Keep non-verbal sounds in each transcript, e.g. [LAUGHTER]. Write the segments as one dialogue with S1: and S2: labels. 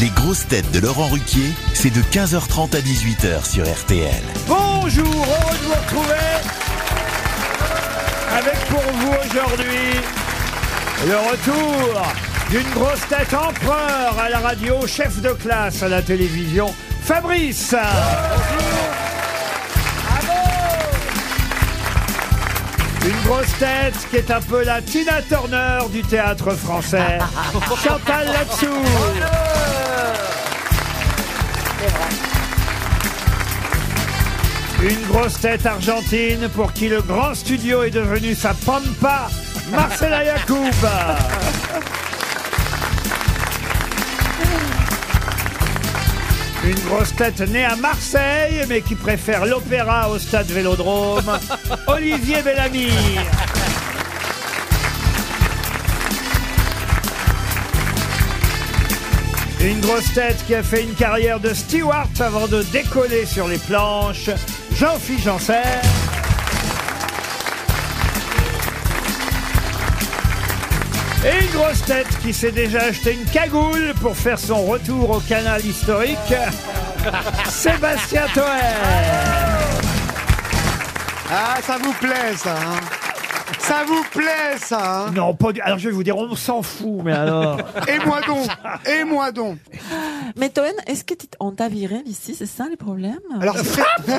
S1: Les grosses têtes de Laurent Ruquier, c'est de 15h30 à 18h sur RTL.
S2: Bonjour, heureux de vous retrouver avec pour vous aujourd'hui le retour d'une grosse tête empereur à la radio, chef de classe à la télévision, Fabrice. Une grosse tête qui est un peu la Tina Turner du théâtre français, Chantal Latsou. Une grosse tête argentine pour qui le grand studio est devenu sa pampa, Marcela Yacoub. Une grosse tête née à Marseille, mais qui préfère l'opéra au stade Vélodrome, Olivier Bellamy. Une grosse tête qui a fait une carrière de steward avant de décoller sur les planches, Jean-Philippe Janssen. Et une grosse tête qui s'est déjà acheté une cagoule pour faire son retour au
S3: [LAUGHS]
S2: canal historique, Sébastien Toer.
S3: Ah, ça vous plaît, ça, hein Ça vous plaît, ça, hein
S2: Non, pas du... Alors je vais vous dire, on s'en fout, mais alors...
S3: Et moi donc Et moi donc
S4: Mais Toen, est-ce que tu- on t'a viré d'ici C'est ça le problème
S2: [LAUGHS]
S3: Alors,
S4: [LAUGHS]
S3: c'est pré-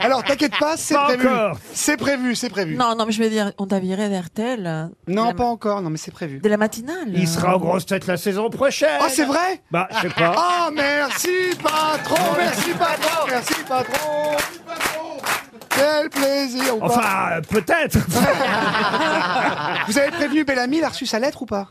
S3: Alors, t'inquiète pas, c'est
S2: Pas
S3: prévu.
S2: encore.
S3: C'est prévu, c'est prévu.
S4: Non, non, mais je veux dire, on t'a viré d'RTL. euh, de
S3: Non,
S4: la-
S3: pas encore, non, mais c'est prévu.
S4: De la matinale.
S2: Il sera en grosse tête la saison prochaine.
S3: Oh, c'est vrai
S2: Bah, je sais pas.
S3: Oh, merci, patron Merci, patron Merci, patron Quel plaisir ou pas
S2: Enfin, euh, peut-être.
S3: [LAUGHS] Vous avez prévenu Bellamy, il a reçu sa lettre ou pas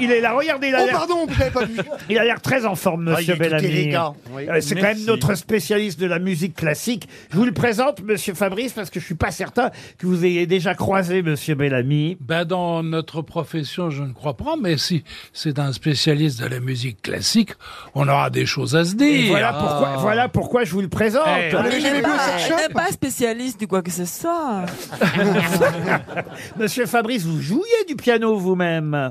S2: il est là. Regardez, il a
S3: Oh,
S2: l'air-
S3: pardon, vous l'avez pas vu
S2: il Ah, a l'air très en forme,
S5: Ah,
S2: monsieur Bellamy. Euh, C'est quand même notre spécialiste de la musique classique. Je vous le présente, monsieur Fabrice, parce que je suis pas certain que vous ayez déjà croisé monsieur Bellamy.
S6: Ben dans notre profession, je ne crois pas, mais si c'est un spécialiste de la musique classique, on aura des choses à se
S2: Et
S6: dire. Ah.
S2: voilà pourquoi, voilà pourquoi je vous le présente.
S6: Eh,
S3: Vous l'avez
S4: Il
S3: jamais
S4: n'est
S3: vu au
S4: pas,
S3: sex
S4: il n'est
S3: shop
S4: pas spécialiste du quoi que ce soit.
S2: Monsieur Fabrice, vous jouiez du piano vous-même.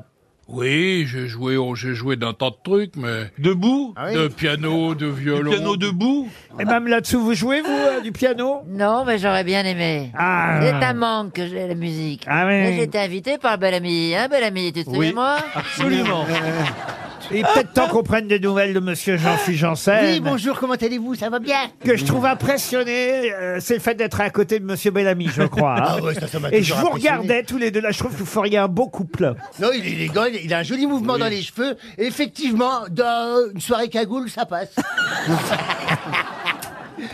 S6: Oui, j'ai joué, au- j'ai joué d'un tas de trucs, mais
S5: Debout
S2: Ah
S6: de piano, de violon.
S5: Piano debout
S2: Et même là-dessous, vous jouez, vous, euh, du piano
S7: Non, mais j'aurais bien aimé.
S2: Ah.
S7: C'est un manque que j'ai la musique.
S2: Ah oui.
S7: Mais J'ai été invité par le bel ami, hein, bel ami, tu te souviens
S2: [LAUGHS]
S7: de moi
S2: Ah,
S5: Absolument.
S2: Il est peut-être temps qu'on prenne des nouvelles de monsieur Jean-Philippe Janssen.
S8: Oui, bonjour, comment allez-vous Ça va bien
S2: que je trouve impressionné, euh, c'est le fait d'être à côté de Monsieur Bellamy, je crois. hein.
S8: Ah ouais, ça, ça m'a
S2: Et je
S8: toujours
S2: vous
S8: impressionné.
S2: regardais tous les deux là, je trouve que vous feriez un beau couple.
S8: Non, il est élégant, il il a un joli mouvement dans les cheveux. Et effectivement, dans une soirée cagoule, ça passe.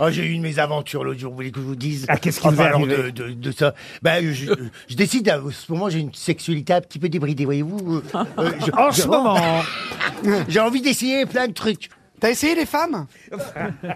S8: Oh, j'ai eu une mésaventures l'autre jour, vous voulez que je vous dise
S2: Ah, qu'est-ce qui vous est
S8: En parlant
S2: arrivé
S8: de, de, de ça. Ben, je, je- je décide, à ce moment, j'ai une sexualité un petit peu débridée, voyez-vous. Euh, euh, je-
S2: En ce
S8: j'ai-
S2: moment,
S8: [LAUGHS] J'ai envie d'essayer plein de trucs.
S3: T'as essayé les femmes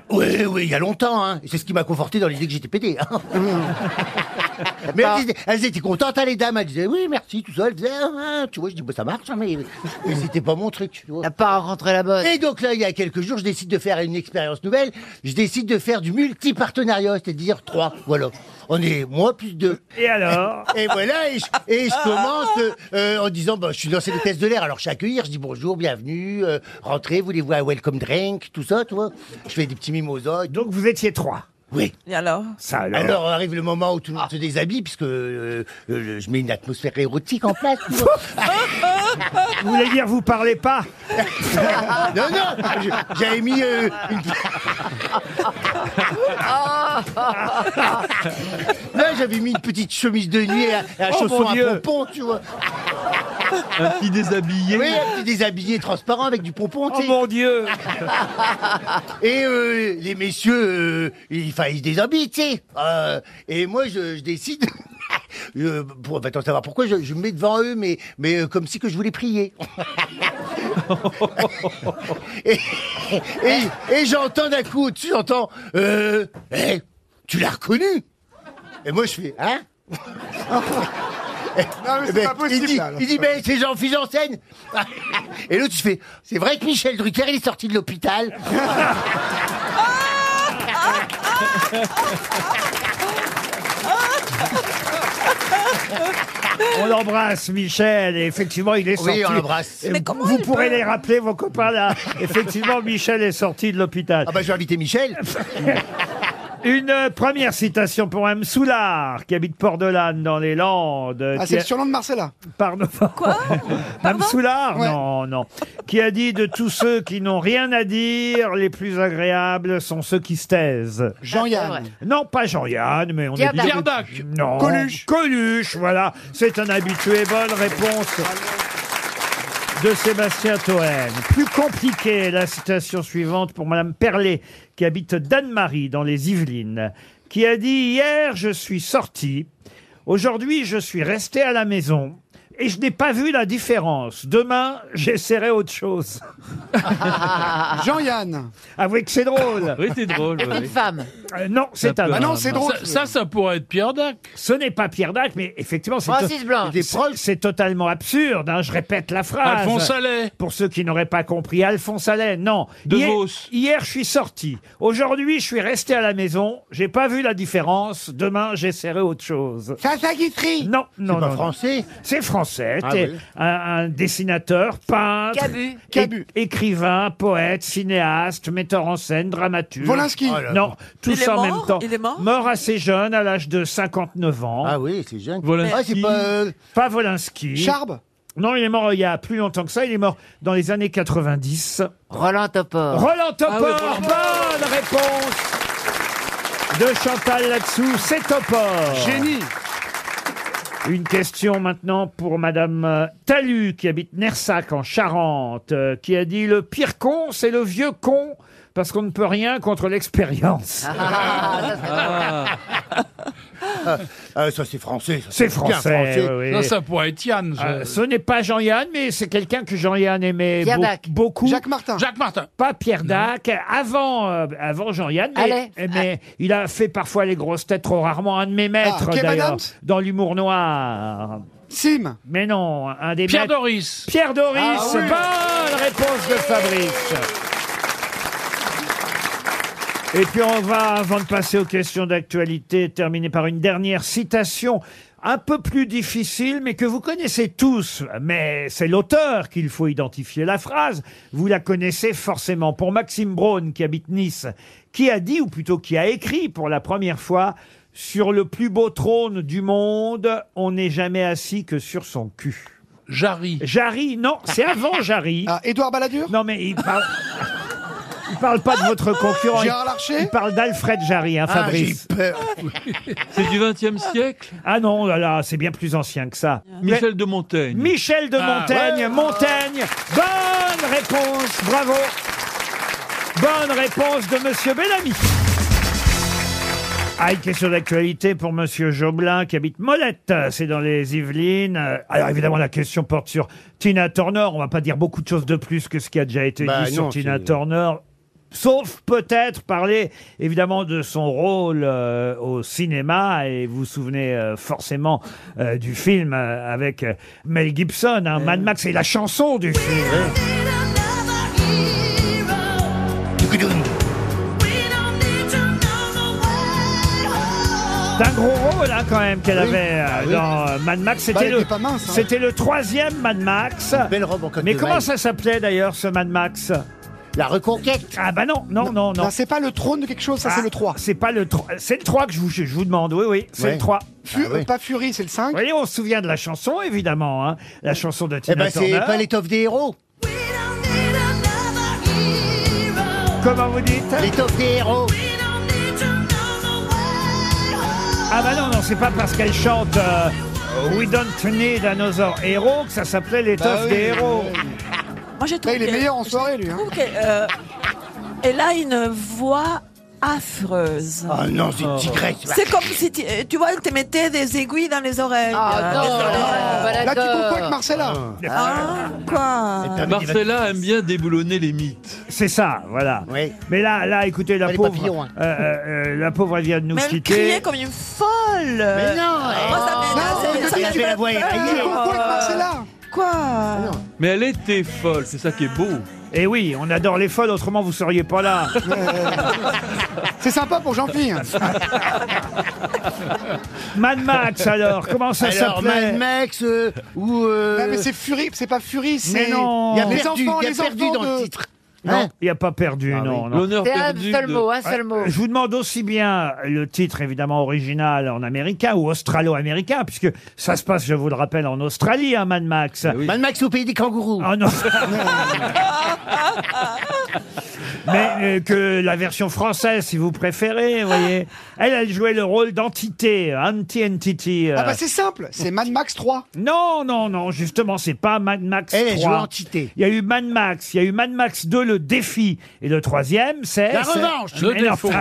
S8: Oui, oui, il y a longtemps, hein. C'est ce qui m'a conforté dans l'idée que j'étais pédé. hein.
S7: [LAUGHS]
S8: mais elles, disaient- elles étaient contentes, hein, les dames. Elles disaient oui, merci, tout ça. Elles disaient, ah, ah, tu vois, je dis, bah, ça marche, hein, mais, mais c'était pas mon truc. tu vois.
S7: T'as pas rencontré la bonne.
S8: Et donc là, il y a quelques jours, je décide de faire une expérience nouvelle. Je décide de faire du multipartenariat, c'est-à-dire trois. Voilà. On est moi plus deux.
S2: et alors
S8: [LAUGHS] Et voilà, et je, et je commence euh, euh, en disant, bah, je suis dans les tests de l'air, alors je suis accueillir, je dis bonjour, bienvenue, euh, rentrez, voulez-vous un welcome drink, tout ça, tu vois. Je fais des petits mimosas. et tout.
S2: Donc vous étiez trois.
S8: Oui.
S4: Et alors
S2: Ça alors.
S8: Alors arrive le moment où tout le monde se déshabille, puisque euh, euh, je mets une atmosphère érotique en
S2: [LAUGHS]
S8: place. tu vois.
S2: Vous voulez dire vous parlez pas
S8: [LAUGHS] non, non, je- j'avais mis euh, une...
S2: [LAUGHS] Ah,
S3: Oh,
S8: Là, j'avais mis une petite chemise de nuit et un, et un
S2: Oh,
S8: chausson
S2: mon
S8: à
S2: Dieu.
S8: pompon, tu vois.
S5: Un petit déshabillé.
S8: Oui, un petit déshabillé transparent avec du pompon,
S2: Oh
S8: tu sais.
S2: mon Dieu
S8: [LAUGHS] Et euh, les messieurs, euh, ils, enfin, ils se déshabillent, tu sais. Euh, et moi, je, je décide... [LAUGHS] Je, pour, attends, savoir pourquoi je, je me mets devant eux, mais, mais euh, comme si que je voulais prier. [LAUGHS] et et- et j'entends d'un coup au-dessus, j'entends euh, Hey, tu l'as reconnu Et moi, je fais Hein
S3: Non, Ah, mais
S8: Eh
S3: c'est
S8: ben,
S3: pas possible,
S8: il dit,
S3: là, alors.
S8: il dit, mais c'est Jean-Philippe Janssen [LAUGHS] Et l'autre, tu fais, c'est vrai que Michel Drucker, il est sorti de l'hôpital
S2: On l'embrasse, Michel, et effectivement, il est
S8: Oui,
S2: sorti.
S8: on l'embrasse.
S2: Et
S4: Mais
S2: vous-
S4: comment
S2: Vous
S4: elle
S2: pourrez
S4: peut
S2: les rappeler, vos copains, là. Effectivement, Michel est sorti de l'hôpital.
S8: Ah bah je vais inviter Michel.
S2: Une euh, première citation pour M. Soulard, qui habite Port-de-Lanne, dans les Landes.
S3: Ah,
S2: Euh, qui
S3: c'est
S2: a-
S3: le surnom de Marcella.
S2: Pardon. Quoi Mme Soulard
S3: Ouais.
S2: Non, non. Qui a dit de tous ceux qui n'ont rien à dire, les plus agréables sont ceux qui se taisent.
S7: Ah,
S3: Jean-Yann.
S7: c'est
S2: Non, pas Jean-Yann, mais on a dit...
S7: Diabla.
S6: Pierre Dac.
S2: Non.
S3: Coluche.
S2: Coluche, voilà. C'est un habitué. Bonne réponse de Sébastien Toen. Plus compliquée, la citation suivante pour Madame Perlet, qui habite Danemarie, dans les Yvelines, qui a dit Hier, je suis sorti. Aujourd'hui, je suis resté à la maison. Et je n'ai pas vu la différence. Demain, [LAUGHS] j'essaierai autre chose. ah,
S3: Jean-Yann.
S2: Avouez que c'est drôle.
S5: Oui, c'est drôle.
S7: Une
S5: ouais.
S7: femme.
S2: Euh, non, Oh, c'est un.
S3: Ah
S5: Ah,
S3: non,
S5: bah,
S3: c'est drôle.
S6: Ça, ça, ça pourrait être Pierre Dac.
S2: Ce n'est pas Pierre Dac, mais effectivement, c'est.
S7: Francis Blanche.
S8: Des
S2: C'est- C'est totalement absurde, hein, je répète la phrase.
S6: Alphonse Allais.
S2: Pour ceux qui n'auraient pas compris, Alphonse Allais, non.
S5: De
S2: hier,
S5: Vos.
S2: hier, je suis sorti. Aujourd'hui, je suis resté à la maison. J'ai pas vu la différence. Demain, j'essaierai autre chose.
S3: Tata Guitry.
S2: Non,
S8: C'est
S2: non,
S8: pas
S2: non. non.
S8: français.
S2: C'est français.
S8: Ah
S2: T'es
S8: oui.
S2: un, un dessinateur, peintre,
S7: Cabu.
S2: é-
S3: Cabu.
S2: écrivain, poète, cinéaste, metteur en scène, dramaturge.
S3: [LAUGHS] Volinsky.
S8: Oh là.
S2: Non, tout
S4: Il
S2: ça
S4: est
S2: en même
S4: mort
S2: temps.
S4: Il est mort
S2: assez jeune, à l'âge de 59 ans.
S8: Ah oui, c'est jeune.
S5: Voilà.
S8: Ah, c'est pas. euh,
S2: Pas Volinsky.
S3: Charb.
S2: Non, il est mort euh, il y a plus longtemps que ça. Il est mort dans les années 90.
S7: Roland
S2: Ah
S7: Topor.
S4: Ah
S2: Roland Topor,
S5: oui, Roland.
S2: bonne réponse de Chantal là-dessous. C'est Topor.
S3: Génie.
S2: Une question maintenant pour Madame euh, Talu, qui habite Nersac en Charente, euh, qui a dit le pire con, c'est le vieux con, parce qu'on ne peut rien contre l'expérience.
S4: Ah,
S2: [LAUGHS]
S8: [LAUGHS] euh, ça, c'est français. ça,
S2: c'est
S8: bien
S2: français.
S8: français.
S2: oui, oui.
S6: Non, ça pourrait être Yann. ça.
S2: Euh, ce n'est pas Jean-Yann, mais c'est quelqu'un que Jean-Yann aimait
S7: Pierre
S2: beau-
S7: Dac.
S2: beaucoup.
S3: Jacques Martin.
S6: Jacques Martin.
S2: Pas Pierre Dac, avant, euh, avant Jean-Yann, mais, eh,
S7: Allais.
S2: mais il a fait parfois les grosses têtes trop rarement, un de mes maîtres
S3: Kev
S2: d'ailleurs,
S3: Adams
S2: dans l'humour noir.
S3: Sim.
S2: Mais non, un des
S6: Pierre
S2: maîtres-
S6: Doris.
S2: eh Pierre Doris,
S3: Ah oui.
S2: bonne réponse de Fabrice. Et puis on va, avant de passer aux questions d'actualité, terminer par une dernière citation un peu plus difficile, mais que vous connaissez tous. Mais c'est l'auteur qu'il faut identifier la phrase. Vous la connaissez forcément. Pour Maxime Braun, qui habite Nice, qui a dit, ou plutôt qui a écrit pour la première fois, sur le plus beau trône du monde, on n'est jamais assis que sur son cul.
S6: Jarry.
S2: Jarry, non, c'est avant Jarry.
S3: Ah, Édouard Balladur.
S2: Non, mais il parle. Il parle pas de votre concurrent. Il,
S3: Gérard
S2: il
S3: Larcher.
S2: parle d'Alfred Jarry, hein,
S8: Ah, j'ai
S2: Fabrice.
S8: peur.
S5: [LAUGHS] C'est du XXe siècle.
S2: Ah, non, là, là, c'est bien plus ancien que ça.
S5: Michel de Montaigne.
S2: Michel de
S6: Ah,
S2: Montaigne, Montaigne. Bonne réponse, bravo. Bonne réponse de Monsieur Bellamy. Ah, une question d'actualité pour Monsieur Joblin qui habite Molette, euh, c'est dans les Yvelines. Euh, Alors évidemment, la question porte sur Tina Turner. On va pas dire beaucoup de choses de plus que ce qui a déjà été
S8: Bah,
S2: dit
S8: non,
S2: sur Tina
S8: c'est-
S2: Turner. Sauf peut-être parler évidemment de son rôle euh, au cinéma et vous vous souvenez euh, forcément euh, du film euh, avec euh, Mel Gibson, hein,
S8: Euh.
S2: Mad Max et la chanson du film. C'est un gros rôle hein, quand même qu'elle
S8: Oui.
S2: avait euh,
S8: Ah oui.
S2: dans euh, Mad Max.
S3: Bah,
S2: C'était
S3: elle
S2: le,
S3: était pas mince, hein.
S2: c'était le troisième Mad Max.
S8: Belle robe en coton.
S2: Mais comment ça s'appelait d'ailleurs ce Mad Max
S8: La reconquête.
S2: Ah bah non, non, non, non.
S3: Non, c'est pas le trône de quelque chose, ça
S2: Ah,
S3: c'est le 3.
S2: C'est pas le 3. C'est le 3 que je vous, je vous demande, oui, oui, c'est
S8: Ouais.
S2: le 3.
S3: Fu-
S8: Ah oui.
S3: euh, Pas Fury, c'est le 5.
S2: Vous voyez, on se souvient de la chanson, évidemment, hein, la chanson de
S8: Eh
S2: Tina
S8: ben, c'est
S2: Turner.
S8: pas l'étoffe des héros.
S2: Comment vous dites
S8: L'étoffe des héros.
S2: Ah bah non, non, c'est pas parce qu'elle chante euh, We Don't Need Another Hero que ça s'appelait l'étoffe
S3: Bah oui,
S2: des héros.
S3: oui, oui.
S4: Moi, je trouve
S3: il est
S4: qu'elle-
S3: meilleur en soirée, lui,
S4: Je
S3: hein.
S4: trouve qu'elle euh, elle a une voix affreuse.
S8: Oh non, c'est une tigresse. va.
S4: C'est comme si tu, euh, tu vois, elle te mettait des aiguilles dans les oreilles.
S7: Ah non, pas
S3: Là, tu comprends avec
S7: d'accord.
S3: Marcella.
S4: Ah, quoi
S8: Permis des
S5: Marcella aime bien déboulonner les mythes.
S2: C'est ça, voilà.
S8: Oui.
S2: Mais là, là, écoutez, la
S8: Pas les
S2: pauvre,
S8: papillons, hein.
S2: euh, euh, euh, la pauvre, elle vient de nous
S4: Mais elle
S2: quitter.
S4: criait comme une folle
S8: Mais non,
S4: Moi, ça
S3: Non,
S4: m'énerve,
S3: mais
S4: ça
S8: elle
S4: m'énerve.
S8: fait la voix Ah
S4: Ah,
S8: éraillée.
S3: Tu comprends avec Marcella.
S4: Quoi
S5: Mais elle était folle, c'est ça qui est beau.
S2: Et Eh oui, on adore les folles, autrement vous seriez
S3: [LAUGHS]
S2: pas là.
S3: C'est sympa pour Jean-Pierre.
S2: Mad Max alors, comment ça
S8: [LAUGHS] Alors,
S2: s'appelait
S8: Mad Max euh, ou. euh,
S3: Ah, mais c'est Fury, c'est pas Fury, c'est.
S2: non.
S3: Il y a
S8: Il
S3: les
S8: y a perdu,
S3: enfants,
S8: il y a
S3: les
S8: perdu
S3: enfants
S8: dans
S3: de-
S8: le titre.
S2: Non,
S8: Hein
S2: il n'y a pas perdu,
S8: Ah
S2: non, non.
S5: L'honneur
S7: C'est un
S5: perdu.
S7: seul
S5: de-
S7: mot, un seul mot.
S2: Je vous demande aussi bien le titre évidemment original en américain ou australo-américain, puisque ça se passe, je vous le rappelle, en Australie, hein, Mad Max.
S5: Eh oui.
S8: Mad Max au pays des kangourous.
S3: [LAUGHS]
S2: Ah non. Mais euh, que la version française, si vous préférez, vous voyez. Elle, elle jouait le rôle d'entité, anti-entity. euh.
S3: Ah bah c'est simple, c'est Mad Max 3.
S2: non, non, non, justement, c'est pas Mad Max
S8: Elle est jouée
S2: 3.
S8: entité.
S2: Il y a eu Mad Max, il y a eu Mad Max 2, le défi. Et le troisième, c'est...
S8: La
S2: c'est-
S8: revanche.
S6: Le
S2: Mais non. [LAUGHS]
S5: [LAUGHS]
S6: défaut.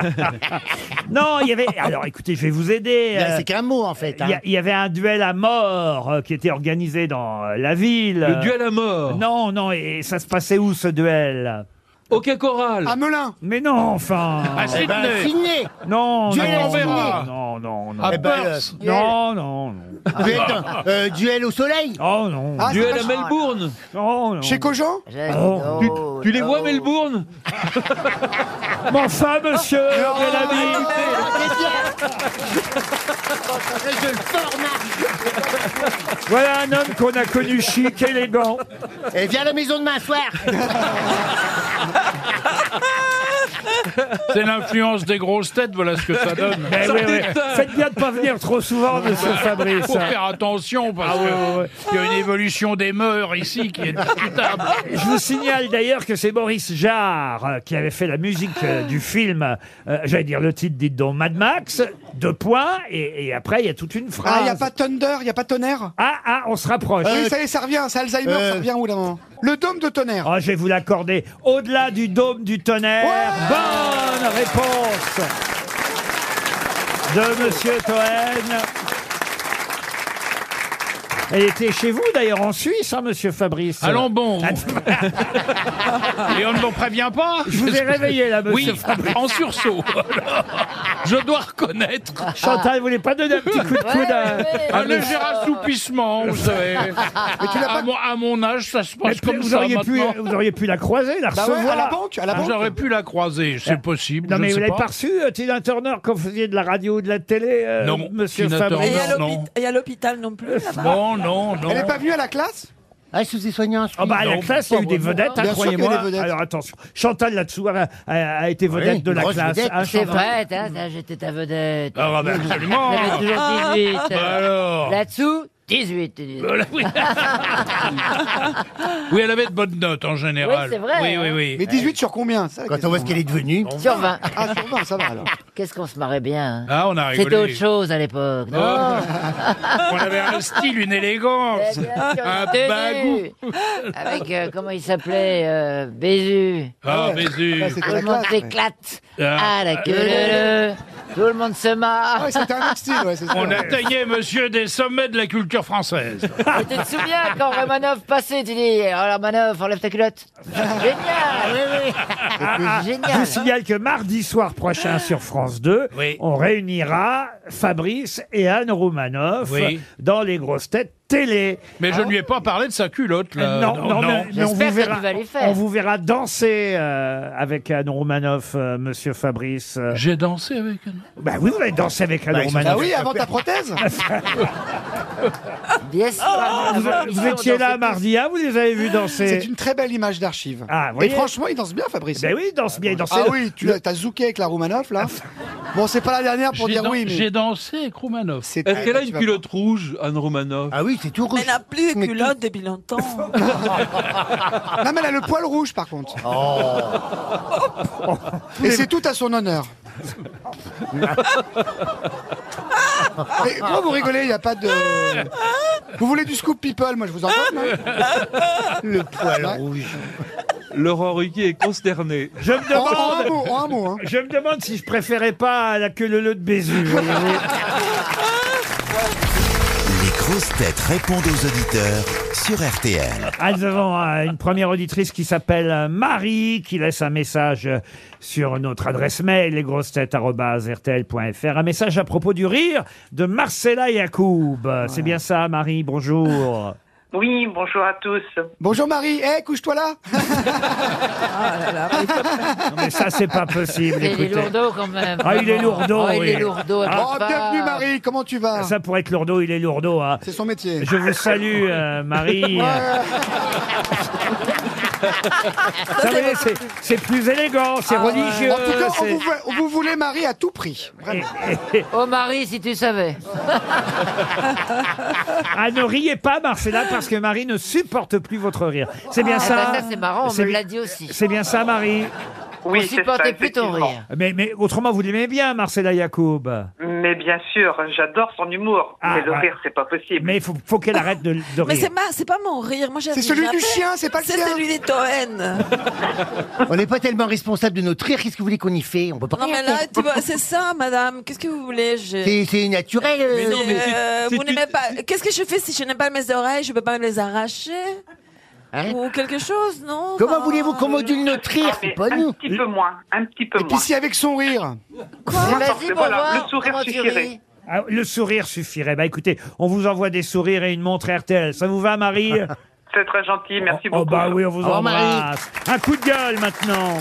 S2: Non, il y avait... Alors écoutez, je vais vous aider.
S8: Là,
S2: euh,
S8: C'est qu'un mot en fait.
S2: Il y,
S8: hein.
S2: a- il y avait un duel à mort euh, qui était organisé dans euh, la ville.
S5: Le duel à mort.
S2: Non, non, et ça se passait où ce duel
S5: Aucun choral.
S3: À Melun.
S2: Mais non, enfin
S6: Ah,
S8: Eh ben,
S6: Sydney.
S8: Sydney.
S2: Non,
S8: Duel
S2: non,
S8: en
S6: verra.
S2: non, non, non, non,
S6: À
S8: Eh ben,
S6: Perth.
S2: non, non, non.
S8: Duel, euh, duel au soleil.
S2: Oh non,
S3: Ah,
S5: Duel
S3: c'est
S5: à
S3: pas-
S5: Melbourne.
S2: non, non.
S3: Chez Cogent
S2: Oh.
S5: Tu les
S2: [LAUGHS]
S5: vois, Melbourne
S2: Mais enfin, monsieur, de la vie.
S8: Je le forme.
S2: Voilà un homme qu'on a connu chic, élégant.
S8: Et Eh, viens à la maison demain
S3: [LAUGHS]
S8: soir.
S6: C'est l'influence des grosses têtes, voilà ce que ça donne.
S2: [LAUGHS] Eh
S5: Ça
S2: oui, oui.
S5: déteint.
S2: Faites bien de pas venir trop souvent, monsieur Fabrice. Ah,
S6: Faut faire attention parce qu'il y a une évolution des mœurs ici qui est discutable.
S2: Je vous signale d'ailleurs que c'est Maurice Jarre euh, qui avait fait la musique euh, du film, euh, j'allais dire le titre, dites donc Mad Max, deux points, et, et après il y a toute une phrase.
S3: Ah, y a pas Thunder, y a pas Tonnerre
S2: ah, ah, on se rapproche.
S3: Oui, ça y est, ça revient, c'est Alzheimer,
S8: euh,
S3: ça revient où là moment Le dôme de Tonnerre.
S2: Ah, je vais vous l'accorder. Au-delà du dôme du tonnerre.
S3: Ouais
S2: Bonne réponse de Monsieur Toen. Elle était chez vous d'ailleurs en Suisse, hein, Monsieur Fabrice.
S6: Allons
S2: [LAUGHS]
S6: bon. [LAUGHS] Et on ne m'en prévient pas
S2: Je vous ai réveillé là, Monsieur
S6: Oui,
S2: Fabrice.
S6: en sursaut. [LAUGHS] Je dois reconnaître
S2: Chantal, vous voulez pas donner un petit coup de coude à...
S6: un léger assoupissement,
S2: [LAUGHS]
S6: vous savez. à, mon, à mon âge, ça se
S2: Mais
S6: passe
S2: puis,
S6: comme
S2: vous,
S6: ça
S2: auriez pu,
S6: maintenant.
S2: vous auriez pu la croiser, la
S3: Bah ouais,
S2: recevoir.
S3: à la banque, à la
S6: Ah,
S3: banque.
S6: J'aurais pu la croiser, c'est possible.
S2: non,
S6: je
S2: mais
S6: ne
S2: vous
S6: sais
S2: l'avez
S6: pas.
S2: pas reçu, euh, Tina Turner, quand vous faisiez de la radio ou de la télé, euh,
S6: Non,
S2: monsieur
S6: Tina
S2: Fabrice
S4: Et à
S6: Non,
S4: l'hôpit-
S6: non.
S4: et à l'hôpital non plus, là-bas.
S6: Non, non, non.
S3: Elle est pas venue à la classe
S8: Ah, sous les soignants.
S2: Ah bah, à la
S6: Non,
S2: classe, il y a eu
S6: pas
S2: des
S6: vraiment.
S2: vedettes, hein,
S3: Bien sûr qu'il y a des
S2: croyez-moi.
S3: vedettes.
S2: Alors attention, Chantal là-dessous a, a- a été vedette
S8: Oui,
S2: de la
S8: grosse
S2: classe.
S8: vedette,
S2: hein,
S7: C'est
S2: Chantal.
S7: vrai, t'as- t'as- j'étais ta vedette.
S6: Ah, bah, absolument.
S7: J'avais
S2: Ah,
S7: toujours 18.
S6: Bah alors.
S7: Là-dessous, 18. tu dis.
S6: Voilà,
S7: [LAUGHS]
S6: oui. Oui, elle avait de bonnes notes en général.
S7: Oui, c'est vrai,
S6: Oui, oui,
S7: hein.
S6: oui.
S3: Mais 18 sur combien ça, la
S8: Quand on
S3: question.
S8: voit ce qu'elle est devenue.
S7: Sur 20.
S3: Ah, sur 20, ça va alors.
S7: Qu'est-ce qu'on se marrait bien. hein.
S6: Ah, on a rigolé.
S7: C'était autre chose à l'époque. non
S2: Oh.
S6: Ah. on avait un style, une
S7: Eh
S6: élégance.
S7: bien, sur
S6: Un
S7: une tenue.
S6: bagou.
S7: Avec, euh, comment il s'appelait euh, Bézu.
S6: Ah,
S3: ouais.
S6: Bézu.
S3: Ah,
S7: Tout
S3: c'était la
S7: le monde
S3: classe. ouais.
S7: s'éclate
S6: Ah.
S7: à la queue leu, leu. Tout le monde se
S3: Ah,
S7: marre.
S3: ouais, c'était un autre style, ouais, c'est sûr.
S6: On a taillé, monsieur, des sommets de la culture
S7: [LAUGHS]
S6: française.
S7: Et tu te souviens quand Romanov passait, tu dis Oh la Romanov, enlève ta
S3: [LAUGHS]
S7: culotte. Génial Oui, oui.
S2: Ah, Je vous
S7: Génial
S2: signale que mardi soir prochain sur France 2,
S6: Oui.
S2: on réunira Fabrice et Anne Roumanoff
S6: Oui.
S2: dans les grosses têtes télé.
S6: Mais je ne lui ai pas parlé de sa culotte,
S7: Euh,
S6: là.
S2: non, non, mais, mais on,
S7: J'espère
S2: vous
S7: que
S2: verra,
S7: tu vas les faire.
S2: on vous verra danser euh, avec Anne Roumanoff, euh, monsieur Fabrice. euh.
S6: J'ai dansé avec elle.
S2: bah oui, vous allez danser avec Anne
S8: Bah, ils sont-
S2: Roumanoff.
S3: Ah oui, avant ta prothèse
S7: [LAUGHS] Bien sûr
S2: Ah, Vous, vous étiez là mardi, hein, vous les avez vus danser.
S3: C'est une très belle image d'archive.
S2: Ah, vous
S3: Et
S2: voyez
S3: franchement, il danse bien, Fabrice.
S2: Ben oui, ils dansent bien, ils dansent.
S3: Ah oui, tu as zouké avec la Roumanoff, là Bon, c'est pas la dernière pour
S6: J'ai
S3: dire
S6: dan-
S3: oui, mais... [LAUGHS]
S6: J'ai dansé avec Roumanoff.
S3: c'est- Ah,
S5: Est-ce qu'elle a
S3: tu
S5: une
S3: vas voir.
S5: culotte rouge, Anne Romanoff
S8: Ah oui, c'est tout rouge.
S4: Elle
S3: [LAUGHS]
S4: n'a plus de
S8: Mais
S4: culotte depuis longtemps.
S3: Non, mais elle a le poil rouge, par contre.
S2: Oh.
S3: Et c'est tout à son
S2: [LAUGHS]
S3: honneur. Ah Mais pourquoi vous rigolez Il n'y a pas de... Vous voulez du scoop people Moi, je vous en donne. hein.
S8: Le poil
S3: Ouais.
S8: rouge.
S5: Laurent Ruquier est consterné.
S2: Je me
S3: En, en
S2: demande.
S3: un mot, en un mot. hein.
S2: Je me demande si je préférais pas la queue le de
S3: [LAUGHS]
S2: Bézu. voyez-vous.
S1: Les grosses têtes répondent aux auditeurs sur RTL.
S2: Ah, nous avons euh, une première auditrice qui s'appelle euh, Marie, qui laisse un message euh, sur notre adresse mail, lesgrossetêtes.rtl.fr. Un message à propos du rire de Marcella Yacoub. C'est bien ça, Marie, bonjour.
S9: Oui, bonjour à tous.
S3: Bonjour Marie, eh, couche-toi là
S2: Non, mais ça, c'est pas possible,
S7: Il est
S2: écoutez.
S7: lourdeau quand même.
S2: Ah, il est lourdeau,
S7: Ah, il est
S2: oui.
S7: lourdeau. elle
S2: Ah,
S3: Oh,
S7: peut pas.
S3: bienvenue Marie, comment tu vas
S2: Ça, pour être lourdeau, il est lourdeau. hein.
S3: C'est son métier.
S2: Je vous salue, euh, Marie. Ça, vous voyez, c'est- c'est plus élégant, c'est religieux.
S3: En tout cas, on
S2: c'est-
S3: vous, veut- on vous voulait Marie à tout prix.
S7: [LAUGHS]
S3: Vraiment.
S7: Oh Marie, si tu savais.
S2: Ah, ne riez pas, Marcella, parce que Marie ne supporte plus votre rire. C'est bien
S7: Ah,
S2: ça
S7: bah, ça, c'est marrant, on
S2: C'est
S7: me
S2: bi-
S7: l'a dit aussi.
S2: C'est bien ça, Marie
S9: Oui,
S7: on
S9: c'est ça,
S7: supportait plus ton
S9: effectivement.
S7: rire.
S2: mais, mais autrement, vous l'aimez bien, Marcella Yacoub.
S9: Mais bien sûr, j'adore son humour.
S2: Ah,
S9: mais le
S2: ouais.
S9: rire, c'est pas possible.
S2: Mais il faut, faut qu'elle arrête de, de
S4: Mais
S2: rire.
S4: c'est pas, c'est pas mon rire. Moi,
S3: C'est celui du chien, c'est pas le
S4: C'est
S3: tien.
S4: celui des Toen.
S8: On n'est pas tellement responsable de notre rire, qu'est-ce que vous voulez qu'on y fait On peut pas
S4: Non,
S8: rien
S4: mais là,
S8: faire.
S4: tu vois, c'est ça, madame. Qu'est-ce que vous voulez J'ai-
S8: C'est c'est naturel. euh.
S5: Mais non, mais si-
S4: Euh,
S5: si
S4: vous
S5: tu-
S4: n'aimez pas. Qu'est-ce que je fais si je n'aime pas mes oreilles Je peux pas me les arracher
S8: Hein
S4: ou quelque chose, non
S8: Comment
S4: Enfin,
S8: voulez-vous qu'on module notre rire
S9: Ah, Mais
S8: C'est pas
S9: un
S8: nous.
S9: petit peu moins, un petit peu
S3: Et
S9: moins.
S3: puis si avec son rire.
S7: Mais
S9: Moi,
S7: Vas-y,
S9: forcément,
S7: pour
S9: voilà,
S7: voir
S9: le sourire
S7: comment tu
S9: suffirait.
S7: ris.
S2: Ah, le sourire suffirait. Bah écoutez, on vous envoie des sourires et une montre RTL. Ça vous va, Marie
S9: [LAUGHS] C'est très gentil, merci
S2: oh,
S9: beaucoup.
S2: bah oui, on vous
S8: Au revoir, Marie.
S2: embrasse. Un coup de gueule maintenant.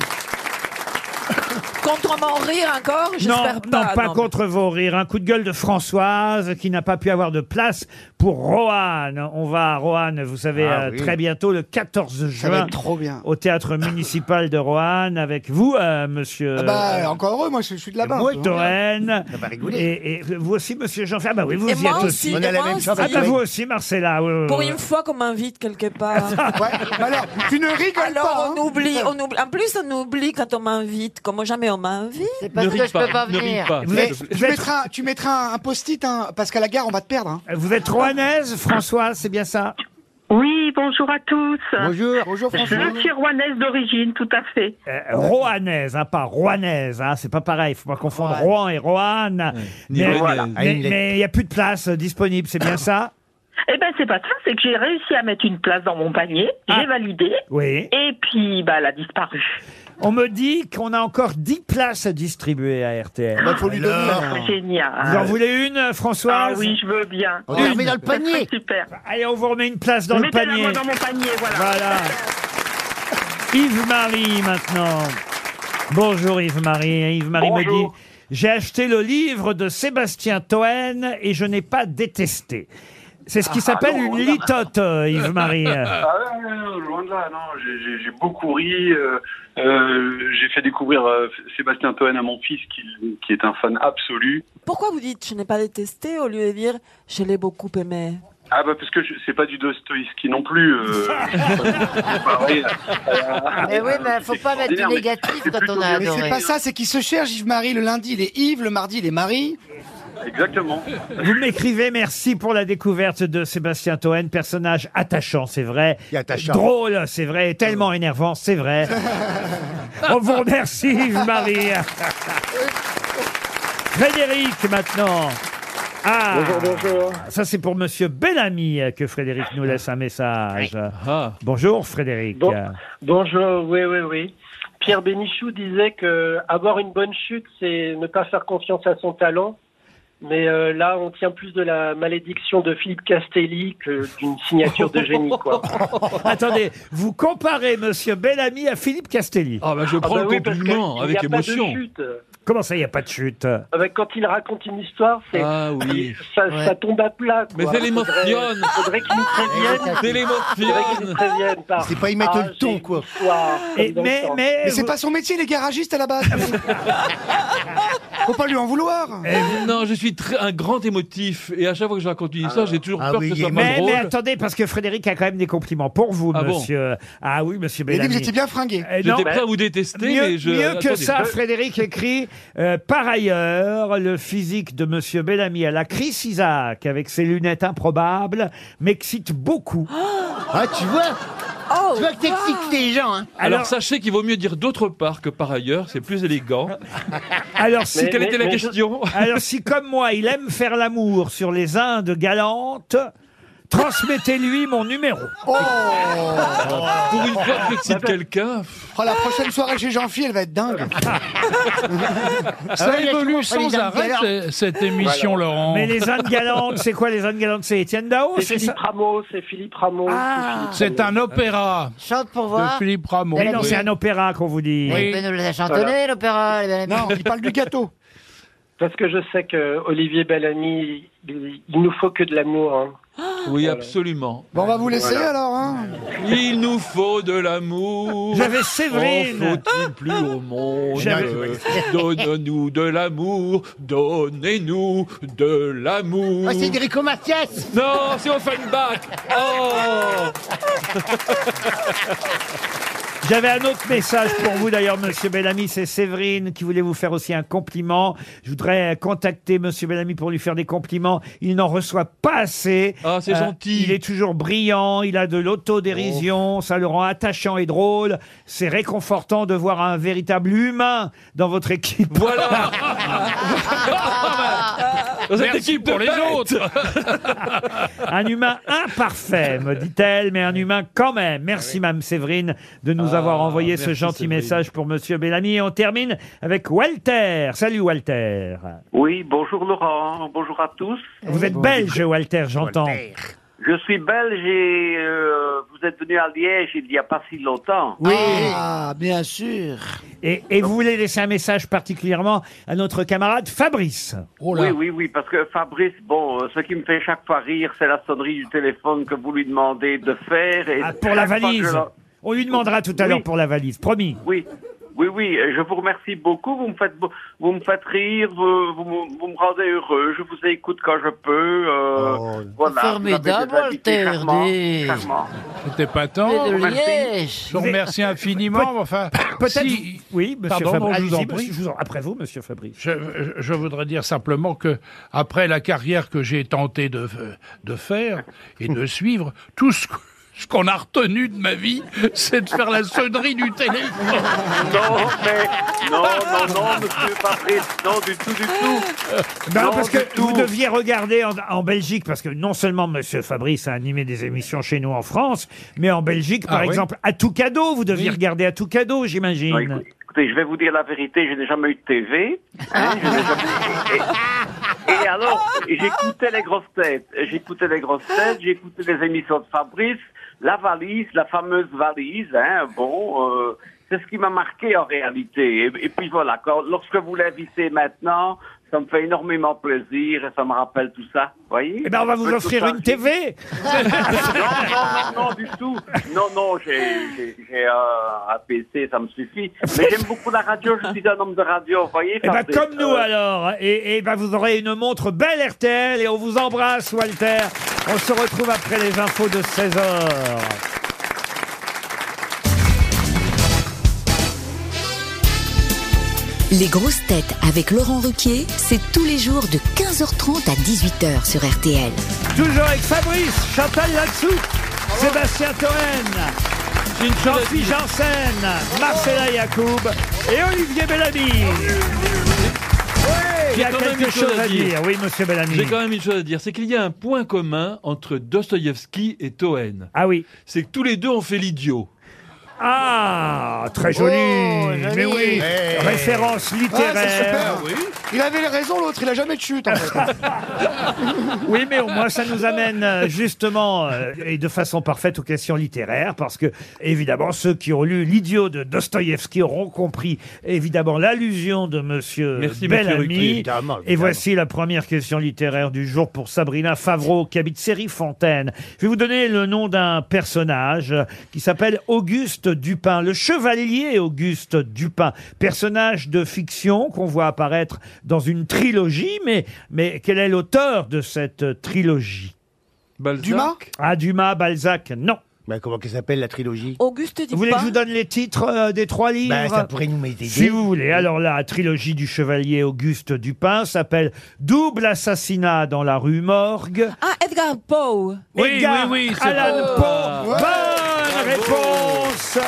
S4: Contre mon rire encore
S2: Non,
S4: J'espère
S2: non,
S4: pas.
S2: pas
S4: non.
S2: contre vos rires. Un coup de gueule de Françoise qui n'a pas pu avoir de place pour Roanne. On va à Roanne, vous savez,
S8: Ah
S2: euh,
S8: oui.
S2: très bientôt, le 14
S3: Ça va
S2: juin,
S3: être trop bien.
S2: au théâtre municipal de Roanne, avec vous, euh, monsieur.
S3: Ah bah, encore heureux, moi je, je suis de là-bas.
S8: Moi,
S3: hein.
S2: Toen.
S8: Ça va rigoler.
S2: Et, et vous aussi, monsieur jean Ah bah oui, vous
S4: Et
S2: y
S4: moi
S2: êtes
S4: aussi,
S2: aussi.
S8: On a la
S4: et moi
S8: même
S4: aussi.
S8: chambre.
S2: Ah bah
S8: Oui.
S2: vous aussi, Marcella. oui, oui,
S4: Pour
S2: oui.
S4: une fois qu'on m'invite quelque part.
S3: Ouais. Mais alors, tu ne rigoles pas.
S4: Alors on
S3: hein.
S4: oublie, on oublie. En plus on oublie quand on m'invite, comme jamais on m'invite.
S7: C'est
S5: Ne
S7: parce que
S5: ris
S7: je peux pas
S5: pas, ne ris
S7: venir.
S5: pas.
S2: Vous
S3: Ah, Mais
S2: êtes, vous
S3: tu
S2: êtes,
S3: mettras, tu mettras un, un post-it, hein, parce qu'à la gare, on va te perdre. hein.
S2: vous êtes rouennaise, Françoise, c'est bien ça
S9: Oui, bonjour à tous.
S8: Bonjour.
S3: Bonjour François.
S9: Je suis rouennaise d'origine, tout à fait.
S2: Euh, Roannaise, hein, pas Rouennaise, hein, c'est pas pareil, faut pas confondre Rouen et Roanne.
S5: ni
S2: Mais
S5: Rouennaise. Ah,
S2: mais- mais il n'y a plus de place euh, disponible, c'est bien ça
S9: Eh ben, c'est pas ça, c'est que j'ai réussi à mettre une place dans mon panier,
S2: Ah.
S9: j'ai validé,
S2: Oui.
S9: et puis, bah, elle a disparu.
S2: On me dit qu'on a encore 10 places à distribuer à RTL.
S3: Bah, faut lui donner.
S8: Alors,
S3: hein.
S2: Vous en
S9: Génial.
S2: voulez une, euh,
S9: Ah
S2: Françoise
S9: oui, je veux bien.
S8: On la remet dans le
S9: Ça serait
S8: panier.
S9: Super.
S2: Allez, on vous remet une place dans le
S9: Mettez-la
S2: panier.
S9: moi dans mon panier, voilà.
S2: Voilà. Yves-Marie maintenant. Bonjour Yves-Marie. Yves-Marie me dit
S9: Bonjour.
S2: J'ai acheté le livre de Sébastien Toen et je n'ai pas détesté. C'est ce qui s'appelle
S10: Ah, non,
S2: une
S10: non.
S2: litote, euh, Yves-Marie.
S10: Ah ouais, ouais, ouais, loin de là, non, j'ai- j'ai j'ai beaucoup ri. euh, euh, j'ai fait découvrir euh, Sébastien Toen à mon fils, qui, qui est un fan absolu.
S4: Pourquoi vous dites je n'ai pas détesté au lieu de dire je l'ai beaucoup aimé
S10: Ah bah parce que je- c'est pas du Dostoïevski non plus. euh, c'est pas vrai, euh,
S7: Mais oui, mais faut pas mettre du
S10: extraordinaire, mais
S7: négatif
S10: c'est
S7: quand on
S10: plutôt
S7: a
S10: bien.
S3: Mais c'est
S7: adoré.
S3: pas ça, c'est qu'il se cherche Yves-Marie. Le lundi, il est Yves, le mardi, il est Marie.
S10: Exactement.
S2: Vous m'écrivez merci pour la découverte de Sébastien Toen, personnage attachant, c'est vrai.
S8: Et attachant.
S2: Drôle, c'est vrai. Et Tellement énervant, c'est vrai. On vous remercie, Yves-Marie. Frédéric, maintenant. Ah,
S10: bonjour.
S2: ça c'est pour Monsieur Bellamy euh, que Frédéric nous laisse un message.
S5: Ah.
S2: Bonjour Frédéric.
S9: Bon.
S2: Euh,
S9: Bonjour, oui, oui, oui. Pierre Bénichou disait que avoir une bonne chute, c'est ne pas faire confiance à son talent. Mais euh, là, on tient plus de la malédiction de Philippe Castelli que d'une signature de génie, quoi.
S2: Attendez, vous comparez Monsieur Bellamy à Philippe Castelli.
S5: Ah bah je
S9: Ah
S5: prends
S9: bah oui,
S5: le
S9: parce que
S5: compliment
S9: il y a
S5: avec
S9: pas de
S5: émotion.
S9: chute.
S2: Comment ça, il n'y a pas de chute
S9: Ah bah, quand il raconte une histoire, c'est
S5: Ah oui.
S9: [LAUGHS] ça,
S7: Ouais.
S9: ça tombe à plat. Quoi.
S5: Mais c'est l'émotion. Ah,
S9: Faudrait- Faudrait qu'il nous
S5: C'est
S9: prévienne. Faudrait qu'il nous
S5: l'émotion.
S9: prévienne. par-
S8: C'est pas y mettre
S9: Ah,
S8: le ton,
S9: j'ai
S8: quoi.
S9: une Bah, histoire,
S2: Et-
S9: comme dans
S2: Mais,
S9: le temps.
S2: mais,
S3: Mais c'est
S2: vous-
S3: pas son métier, les garagistes à la
S9: [LAUGHS]
S3: base. Faut pas lui en vouloir.
S5: Eh, non, je suis très- un grand émotif et à chaque fois que je raconte une histoire, j'ai toujours
S8: Ah
S5: peur
S8: oui,
S5: que ce soit
S8: il est
S5: pas
S2: mais, mais
S5: drôle.
S2: attendez, parce que Frédéric a quand même des compliments pour vous,
S5: Ah bon
S2: monsieur. ah oui, monsieur
S3: Il a dit
S2: Bellamy.
S3: que vous étiez bien fringué.
S2: Eh non,
S5: J'étais prêt à vous détester,
S2: Mieux,
S5: mais je.
S2: mieux que
S5: attendez,
S2: ça,
S5: je-
S2: Frédéric écrit euh, Par ailleurs, le physique de Monsieur Bellamy à la Chris Isaac, avec ses lunettes improbables, m'excite beaucoup.
S8: Ah, tu vois
S4: Oh
S8: Tu vois que t'excites
S4: waouh.
S8: les gens, hein
S5: Alors,
S2: Alors-
S5: sachez qu'il vaut mieux dire d'autre part que par ailleurs, c'est plus élégant.
S2: [LAUGHS] Alors si,
S5: Quelle était la
S9: mais-
S5: question
S2: alors si, comme moi, il aime faire l'amour sur les Indes galantes, Transmettez-lui mon numéro.
S3: Oh.
S5: Pour une fois
S9: bah,
S5: que c'est quelqu'un.
S3: Oh, la prochaine soirée chez jean phil elle va être dingue.
S6: Ça évolue sans arrêt, c'est- cette émission, Laurent.
S2: Mais les Indes galantes, c'est quoi les Indes galantes C'est Étienne Dao
S9: C'est
S2: c'est ça Ah,
S9: Philippe Rameau, c'est Philippe Rameau.
S6: Ah, C'est un opéra
S7: Chante pour
S6: de
S7: voir.
S6: Philippe Rameau.
S2: Mais non,
S6: Oui.
S2: c'est un opéra qu'on vous dit.
S6: Oui.
S7: Il peut nous la chantonner, l'opéra. les belles
S3: Non, il parle du gâteau.
S9: Parce que je sais que Olivier Bellamy, il, il nous faut que de l'amour. hein.
S5: Oui, absolument.
S3: Bon, on va vous laisser alors. Hein.
S5: Il nous faut de l'amour.
S2: J'avais
S5: En
S2: Séverine.
S5: faut-il plus au monde
S2: J'avais-
S5: Donne-nous de l'amour, donnez-nous de l'amour.
S8: Ah, c'est Enrico Macias
S5: Non, c'est Offenbach. Oh
S2: J'avais un autre message pour vous d'ailleurs, Monsieur Bellamy. C'est Séverine qui voulait vous faire aussi un compliment. Je voudrais contacter Monsieur Bellamy pour lui faire des compliments. Il n'en reçoit pas assez. Euh,
S5: Ah, c'est gentil.
S2: Il est toujours brillant. Il a de
S6: Oh.
S2: l'autodérision. Ça le rend attachant et drôle. C'est réconfortant de voir un véritable humain dans votre équipe. [LAUGHS]
S5: Voilà. Dans cette
S6: Merci
S5: équipe de
S6: pour les
S5: bêtes.
S6: autres
S2: Un humain imparfait, me dit-elle, mais un humain quand même. Merci, Mme Séverine, de nous avoir envoyé ce
S5: Ah, merci,
S2: gentil
S5: Séverine.
S2: message pour Monsieur Bellamy. Et on termine avec Walter. Salut, Walter.
S10: Oui, bonjour Laurent, bonjour à tous.
S2: Vous êtes belge, Walter, j'entends.
S10: Je suis belge et euh, vous êtes venu à Liège il n'y a pas si longtemps.
S2: Oui.
S7: Ah, bien sûr.
S2: Et, et vous voulez laisser un message particulièrement à notre camarade Fabrice.
S6: Oh là.
S10: Oui, oui, oui, parce que Fabrice, bon, euh, ce qui me fait chaque fois rire, c'est la sonnerie du téléphone que vous lui demandez de faire. Et
S2: Ah, pour la
S10: chaque fois que je
S2: valise.
S10: la-
S2: On lui demandera tout à
S10: Oui.
S2: l'heure pour la valise, promis.
S10: Oui, oui, oui, euh, je vous remercie beaucoup. Vous me faites, bo- vous me faites rire, vous, vous me- vous me rendez heureux. Je vous écoute quand je peux. euh, voilà,
S7: Formidable,
S10: vous avez des invités
S7: Walter,
S10: charmants,
S7: dis.
S10: charmants.
S6: C'était pas tant.
S7: Et de
S10: merci.
S7: Liège.
S6: Je vous remercie infiniment. mais
S10: [COUGHS]
S6: Enfin,
S2: Peut-être.
S6: si-
S2: vous- Oui, monsieur
S6: Pardon, non, je
S2: Fabrice.
S6: vous en
S2: Allez-y,
S6: prie.
S2: monsieur- je vous en- Après vous, monsieur Fabrice.
S6: Je, je- je voudrais dire simplement que après la carrière que j'ai tenté de, de faire et
S10: [LAUGHS]
S6: de suivre, tout ce, que- ce qu'on a retenu de ma vie, c'est de faire la sonnerie du téléphone.
S10: Non, mais non, non, non, monsieur Fabrice, non, du tout, du tout.
S2: Non,
S10: Non,
S2: parce que
S10: du tout.
S2: vous deviez regarder en, en Belgique, parce que non seulement Monsieur Fabrice a animé des émissions chez nous en France, mais en Belgique, par
S6: Ah oui.
S2: exemple, à tout cadeau, vous deviez
S6: Oui. Ah,
S2: regarder à tout cadeau, j'imagine.
S10: Non, écoute- écoutez, je vais vous dire la vérité, je n'ai jamais eu de TV. hein, je n'ai jamais- et, et alors, j'écoutais les grosses têtes. J'écoutais les grosses têtes, j'écoutais les émissions de Fabrice, la valise, la fameuse valise. Hein, bon, euh, c'est ce qui m'a marqué en réalité. Et, et puis voilà, quand- lorsque vous l'invitez maintenant, ça me fait énormément plaisir et ça me rappelle tout ça. Voyez
S2: Eh ben, on va vous
S10: Tout
S2: offrir
S10: ça,
S2: une
S10: j'ai-
S2: TV.
S10: non, non, non, du tout. Non, non, j'ai- j'ai j'ai, euh, un PC, ça me suffit. Mais j'aime beaucoup la radio, je suis un homme de radio, vous voyez.
S2: Eh ben,
S10: Fabrice,
S2: comme
S6: Ah
S2: nous [LAUGHS]
S10: euh,
S2: alors. Et, et ben, vous aurez une montre belle RTL et on vous embrasse, Walter. On se retrouve après les infos de 16 heures.
S11: Les grosses têtes avec Laurent Ruquier, c'est tous les jours de 15h30 à 18h sur RTL.
S2: Toujours avec Fabrice, Chantal Latsou, Sébastien Toen, Jean-Philippe Janssen, Marcella Yacoub et Olivier Bellamy. Il y a
S5: J'ai quand même
S2: quelque
S5: une chose
S2: chose
S5: à
S2: à
S5: dire.
S2: dire, oui, monsieur Bellamy.
S5: J'ai quand même une chose à dire, c'est qu'il y a un point commun entre Dostoïevski et Toen.
S2: Ah oui.
S5: C'est que tous les deux ont fait l'idiot.
S2: Ah, très joli.
S5: Oh,
S7: joli.
S2: Mais oui,
S5: Eh.
S8: Hey.
S2: référence
S3: Ah, c'est
S2: littéraire.
S3: super. Il avait raison, l'autre, il a jamais de chute en fait.
S2: Oui, mais au moins ça nous amène euh, justement euh, et de façon parfaite aux questions littéraires, parce que évidemment ceux qui ont lu l'idiot de Dostoïevski auront compris évidemment l'allusion de Monsieur
S5: Merci, monsieur
S2: Bellamy.
S5: Ruquier,
S8: évidemment,
S2: Et
S8: évidemment.
S2: voici la première question littéraire du jour pour Sabrina Favreau qui habite Série-Fontaine. Je vais vous donner le nom d'un personnage euh, qui s'appelle Auguste Dupin, le chevalier Auguste Dupin, personnage de fiction qu'on voit apparaître dans une trilogie, mais mais quel est l'auteur de cette trilogie
S5: Balzac.
S3: Dumas
S2: Ah, Dumas, Balzac, non.
S8: Bah, comment qu'elle s'appelle la trilogie
S4: Auguste dit
S2: Vous voulez que
S4: pas.
S2: je vous donne les titres euh, des trois livres
S8: Bah, ça pourrait nous aider.
S2: Si vous voulez. Alors la trilogie du chevalier Auguste Dupin s'appelle Double assassinat dans la rue Morgue.
S4: Ah, Edgar Poe.
S6: Oui,
S2: Edgar
S6: oui, oui, c'est
S2: Allan
S6: bon.
S2: Poe. Bonne réponse.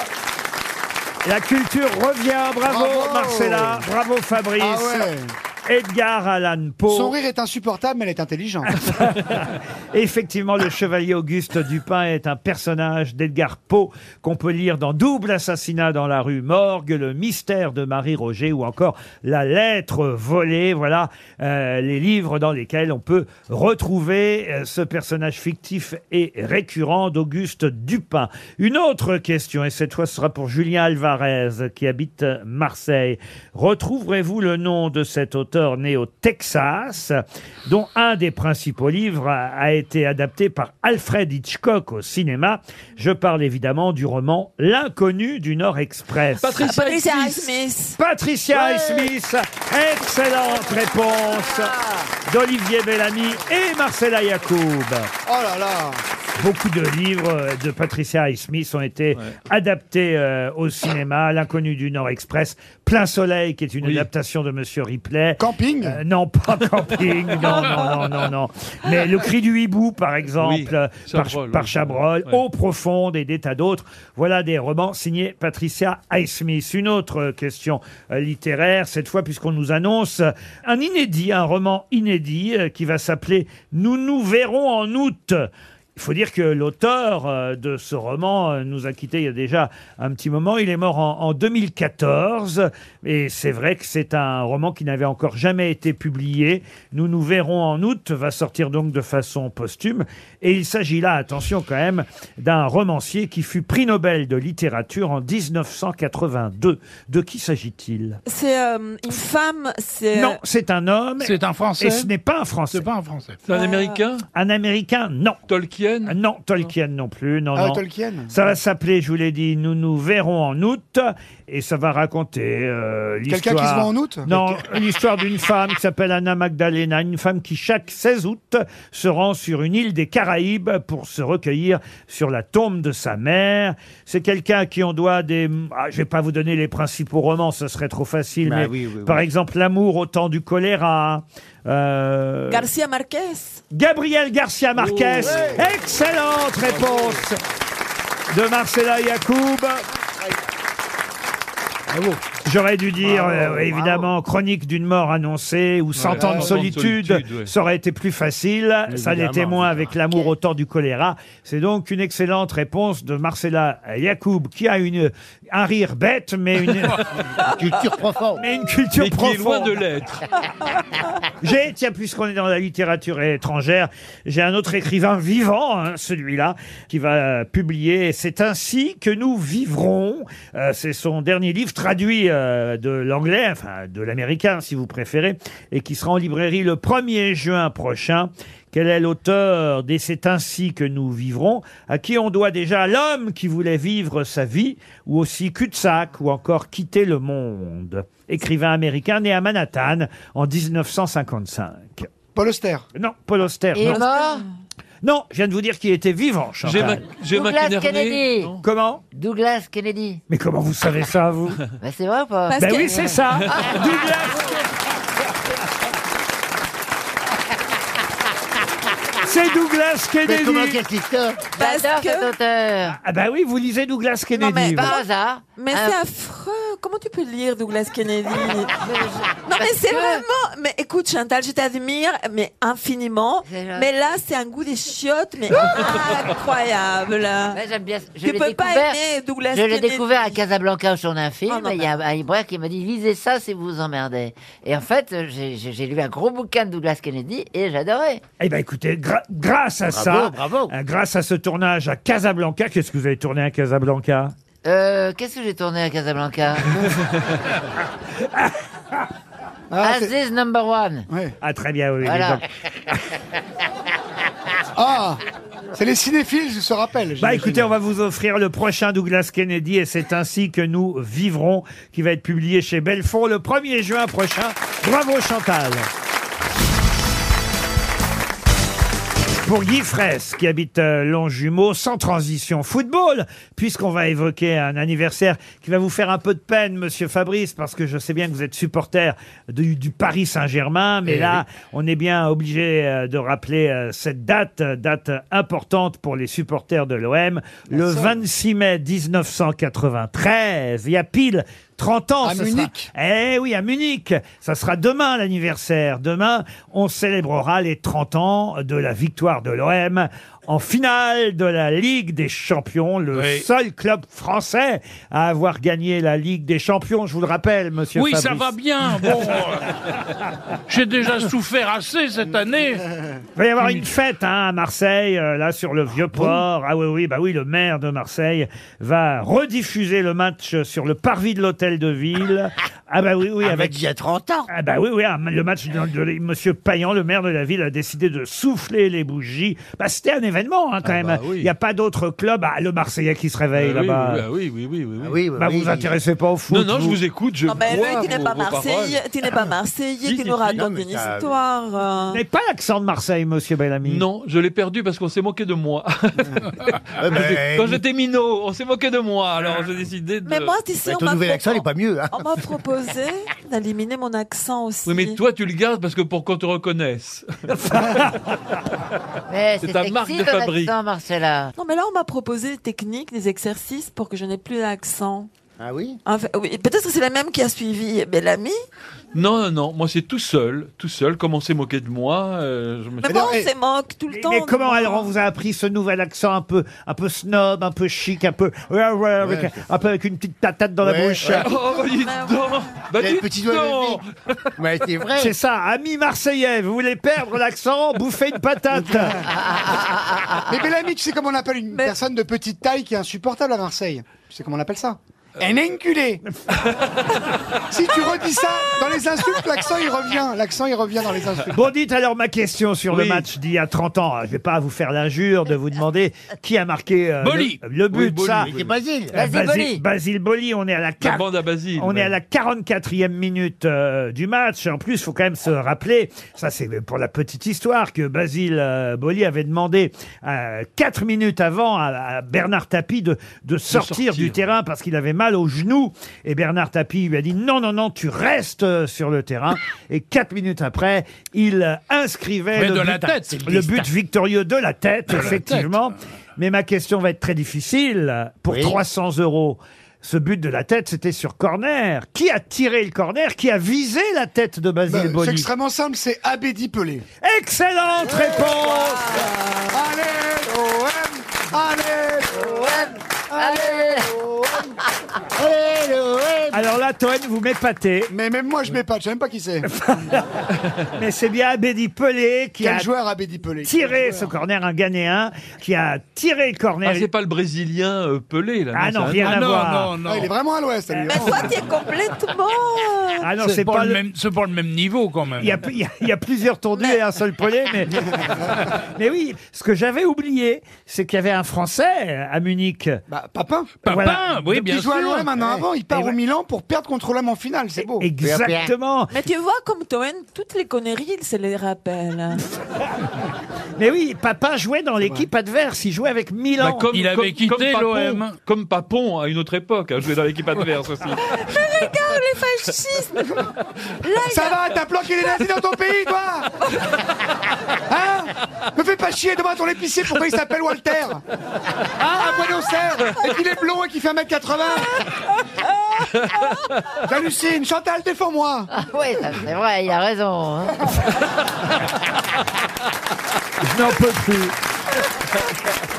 S2: La culture revient. Bravo,
S3: Bravo.
S2: Marcella. Bravo, Fabrice.
S3: Ah ouais.
S2: Edgar Allan Poe.
S3: Son rire est insupportable, mais elle est intelligente.
S2: Effectivement, le chevalier Auguste Dupin est un personnage d'Edgar Poe qu'on peut lire dans Double assassinat dans la rue Morgue, Le mystère de Marie Roger ou encore La lettre volée. Voilà euh, les livres dans lesquels on peut retrouver euh, ce personnage fictif et récurrent d'Auguste Dupin. Une autre question, et cette fois ce sera pour Julien Alvarez qui habite Marseille. Retrouverez-vous le nom de cet auteur né au Texas, dont un des principaux livres a, a été adapté par Alfred Hitchcock au cinéma Je parle évidemment du roman L'inconnu du Nord Express.
S4: Patricia Patricia Highsmith. Highsmith.
S2: Patricia
S4: Ouais.
S2: Highsmith. Excellente réponse d'Olivier Bellamy et Marcella Yacoub.
S3: Oh là là
S2: Beaucoup de livres euh, de Patricia Highsmith ont été adaptés euh, au cinéma. L'inconnu du Nord Express, Plein Soleil, qui est une adaptation de Monsieur Ripley. Euh,
S3: Camping
S2: Non, pas [LAUGHS] Camping. non, non, non, non, non. Mais Le Cri du Hibou, par exemple,
S5: Oui,
S2: euh, par,
S5: Chabrol,
S2: par
S5: oui.
S2: Chabrol,
S5: Ouais.
S2: Eau profonde et des tas d'autres. Voilà des romans signés Patricia Highsmith. Une autre euh, question euh, littéraire, cette fois, puisqu'on nous annonce euh, un inédit, un roman inédit euh, qui va s'appeler Nous nous verrons en août. Il faut dire que l'auteur euh, de ce roman euh, nous a quittés il y a déjà un petit moment. Il est mort en, en 2014. Et c'est vrai que c'est un roman qui n'avait encore jamais été publié. Nous nous verrons en août, va sortir donc de façon posthume. Et il s'agit là, attention quand même, d'un romancier qui fut prix Nobel de littérature en 1982. De qui s'agit-il
S4: C'est euh, une femme, c'est... euh,
S2: Non, c'est un homme.
S6: C'est un Français
S2: Et ce n'est pas un Français. C'est
S6: pas un Français.
S5: C'est un Américain
S2: Un Américain, non. Euh,
S5: Tolkien
S2: Non, Tolkien non plus. Non,
S3: Ah,
S2: non.
S3: Tolkien.
S2: Ça va s'appeler, je vous l'ai dit, Nous nous verrons en août. Et ça va raconter euh, l'histoire.
S3: Quelqu'un qui se voit en août
S2: Non, l'histoire d'une femme qui s'appelle Anna Magdalena. Une femme qui, chaque 16 août, se rend sur une île des Caraïbes pour se recueillir sur la tombe de sa mère. C'est quelqu'un à qui on doit des. Ah, je vais pas vous donner les principaux romans, ce serait trop facile.
S8: Bah
S2: mais
S8: oui, oui,
S2: par
S8: oui.
S2: exemple, L'amour au temps du choléra. euh,
S4: Garcia Marquez.
S2: Gabriel Garcia Marquez.
S4: Oh,
S2: Excellente réponse de Marcela Yacoub. J'aurais dû dire,
S3: Bravo,
S2: euh, évidemment, Chronique d'une mort annoncée ou Cent ans
S5: Cent ans
S2: de
S5: de
S2: solitude,
S5: solitude, ouais.
S2: ça aurait été plus facile. ça
S8: Évidemment,
S2: l'était moins avec L'amour au temps du choléra. C'est donc une excellente réponse de Marcela Yacoub, qui a une, un rire bête, mais
S12: [LAUGHS]
S2: une,
S8: Culture profonde.
S2: mais une culture
S5: Mais qui est
S2: profonde.
S5: loin de l'être.
S2: J'ai, tiens, puisqu'on est dans la littérature étrangère, j'ai un autre écrivain vivant, hein, celui-là, qui va euh, publier C'est ainsi que nous vivrons. Euh, c'est son dernier livre traduit euh, de l'anglais, enfin de l'américain si vous préférez, et qui sera en librairie le 1er juin prochain. Quel est l'auteur des C'est ainsi que nous vivrons, à qui on doit déjà l'homme qui voulait vivre sa vie, ou aussi cul-de-sac, ou encore quitter le monde. Écrivain américain né à Manhattan en 1955.
S3: Paul Auster.
S2: Non, Paul Auster.
S7: Et
S2: Non.
S7: mort
S2: Non, je viens de vous dire qu'il était vivant,
S5: J'ai ma,
S2: Chantal.
S5: j'ai ma
S7: Douglas
S5: Kinnerney.
S7: Kennedy.
S5: Non.
S2: Comment
S7: Douglas Kennedy.
S2: Mais comment vous savez ça, vous
S7: Bah, c'est vrai ou pas Ah,
S4: Parce
S2: Ben
S4: que-
S2: oui, c'est
S7: [LAUGHS]
S2: ça. Douglas. C'est Douglas
S8: Mais comment
S2: Kennedy.
S8: qu'est-ce qu'il sort
S4: Parce
S7: J'adore
S4: que-
S7: cet auteur.
S2: Ah bah oui, vous lisez Douglas Kennedy.
S4: mais
S2: vous.
S7: Par hasard.
S4: Mais
S7: un-
S4: c'est affreux. Comment tu peux lire Douglas
S7: [LAUGHS]
S4: Kennedy Non, mais
S7: Parce
S4: c'est
S7: que-
S4: vraiment. Mais écoute, Chantal, je t'admire, mais infiniment.
S7: C'est vrai.
S4: Mais là, c'est un goût des chiottes, mais incroyable.
S7: Ouais, j'aime bien. Je
S4: tu
S7: l'ai
S4: peux pas
S7: découvert-
S4: aimer Douglas
S7: Je l'ai
S4: Kennedy.
S7: découvert à Casablanca au show d'un film.
S4: Ah non,
S7: il y a un libraire qui m'a dit lisez ça si vous vous emmerdez. Et en fait, j'ai- j'ai j'ai lu un gros bouquin de Douglas Kennedy et j'adorais.
S2: Eh ben écoutez, gra- grâce à
S8: Bravo,
S2: ça,
S8: bravo.
S2: euh, grâce à ce tournage à Casablanca, qu'est-ce que vous avez tourné à Casablanca
S7: Euh, Qu'est-ce que j'ai tourné à
S2: [LAUGHS]
S7: Casablanca
S3: Ah, c'est-
S7: Aziz number one.
S3: ouais.
S2: Ah très bien, oui.
S7: Voilà. [LAUGHS]
S2: donc-
S3: Ah, c'est les cinéphiles, je se rappelle.
S2: Bah
S3: j'imagine.
S2: écoutez, on va vous offrir le prochain Douglas Kennedy et c'est ainsi que nous vivrons, qui va être publié chez Belfond le 1er juin prochain. Bravo Chantal Pour Guy Fraisse, qui habite euh, Longjumeau, sans transition football, puisqu'on va évoquer un anniversaire qui va vous faire un peu de peine, monsieur Fabrice, parce que je sais bien que vous êtes supporter du, du Paris Saint-Germain, mais
S8: Eh
S2: là, on est bien obligé euh, de rappeler euh, cette date, euh, date importante pour les supporters de l'OM. Le 26 mai 1993, il y a pile 30 ans.
S13: À
S2: ce
S13: Munich.
S2: sera- Eh oui, à Munich. Ça sera demain l'anniversaire. Demain, on célébrera les 30 ans de la victoire de l'OM en finale de la Ligue des Champions, le
S6: Oui.
S2: seul club français à avoir gagné la Ligue des Champions. Je vous le rappelle, monsieur
S6: Oui, ça
S2: Fabrice.
S6: va bien.
S2: [LAUGHS]
S6: Bon, euh, j'ai déjà souffert assez cette année.
S2: Il va y avoir une fête hein, à Marseille, euh, là sur le vieux port. Ah oui, oui, bah oui, le maire de Marseille va rediffuser le match sur le parvis de l'hôtel de
S5: [LAUGHS]
S2: ville. Ah bah oui, oui, avec il y a 30 ans. Ah bah oui, oui, ah, le match de, de- de Monsieur Payan, le maire de la ville, a décidé de souffler les bougies. Bah c'était un événement hein, quand même.
S5: bah
S2: Il
S5: oui.
S2: n'y a pas d'autre club. Ah, le Marseillais qui se réveille
S5: oui,
S2: là-bas.
S5: bah oui, oui, oui, oui, oui.
S2: bah vous vous intéressez pas au foot.
S5: Non, non, je vous écoute, je
S4: Non, bah, mais lui,
S5: crois
S4: tu n'es
S5: vos-
S4: pas
S5: vos
S4: Marseillais,
S5: paroles.
S4: tu n'es pas Marseillais, tu
S5: Si, si,
S4: nous
S5: si. Non,
S4: racontes
S5: mais
S4: une
S5: t'as-
S4: histoire.
S2: Vous
S4: euh.
S2: n'avez pas l'accent de Marseille, Monsieur Bellamy.
S5: Non, je l'ai perdu parce qu'on s'est moqué de [LAUGHS] moi. Quand j'étais minot, on s'est moqué de moi, alors j'ai décidé de...
S4: Mais moi, tu sais, on m'a propo-
S5: hein.
S4: On m'a proposé d'éliminer mon accent aussi.
S5: Oui, mais toi, tu le gardes parce que pour qu'on te reconnaisse.
S7: Mais
S5: C'est
S7: c'est
S5: ta
S7: sexy,
S5: marque de
S7: ton
S5: fabrique.
S7: accent, Marcella.
S4: Non, mais là, on m'a proposé des techniques, des exercices pour que je n'ai plus d'accent.
S8: Ah oui
S4: Peut-être que c'est la même qui a suivi Bellamy.
S5: Non, non, non, moi c'est tout seul, tout seul, comme on s'est moqué de moi, euh, je me
S4: Mais
S5: suis-
S4: bon, on se moque tout le
S2: Mais-
S4: temps.
S2: Mais comment Laurent vous a appris ce nouvel accent un peu, un peu snob, un peu chic, un peu, ouais, ouais, avec, un peu avec une petite patate dans la
S5: Ouais,
S2: bouche.
S5: ouais. Oh,
S8: [LAUGHS]
S5: bah, dis donc Bah, dis donc
S2: c'est ça, ami marseillais, vous voulez perdre l'accent, bouffez
S5: [LAUGHS]
S2: une patate.
S13: [LAUGHS]
S7: Ah,
S13: Mais Bellamy, tu sais comment on appelle une personne de petite taille qui est insupportable à Marseille Tu sais comment on appelle ça Un enculé Si tu redis ça, dans les insultes, l'accent il revient. L'accent il revient dans les insultes.
S2: Bon, dites alors ma question sur le
S13: Oui.
S2: match d'il y a 30 ans. Je vais pas vous faire l'injure de vous demander qui a marqué euh,
S5: Boli.
S2: le, le but.
S5: Oui, Boli,
S2: ça.
S5: oui, oui. C'était Basile.
S2: Euh,
S5: Basile Boli.
S2: Basile Boli, on est à la,
S5: La
S2: quar-
S5: bande à Basile.
S2: On est
S5: ouais.
S2: à la 44e minute euh, du match. En plus, il faut quand même se rappeler, ça c'est pour la petite histoire, que Basile euh, Boli avait demandé euh, 4 minutes avant à, à Bernard Tapie de, de sortir
S5: sortir.
S2: du terrain parce qu'il avait mal au genou. Et Bernard Tapie lui a dit non, non, non, tu restes euh, sur le
S6: [LAUGHS]
S2: terrain. Et 4 minutes après, il euh, inscrivait
S6: Mais
S2: le,
S6: de
S2: but,
S6: la tête.
S2: le but victorieux de la tête,
S6: De la
S2: effectivement. Mais ma question va être très difficile. Pour 300 euros, ce but de la tête, c'était sur corner. Qui a tiré le corner Qui a visé la tête de Basile
S13: Euh, C'est
S2: Boli
S13: extrêmement simple, c'est Abedi Pelé.
S2: Excellente réponse
S13: Allez, l'OM Allez, l'OM Allez, l'OM Allez, l'OM
S2: Alors là, Toen, vous m'épatez.
S13: Mais même moi, je m'épate, je sais même pas qui c'est.
S2: [LAUGHS] Mais c'est bien Abedi Pelé qui
S13: Quel
S2: a
S13: joueur Abedi Pelé
S2: tiré ce corner, un Ghanéen, qui a tiré le corner.
S5: Ah, c'est pas le Brésilien euh, Pelé, là.
S2: Ah non,
S5: c'est un
S2: rien à
S5: autre.
S2: voir.
S13: Ah, il est vraiment à l'ouest, lui.
S4: Mais toi, tu es complètement. euh,
S2: Ah non,
S6: c'est
S2: c'est
S6: pas,
S2: pas
S6: le
S2: le-
S6: même, c'est pas le même niveau quand même.
S2: Il y, a, il y a- il y a plusieurs tondus et un seul polé, mais... mais oui, ce que j'avais oublié, c'est qu'il y avait un Français à Munich.
S13: Bah, Papin
S6: Papin, oui,
S13: Donc,
S6: bien
S13: il joue à
S6: sûr.
S13: l'OM un an
S2: Ouais.
S13: avant, il
S2: Et
S13: part au
S2: ouais.
S13: Milan pour perdre contre l'OM en finale, c'est beau.
S2: Exactement.
S4: Mais tu vois, comme Toen, toutes les conneries, il se les rappelle.
S2: Mais oui, Papin jouait dans l'équipe adverse, il jouait avec Milan.
S5: Bah, comme,
S6: Il avait
S5: comme-
S6: quitté
S5: comme Papon-
S6: l'OM.
S5: Comme Papon à une autre époque, hein, jouer dans l'équipe
S2: [LAUGHS]
S5: adverse aussi.
S4: Mais regarde les fascistes Là, il
S13: Ça
S4: a-
S13: va, t'as planqué les nazis dans ton pays, toi Hein Me fais pas chier demain ton épicier, pourquoi il s'appelle Walter Hein, un au cerf Et qu'il est blond et qu'il fait 1m80 J'hallucine, Chantal, défends-moi
S7: Ah ouais, ça, c'est vrai, il a raison. hein.
S2: Je n'en peux plus.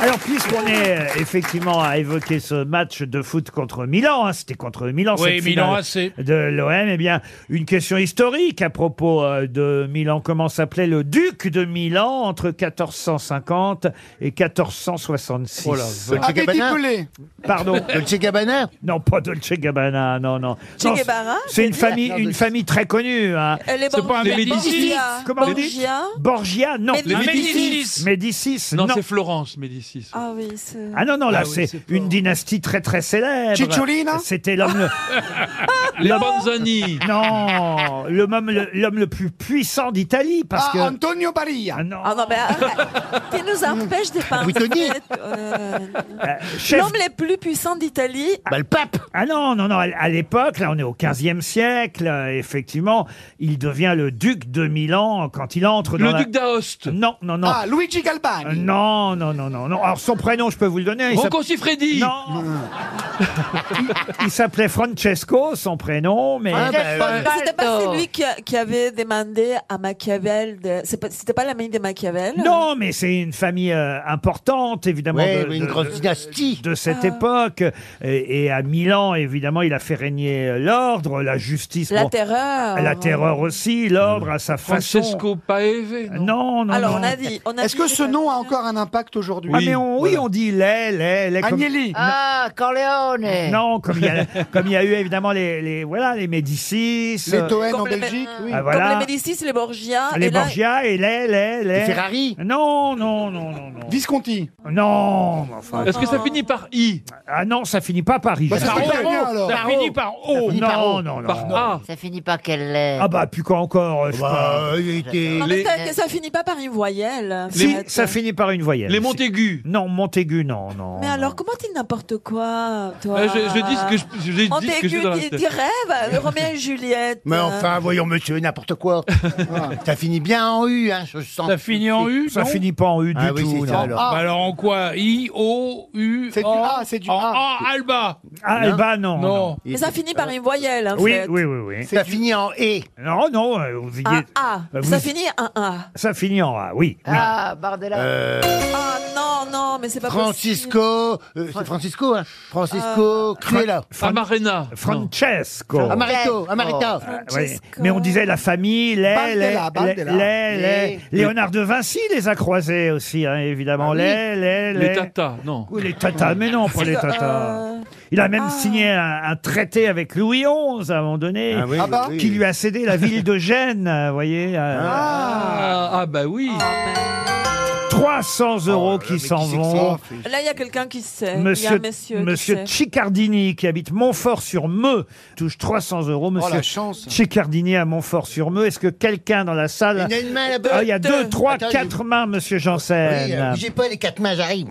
S2: Alors, puisqu'on est euh, effectivement à évoquer ce match de foot contre Milan, hein, c'était contre Milan,
S6: Oui,
S2: cette
S6: Milan
S2: finale
S6: AC.
S2: de l'OM, eh bien, une question historique à propos euh, de Milan. Comment s'appelait le duc de Milan entre 1450 et 1466
S5: Oh la vache.
S13: Abedi Pelé
S2: Pardon
S8: Ah, [LAUGHS] Dolce Gabbana
S2: Non, pas Dolce Gabbana, non, non.
S4: Che
S2: Non,
S4: Guevara,
S2: C'est une
S4: je veux dire.
S2: famille, une famille très connue. Hein.
S4: Elle est
S6: C'est pas un
S4: Borgia.
S6: Médicis.
S4: Borgia.
S2: Comment vous dites
S4: Borgia.
S2: Borgia, non.
S4: Mais- Les
S6: Ah,
S4: Médicis.
S6: Médicis.
S2: Médicis, non.
S5: Non, c'est Florence, Médicis.
S4: Ah oui, c'est...
S2: Ah non, non, là,
S5: Ah oui,
S2: c'est
S5: c'est
S2: une dynastie très, très célèbre.
S13: Cicciolina
S2: C'était l'homme... le-
S4: [LAUGHS]
S5: [LAUGHS] Les Banzani.
S2: Non, le- l'homme le, l'homme le plus puissant d'Italie, parce
S13: Ah,
S2: que...
S13: Antonio Barilla Ah
S2: Ah non,
S4: Ah non, mais [LAUGHS] arrête. tu nous empêches de
S8: Brittany.
S4: penser. euh,
S2: euh, [LAUGHS] chef- [LAUGHS]
S4: L'homme le plus puissant d'Italie.
S8: Bah le pape
S2: Ah non, non, non, à- à l'époque, là on est au 15e siècle, euh, effectivement, il devient le duc de Milan quand il entre dans
S5: Le
S2: la-
S5: duc d'Aoste.
S2: Non, non, non.
S13: Ah, Luigi
S2: Euh,
S13: Galbani
S2: Non, non, non, non, non. Non, alors son prénom, je peux vous le donner. il
S5: Rocco
S2: s'appelle-
S5: Siffredi Euh,
S2: Non Il s'appelait Francesco, son prénom, mais... Ah, bah,
S4: C'était pas celui qui, a- qui avait demandé à Machiavel. de- c'est pas- C'était pas, l'ami de Machiavel
S2: Non, mais c'est une famille euh, importante, évidemment.
S8: Ouais,
S2: de,
S8: oui, une
S2: de-
S8: grosse
S2: de-
S8: dynastie.
S2: De
S4: Ah.
S2: cette époque. Et, et à Milan, évidemment, il a fait régner euh, l'ordre, la justice.
S4: La
S2: bon,
S4: terreur.
S2: La terreur aussi, l'ordre à sa façon.
S5: Francesco Paeve
S2: Non, non,
S4: Alors,
S2: non.
S4: on a dit. On a
S13: Est-ce
S4: dit
S13: que ce nom a encore un impact aujourd'hui
S2: Ah, mais on- oui, on dit les, les, les. comme-
S13: Agnelli.
S7: Ah,
S13: Eh.
S7: Corleone
S2: Non, comme il y a, comme il y a eu évidemment les, les- voilà, les Médicis.
S13: Les
S2: euh,
S13: Toen en
S4: Comme les-
S13: Belgique, oui.
S2: Ah,
S4: Comme
S2: voilà.
S4: les Médicis, les Borgia.
S2: Les
S4: et là-
S2: Borgia et les, les, les.
S8: Les Ferrari.
S2: Non, non, non, non, non.
S13: Visconti.
S2: Non, mais enfin.
S5: Est-ce que ça finit par I
S2: Ah non, ça finit pas par I.
S13: Bah,
S2: Gérard.
S13: c'est pas italien, alors.
S6: Ça finit par O.
S8: finit par
S2: non,
S8: O.
S2: non, non.
S5: Par A
S7: Ça finit par qu'elle l'est.
S2: Ah bah, puis quoi encore euh, je sais pas.
S8: Bah, il était.
S4: Non, mais
S5: Les-
S4: ça- que ça finit pas par une voyelle. en
S2: Si,
S4: fait.
S2: ça finit par une voyelle.
S5: Les Montaigu
S2: Non, Montaigu, non, non.
S4: Mais
S2: non.
S4: alors, comment t'es n'importe quoi, toi
S5: Euh, je, je dis ce que je, je dis
S4: En
S5: ce que j'ai dans la
S4: t'es
S5: tête.
S4: tu rêves, Roméo et Juliette.
S6: Euh.
S8: Mais enfin, voyons, monsieur, n'importe [LAUGHS] quoi. Ah, ça finit bien en U, hein, je sens.
S6: Ça finit en U
S2: Ça
S6: non
S2: finit pas en U
S8: Ah
S2: du
S8: oui,
S2: tout,
S8: c'est ça,
S2: non.
S8: alors.
S6: Bah alors oh. en quoi I, O, U,
S13: C'est du
S6: en,
S13: A, c'est du
S6: en
S13: A.
S6: A, Alba.
S2: Ah, eh ben, non.
S6: Non.
S4: Mais ça finit par une voyelle, en
S2: Oui,
S4: fait. Ah.
S2: oui, oui, oui.
S8: Ça finit en E.
S2: Non, non, euh, vous y
S4: Un
S2: êtes-
S4: A.
S2: Bah,
S4: Ça
S2: vous-
S4: finit un A.
S2: Ça finit en A, oui.
S7: Ah, Bardella.
S2: Euh.
S4: Ah non, non, mais c'est pas possible.
S8: Francisco. euh, c'est Francisco, hein. Francisco Cruella.
S5: Amarena. Non.
S2: Francesco.
S8: Ah, Amaretto, Amaretto.
S2: Ah, ouais. Mais on disait la famille, les, les,
S13: Bardella,
S2: les,
S13: Bardella.
S2: les, les.
S8: Les-
S2: Léonard de Vinci les a croisés aussi, hein, évidemment. les, les, les.
S5: Les Tata, non.
S2: Oui, les tatas, mais non, pas les tatas.
S4: Euh,
S2: Il a même
S4: Ah.
S2: signé un, un traité avec Louis XI à un moment donné,
S8: oui,
S13: Ah bah.
S2: qui lui a cédé la ville de Gênes, vous voyez. euh,
S5: Ah, ah bah oui.
S4: ah,
S2: 300 euros qui s'en vont.
S4: mais- Là, il y a quelqu'un qui sait. Il y a un
S2: Monsieur,
S4: monsieur, qui
S2: monsieur
S4: sait.
S2: Chicardini, qui habite Montfort-sur-Meux, touche 300 euros.
S13: Oh
S2: Monsieur
S13: la chance.
S2: Chicardini à Montfort-sur-Meux. Est-ce que quelqu'un dans la salle...
S8: Il y a une main là-bas.
S2: Ah, il y a deux, trois,
S8: Attends,
S2: quatre mains, monsieur
S8: Oui,
S2: Janssen.
S8: euh, bougez pas les quatre mains,
S6: [LAUGHS]
S8: j'arrive.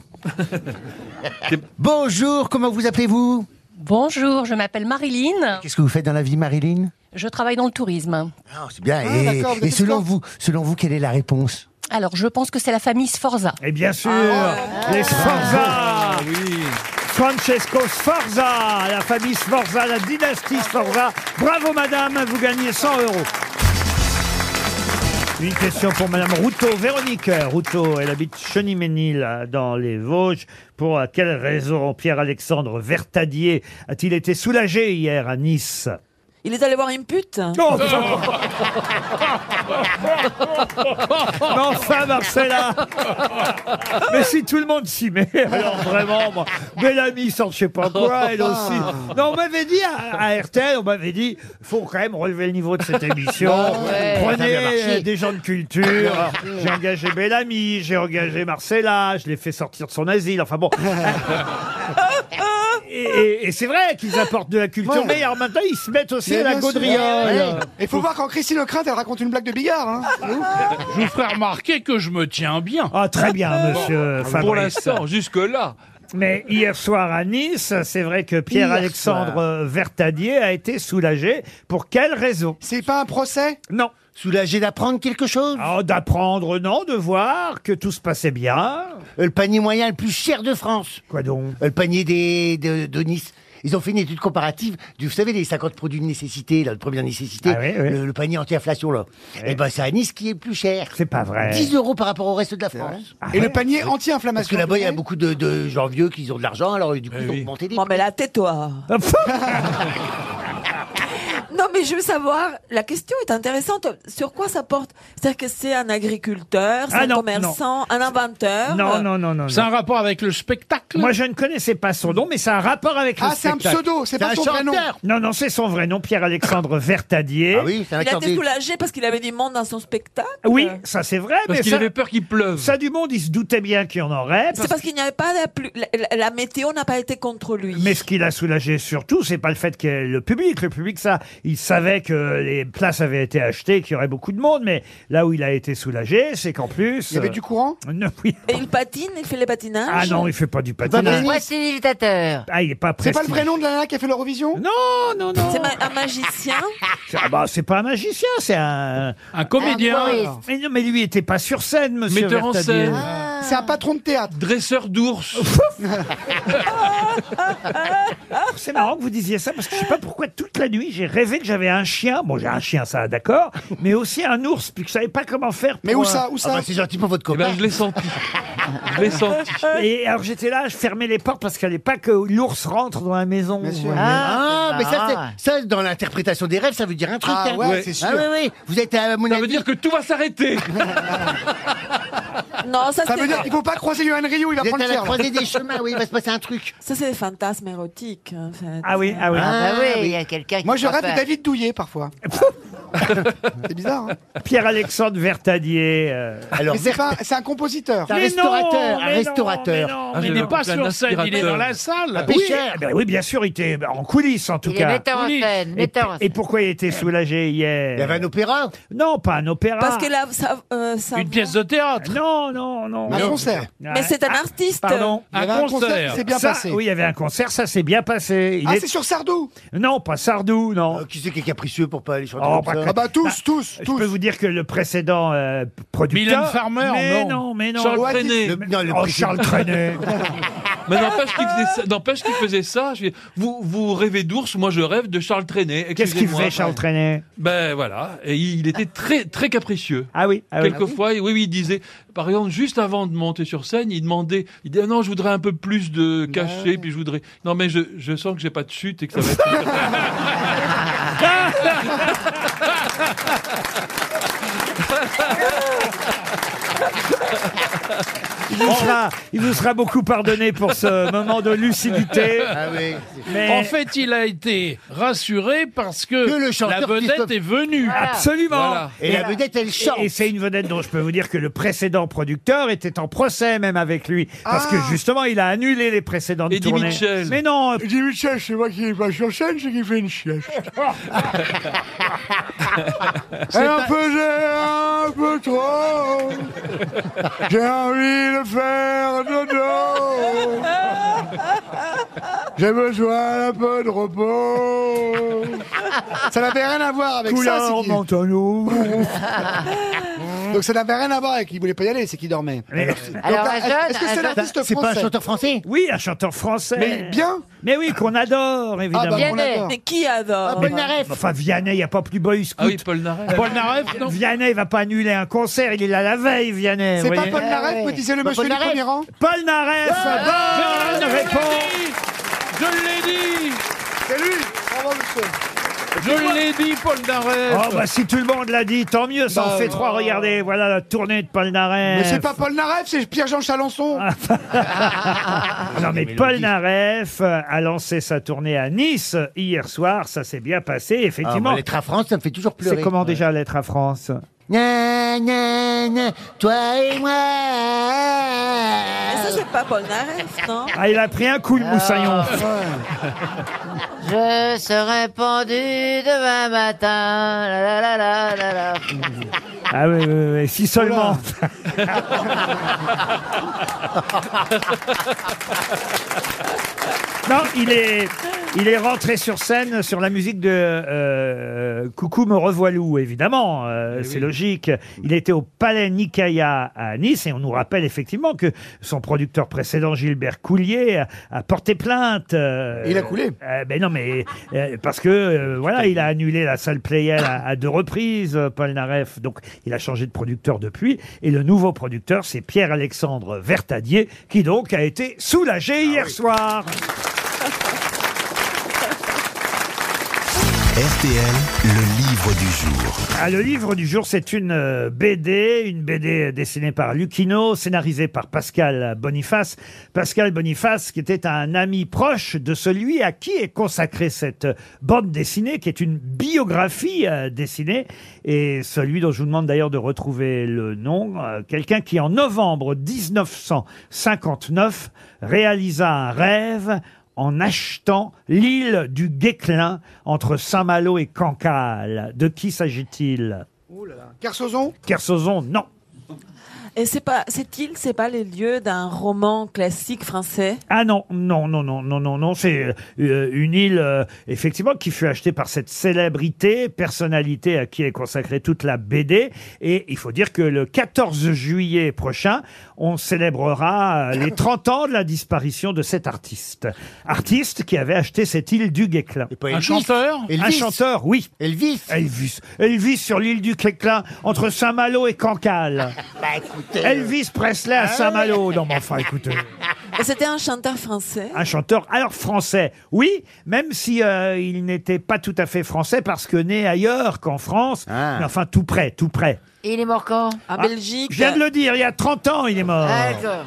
S8: Bonjour, comment vous appelez-vous
S14: Bonjour, je m'appelle Marilyn.
S8: Qu'est-ce que vous faites dans la vie, Marilyn
S14: Je travaille dans le tourisme.
S8: Ah, C'est bien.
S13: Ah,
S8: et
S13: d'accord, vous
S8: et
S13: êtes
S8: selon
S13: escorte.
S8: vous, selon vous, quelle est la réponse
S14: Alors, je pense que c'est la famille Sforza.
S2: Et Eh, bien sûr,
S4: Ah.
S2: les Sforza
S5: Ah oui.
S2: Francesco Sforza, la famille Sforza, la dynastie Sforza. Bravo madame, vous gagnez 100 euros. Une question pour madame Routot, Véronique Routot, elle habite Cheniménil dans les Vosges. Pour quelle raison Pierre-Alexandre Vertadier a-t-il été soulagé hier à Nice
S4: Il est allé voir une pute.
S2: Non, mais enfin, Marcella [LAUGHS] Mais si tout le monde s'y met, [LAUGHS] alors vraiment, moi, Bellamy sans je sais pas quoi, elle aussi. Non, on m'avait dit à, à RTL, on m'avait dit, faut quand même relever le niveau de cette émission. Prenez euh, des gens de culture. J'ai engagé Bellamy, j'ai engagé Marcella, je l'ai fait sortir de son asile. Enfin
S13: [LAUGHS]
S2: bon. Et, et- et c'est vrai qu'ils apportent de la culture,
S13: Ouais.
S2: mais alors maintenant ils se mettent aussi
S13: Mais
S2: à la
S13: bien sûr.
S2: gaudriole.
S13: Il faut voir quand Christine O'Crinte, elle raconte une blague de billard. Hein. C'est ouf.
S6: Je vous ferai remarquer que je me tiens bien.
S2: Ah, très bien, monsieur
S5: Pour
S2: Fabrice.
S5: l'instant, jusque-là.
S2: Mais hier soir à Nice, c'est vrai que Pierre-Alexandre Vertadier a été soulagé. Pour quelle raison
S13: C'est pas un procès
S2: Non.
S8: Soulagé d'apprendre quelque chose
S2: Ah, D'apprendre, non, de voir que tout se passait bien.
S8: Euh, Le panier moyen le plus cher de France.
S2: Quoi donc
S8: Euh, Le panier des, de, de Nice. Ils ont fait une étude comparative du, vous savez, les 50 produits de nécessité, là, de première nécessité,
S2: Ah oui, oui.
S8: Le, le panier anti-inflation, là. Eh ben, c'est à Nice qui est le plus cher.
S2: C'est pas vrai. Ah
S8: 10 euros par rapport au reste de la France.
S13: Ah Et le panier
S8: Parce
S13: anti-inflammation. Eh
S8: que là-bas, il y a beaucoup de, de gens vieux qui ont de l'argent, alors du coup, ils ont
S5: oui.
S8: augmenté les
S4: Bon, mais
S2: [LAUGHS]
S4: là, tais-toi. Non, mais je veux savoir, la question est intéressante. Sur quoi ça porte C'est-à-dire que c'est un agriculteur, c'est
S2: Ah
S4: un
S2: non,
S4: commerçant, un inventeur
S2: Non, non, non, non.
S6: C'est
S2: non.
S6: un rapport avec le spectacle
S2: Moi, je ne connaissais pas son nom, mais c'est un rapport avec le
S13: Ah, c'est un
S2: spectacle.
S13: pseudo, c'est
S8: C'est
S13: pas
S8: un
S13: son vrai nom.
S8: chanteur.
S2: Non, non, c'est son vrai nom, Pierre-Alexandre Vertadier.
S8: Ah oui, c'est un
S4: Il a été
S8: accordé.
S4: soulagé parce qu'il avait du monde dans son spectacle
S2: Oui, ça c'est vrai,
S5: Parce
S2: mais
S5: qu'il
S2: ça,
S5: avait peur qu'il pleuve.
S2: ça, du monde, il se doutait bien qu'il y en aurait.
S4: C'est parce qu'il n'y avait pas la, plu- la- la- la météo n'a pas été contre lui.
S2: Mais ce qui l'a soulagé surtout, c'est pas le fait que le public, le public, ça, il savait que les places avaient été achetées, qu'il y aurait beaucoup de monde, mais là où il a été soulagé, c'est qu'en plus.
S13: Il y avait du courant
S2: euh, ne- oui.
S4: Et il patine, il fait les
S2: Ah
S4: patinages.
S2: non, il fait pas du
S8: pas
S2: patinage.
S8: vrai.
S7: Prestidigitateur.
S2: Ah, il est pas
S13: C'est pas le
S2: prestigieux.
S13: prénom de la nana qui a fait l'Eurovision
S2: Non, non, non.
S4: C'est ma- un magicien.
S2: C'est- ah bah, c'est pas un magicien, c'est un.
S6: Un comédien
S7: Un humoriste.
S2: Mais non, mais lui il était pas sur scène, monsieur.
S5: Metteur en
S2: Vertadier.
S5: scène.
S13: Ah. C'est un patron de théâtre.
S5: Dresseur d'ours.
S2: [LAUGHS] C'est marrant que vous disiez ça parce que je sais pas pourquoi toute la nuit j'ai rêvé que j'avais un chien. Bon, j'ai un chien, ça, d'accord, mais aussi un ours, puis que je savais pas comment faire. Pour
S13: Mais où
S2: un-
S13: ça, où ça Ah bah, c'est gentil pour votre copain.
S5: Eh ben, je l'ai senti. Je l'ai senti.
S2: Et alors j'étais là, je fermais les portes parce qu'il fallait pas que l'ours rentre dans la maison. Ouais.
S8: Ah, mais ça, c'est- ça, dans l'interprétation des rêves, ça veut dire un truc.
S2: Ah
S8: hein.
S2: ouais, c'est sûr.
S8: Ah ouais, ouais. Vous êtes à mon Ça veut dire
S5: que tout va s'arrêter.
S4: [LAUGHS] Non, ça,
S13: Ça
S4: c'est-
S13: veut dire qu'il faut pas croiser Yoann Rioux, il va
S4: Vous êtes
S13: prendre
S4: à la
S13: cher.
S4: croisée des
S8: chemins, oui, il va se passer un truc.
S4: Ça, c'est des fantasmes érotiques. en fait.
S2: Ah oui, ah oui.
S13: Ah, bah oui,
S4: oui.
S13: il y a
S4: quelqu'un qui
S13: Moi, je
S4: croit
S13: rêve
S4: pas.
S13: de David Douillet parfois. c'est bizarre. Hein
S2: Pierre-Alexandre Vertadier. euh,
S13: Mais c'est pas- c'est un compositeur.
S2: C'est un Mais restaurateur, non, un mais non, restaurateur. mais non,
S6: mais il
S2: mais
S6: n'est
S2: non.
S6: pas
S2: Plein
S6: sur scène, il est
S2: d'aspirateurs.
S6: dans la salle.
S2: oui, eh ben oui, bien sûr, il était en coulisses en tout
S6: Il est
S2: cas.
S6: metteur en
S2: Coulisses.
S6: scène,
S2: Et,
S6: metteur en
S2: et pourquoi il était soulagé hier Il y avait
S8: un opéra
S2: Non, pas un opéra.
S4: Parce que là, ça, euh, ça-
S6: Une pièce de théâtre.
S2: Non, non, non.
S13: Ah.
S2: Ah,
S13: Un concert.
S4: Mais c'est un artiste.
S2: Pardon
S13: Il y avait un concert qui s'est bien
S2: Ça,
S13: passé. bah,
S2: Oui, il y avait un concert, ça s'est bien passé. Il
S13: Ah,
S2: est-
S13: c'est sur Sardou
S2: Non, pas Sardou, non.
S8: Euh, qui c'est qui est capricieux pour pas aller chanter
S2: Oh,
S8: comme
S2: bah,
S8: ça
S2: que-
S13: Ah tous, tous,
S2: Je peux vous dire que le précédent euh, producteur...
S6: Mylène Farmer,
S2: mais
S6: non.
S2: non. mais non.
S5: Charles Trenet.
S2: Le- non, le
S5: Oh,
S2: précédent- Charles
S13: [LAUGHS]
S2: Trenet.
S5: Mais
S2: Ah.
S5: n'empêche qu'il faisait ça. N'empêche qu'il faisait ça. Je dis, vous, vous rêvez d'ours, moi je rêve de Charles Trenet.
S2: Qu'est-ce qu'il
S5: Excusez-moi.
S2: faisait, Charles Trenet
S5: Ben voilà, et il était très très capricieux.
S2: Ah oui, ah oui.
S5: Quelquefois, oui, oui, il disait, par exemple, juste avant de monter sur scène, il demandait, il disait, Ah non, je voudrais un peu plus de cachet, puis je voudrais, non mais je, je sens que j'ai pas de chute et que ça va
S2: [LAUGHS]
S5: être...
S2: Il nous, sera, il nous sera beaucoup pardonné pour ce moment de lucidité.
S8: Ah
S6: Ah
S2: Mais-
S6: En fait, il a été rassuré parce que,
S8: Que le chanteur
S6: la vedette
S8: Christophe-
S6: est venue.
S2: Absolument.
S6: Voilà.
S8: Et la vedette, elle chante.
S2: Et c'est une vedette dont je peux vous dire que le précédent producteur était en procès même avec lui. Parce que justement, il a annulé les précédentes
S5: Eddie
S2: tournées.
S5: Mitchell.
S2: Mais non, euh,
S13: Jimmy Michel, c'est moi qui n'ai pas sur scène, c'est qui fait une sieste. Elle en faisait un peu trop. J'ai envie de faire
S2: Oh.
S13: dodo. J'ai besoin d'un peu de repos. Ça n'avait rien à voir avec ça.
S2: Couleur
S13: c'est qu'il-
S2: Montano.
S13: Donc ça n'avait rien à voir avec qu'il voulait pas y aller, c'est qu'il dormait.
S2: Mais-
S13: Donc,
S7: Alors, un
S13: est-ce-
S7: jeune,
S13: est-ce que
S7: un
S13: c'est
S7: jeune-
S13: l'artiste
S8: C'est pas un
S13: français
S8: chanteur français
S2: Oui, un chanteur français.
S13: Mais bien
S2: Mais oui, qu'on adore, évidemment.
S13: bah, on l'adore.
S4: Mais qui adore
S2: Ah, Enfin, Vianney, il n'y a pas plus boy scout.
S5: Ah oui, Paul Naref.
S6: Paul Naref, non
S2: Vianney va pas annuler un concert, il est là la veille, Vianney.
S13: C'est
S2: vous
S13: pas
S2: voyez. Eh Bah,
S13: Paul Naref, me disait le monsieur du premier rang
S2: Paul Naref,
S6: Je
S2: bonne
S6: l'ai
S2: réponse.
S6: dit Je l'ai dit
S13: C'est lui Bravo, monsieur.
S6: Je l'ai dit, Paul Naref
S2: Oh, bah, si tout le monde l'a dit, tant mieux, ça en
S6: Bah,
S2: fait
S6: oh.
S2: trois. Regardez, voilà la tournée de Paul Naref. Ah,
S13: Mais c'est pas Paul Naref, c'est Pierre-Jean Chalençon.
S8: Ah,
S2: Non, mais Paul Naref euh, a lancé sa tournée à Nice hier soir, ça s'est bien passé,
S8: Ah, moi,
S2: effectivement.
S8: L'être à France, ça me fait toujours pleurer.
S2: c'est comment déjà l'être à France
S8: Na, na, na, toi et moi.
S4: Mais ça, c'est pas Paul Naref, non
S2: Ah, il a pris un coup, le moussaillon.
S7: Je serai pendu demain matin. La la la la la la.
S2: Ah oui, oui, oui, si seulement. non, il est, il est rentré sur scène sur la musique de euh, Coucou me revoilou, évidemment,
S13: Eh
S2: euh, c'est logique. Il était au Palais Nikaya à Nice et on nous rappelle effectivement que son producteur précédent, Gilbert Coulier, a, a porté plainte. euh,
S13: Il a coulé.
S2: euh, ben non, mais euh, parce que euh, voilà, il a annulé la salle Playel à, à deux reprises, euh, Paul Naref. Donc, il a changé de producteur depuis. Et le nouveau producteur, c'est Pierre-Alexandre Vertadier, qui donc a été soulagé
S13: Ah
S2: hier soir.
S1: RTL, le livre du jour.
S2: Ah, le livre du jour, c'est une euh, BD, une BD dessinée par Lucchino, scénarisée par Pascal Boniface. Pascal Boniface, qui était un ami proche de celui à qui est consacrée cette euh, bande dessinée, qui est une biographie euh, dessinée, et celui dont je vous demande d'ailleurs de retrouver le nom, euh, quelqu'un qui en novembre 1959 réalisa un rêve en achetant l'île du Guéclin entre Saint-Malo et Cancale. De qui s'agit-il
S13: Kersozon
S2: Kersozon, non.
S4: Et c'est pas, cette île, c'est pas les lieux d'un roman classique
S15: [LAUGHS]
S4: français
S2: Ah non, non, non, non, non, non, non. C'est euh, une île, euh, effectivement, qui fut achetée par cette célébrité, personnalité à qui est consacrée toute la BD. Et il faut dire que le 14 juillet prochain, on célébrera euh, les 30 ans de la disparition de cet artiste. Artiste qui avait acheté cette île du Guéclin.
S6: Un chanteur
S2: Un
S6: Elvis
S2: chanteur, oui. Elvis Elvis. Elvis sur l'île du Guéclin, entre Saint-Malo et Cancale.
S16: Bah écoutez.
S2: Elvis Presley à
S16: Ah
S2: Saint-Malo. Non, mais enfin, écoutez.
S4: Et C'était un chanteur français.
S2: Un chanteur, alors français, oui, même si euh, il n'était pas tout à fait français parce que né ailleurs qu'en France, mais enfin tout près, tout près.
S15: Et il est mort quand Ah,
S4: En Ah,
S2: Ah,
S4: Belgique. Ah,
S2: Je viens de le dire, il y a 30 ans, il est mort.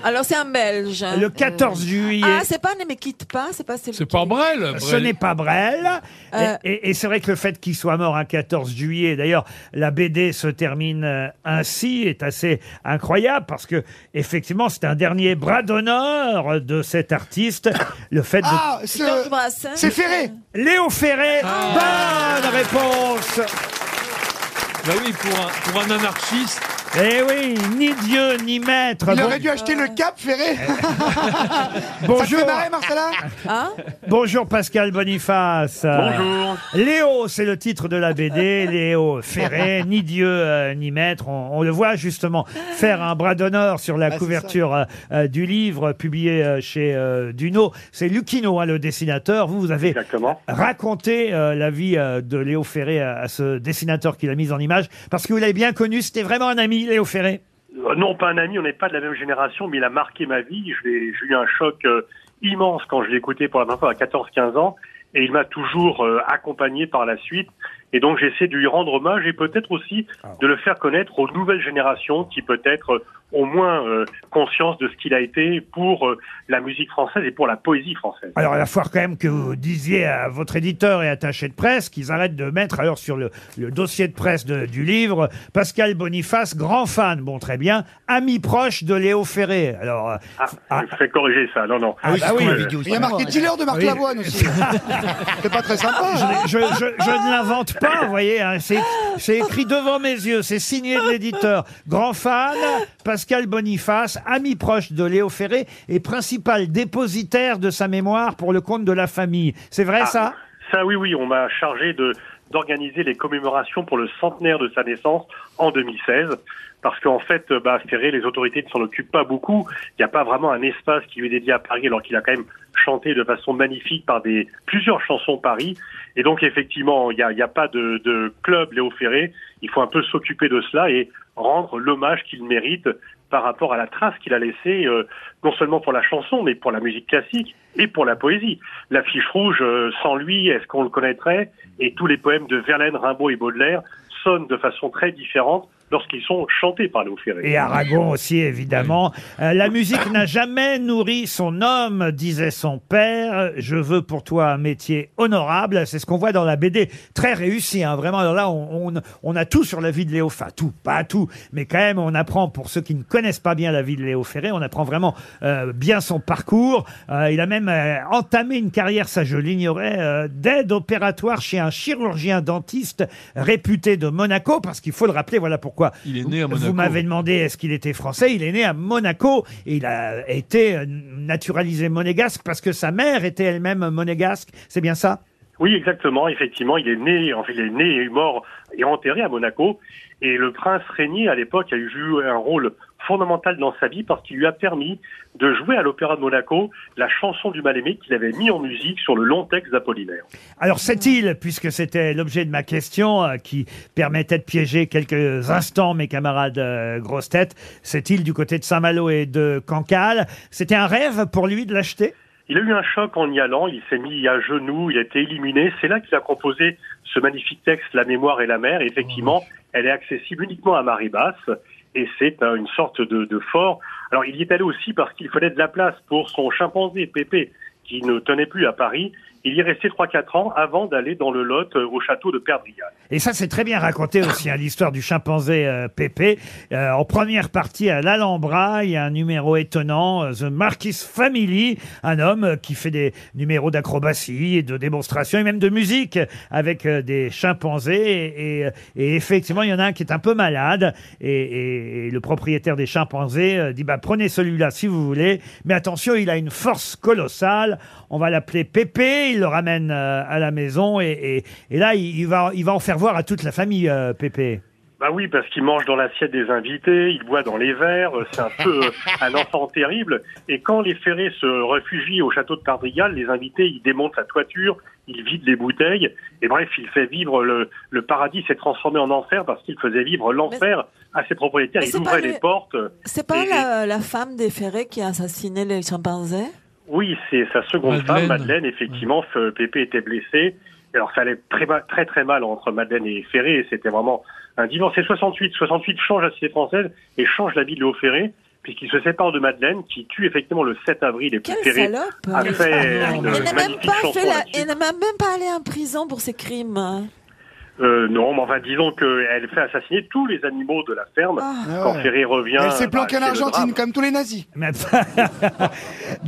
S4: Alors c'est un Belge.
S2: Le 14 juillet.
S4: Ah, c'est pas Ne me quitte pas, c'est pas celui.
S2: pas
S6: Brel.
S2: Ce n'est pas Brel. Et-
S4: Euh.
S2: Et, et c'est vrai que le fait qu'il soit mort un 14 juillet, d'ailleurs, la BD se termine euh, ainsi, est assez incroyable parce que, effectivement, c'est un dernier bras d'honneur de cet artiste. Le fait de.
S13: Ah, ce-
S4: Georges Brassens.
S13: c'est Ferré. Ah.
S2: Léo Ferré. Bonne réponse.
S5: Bah oui, pour un, pour un anarchiste.
S2: Eh oui, ni Dieu, ni maître.
S13: Il
S2: Bon-
S13: aurait dû acheter le cap Ferré. Ça te
S2: Bonjour.
S13: fait marrer, Marcella
S4: Hein
S2: [LAUGHS] Bonjour Pascal Boniface.
S13: Bonjour.
S2: Léo, c'est le titre de la BD. Léo
S13: [LAUGHS]
S2: Ferré, ni Dieu euh, ni maître. On, on le voit justement faire un bras d'honneur sur la
S13: Bah, c'est
S2: couverture euh, euh, du livre euh, publié euh, chez euh, Duno. C'est Lucchino, hein, le dessinateur. Vous, vous avez raconté euh, la vie euh, de Léo Ferré à, à ce dessinateur qui l'a mise en image parce que vous l'avez bien connu. C'était vraiment un ami, Léo Ferré.
S17: Euh, Non, pas un ami, on n'est pas de la même génération, mais il a marqué ma vie. Je l'ai- J'ai eu un choc euh, immense quand je l'ai écouté pour la première fois à 14-15 ans, et il m'a toujours euh, accompagné par la suite. Et donc j'essaie de lui rendre hommage et peut-être aussi
S2: Ah.
S17: de le faire connaître aux nouvelles générations qui peut-être euh, ont moins euh, conscience de ce qu'il a été pour euh, la musique française et pour la poésie française.
S2: Alors, il va falloir quand même que vous disiez à votre éditeur et attaché de presse qu'ils arrêtent de mettre, alors sur le, le dossier de presse de- du livre, Pascal Boniface, grand fan, bon très bien, ami proche de Léo Ferré. Alors, euh,
S17: Ah, je vais corriger ça, non, non.
S2: Ah oui, c'est ce qu'on avait dit aussi.
S13: Il y a marqué dealer de Marc
S2: Oui.
S13: Lavoine aussi.
S2: Ah.
S13: C'est pas très sympa. hein.
S2: je, je- je ne l'invente pas, vous voyez, hein, c'est c'est écrit devant mes yeux, c'est signé de l'éditeur. Grand fan, Pascal Boniface, ami proche de Léo Ferré et principal dépositaire de sa mémoire pour le compte de la famille. C'est vrai
S17: Ah,
S2: ça
S17: Ça, oui, oui, on m'a chargé de d'organiser les commémorations pour le centenaire de sa naissance en 2016, parce qu'en fait, euh, bah, Ferré, les autorités ne s'en occupent pas beaucoup. Il n'y a pas vraiment un espace qui lui est dédié à Paris, alors qu'il a quand même chanté de façon magnifique par des plusieurs chansons Paris. Et donc, effectivement, il n'y a, il y a pas de, de club Léo Ferré. Il faut un peu s'occuper de cela et rendre l'hommage qu'il mérite par rapport à la trace qu'il a laissée, euh, non seulement pour la chanson, mais pour la musique classique et pour la poésie. L'affiche rouge, euh, sans lui, est-ce qu'on le connaîtrait Et tous les poèmes de Verlaine, Rimbaud et Baudelaire sonnent de façon très différente lorsqu'ils sont chantés par Léo Ferré.
S2: Et Aragon aussi, évidemment. Euh, la musique n'a jamais nourri son homme, disait son père. Je veux pour toi un métier honorable. C'est ce qu'on voit dans la BD. Très réussi, hein, vraiment. Alors là, on, on, on a tout sur la vie de Léo. Enfin, tout, pas tout. Mais quand même, on apprend, pour ceux qui ne connaissent pas bien la vie de Léo Ferré, on apprend vraiment euh, bien son parcours. Euh, il a même euh, entamé une carrière, ça je l'ignorais, euh, d'aide opératoire chez un chirurgien dentiste réputé de Monaco, parce qu'il faut le rappeler, voilà pourquoi
S5: Il est né à Monaco.
S2: vous m'avez demandé est-ce qu'il était français. Il est né à Monaco et il a été euh, naturalisé monégasque parce que sa mère était elle-même monégasque. C'est bien ça
S17: Oui, exactement. Effectivement, il est né, en fait, il est né et mort et enterré à Monaco. Et le prince Régnier, à l'époque, a eu joué un rôle fondamental dans sa vie parce qu'il lui a permis de jouer à l'Opéra de Monaco la chanson du mal-aimé qu'il avait mis en musique sur le long texte d'Apollinaire.
S2: Alors cette île, puisque c'était l'objet de ma question euh, qui permettait de piéger quelques instants mes camarades euh, grosses têtes, cette île du côté de Saint-Malo et de Cancale, c'était un rêve pour lui de l'acheter
S17: Il a eu un choc en y allant, il s'est mis à genoux, il a été éliminé. C'est là qu'il a composé ce magnifique texte La mémoire et la mer. Et effectivement, elle est accessible uniquement à marée basse et c'est euh, une sorte de, de fort. Alors il y est allé aussi parce qu'il fallait de la place pour son chimpanzé Pépé qui ne tenait plus à Paris Il y est resté 3-4 ans avant d'aller dans le Lot euh, au château de Perdrial.
S2: Et ça, c'est très bien raconté aussi, hein, l'histoire du chimpanzé euh, Pépé. Euh, en première partie, à l'Alhambra, il y a un numéro étonnant, euh, The Marquis Family, un homme euh, qui fait des numéros d'acrobatie et de démonstration et même de musique avec euh, des chimpanzés. Et, euh, et, et effectivement, il y en a un qui est un peu malade. Et, et- et le propriétaire des chimpanzés euh, dit, bah, prenez celui-là si vous voulez. Mais attention, il a une force colossale. On va l'appeler Pépé. Il le ramène euh, à la maison. Et, et- et là, il, il va, il va en faire voir à toute la famille, euh, Pépé.
S17: Bah oui, parce qu'il mange dans l'assiette des invités, il boit dans les verres, euh, c'est un
S4: [LAUGHS]
S17: peu euh, un enfant terrible. Et quand les ferrés se réfugient au château de Pardrigal, les invités, ils démontent la toiture, ils vident les bouteilles, et bref, il fait vivre le, le paradis s'est transformé en enfer parce qu'il faisait vivre l'enfer à ses propriétaires.
S4: mais
S17: Il
S4: c'est
S17: ouvrait
S4: pas
S17: les
S4: le-
S17: portes. euh,
S4: C'est pas
S17: et-
S4: la, la femme des ferrés qui a assassiné les chimpanzés
S17: Oui, c'est sa seconde femme, Madeleine. Effectivement, F- Pépé était blessé. Alors, ça allait très, ma- très, très mal entre Madeleine et Ferré. et C'était vraiment un divorce. C'est 68. 68 change la société française et change la vie de Léo Ferré, puisqu'il se sépare de Madeleine, qui tue effectivement le 7 avril. Et puis
S4: Quelle
S17: Ferré
S4: salope
S17: a fait
S4: Elle
S17: une
S4: n'a même
S17: magnifique
S4: pas
S17: chanson
S4: fait la-
S17: là-dessus.
S4: elle n'a même pas allé en prison pour ses crimes. hein.
S17: Euh, non, mais enfin, disons qu'elle fait assassiner tous les animaux de la ferme.
S4: Ah.
S17: Quand
S13: Ah Ouais.
S17: Ferré revient...
S13: Elle s'est
S17: bah,
S13: planquée en
S17: c'est le drame.
S13: Argentine, comme tous les nazis.
S2: [LAUGHS]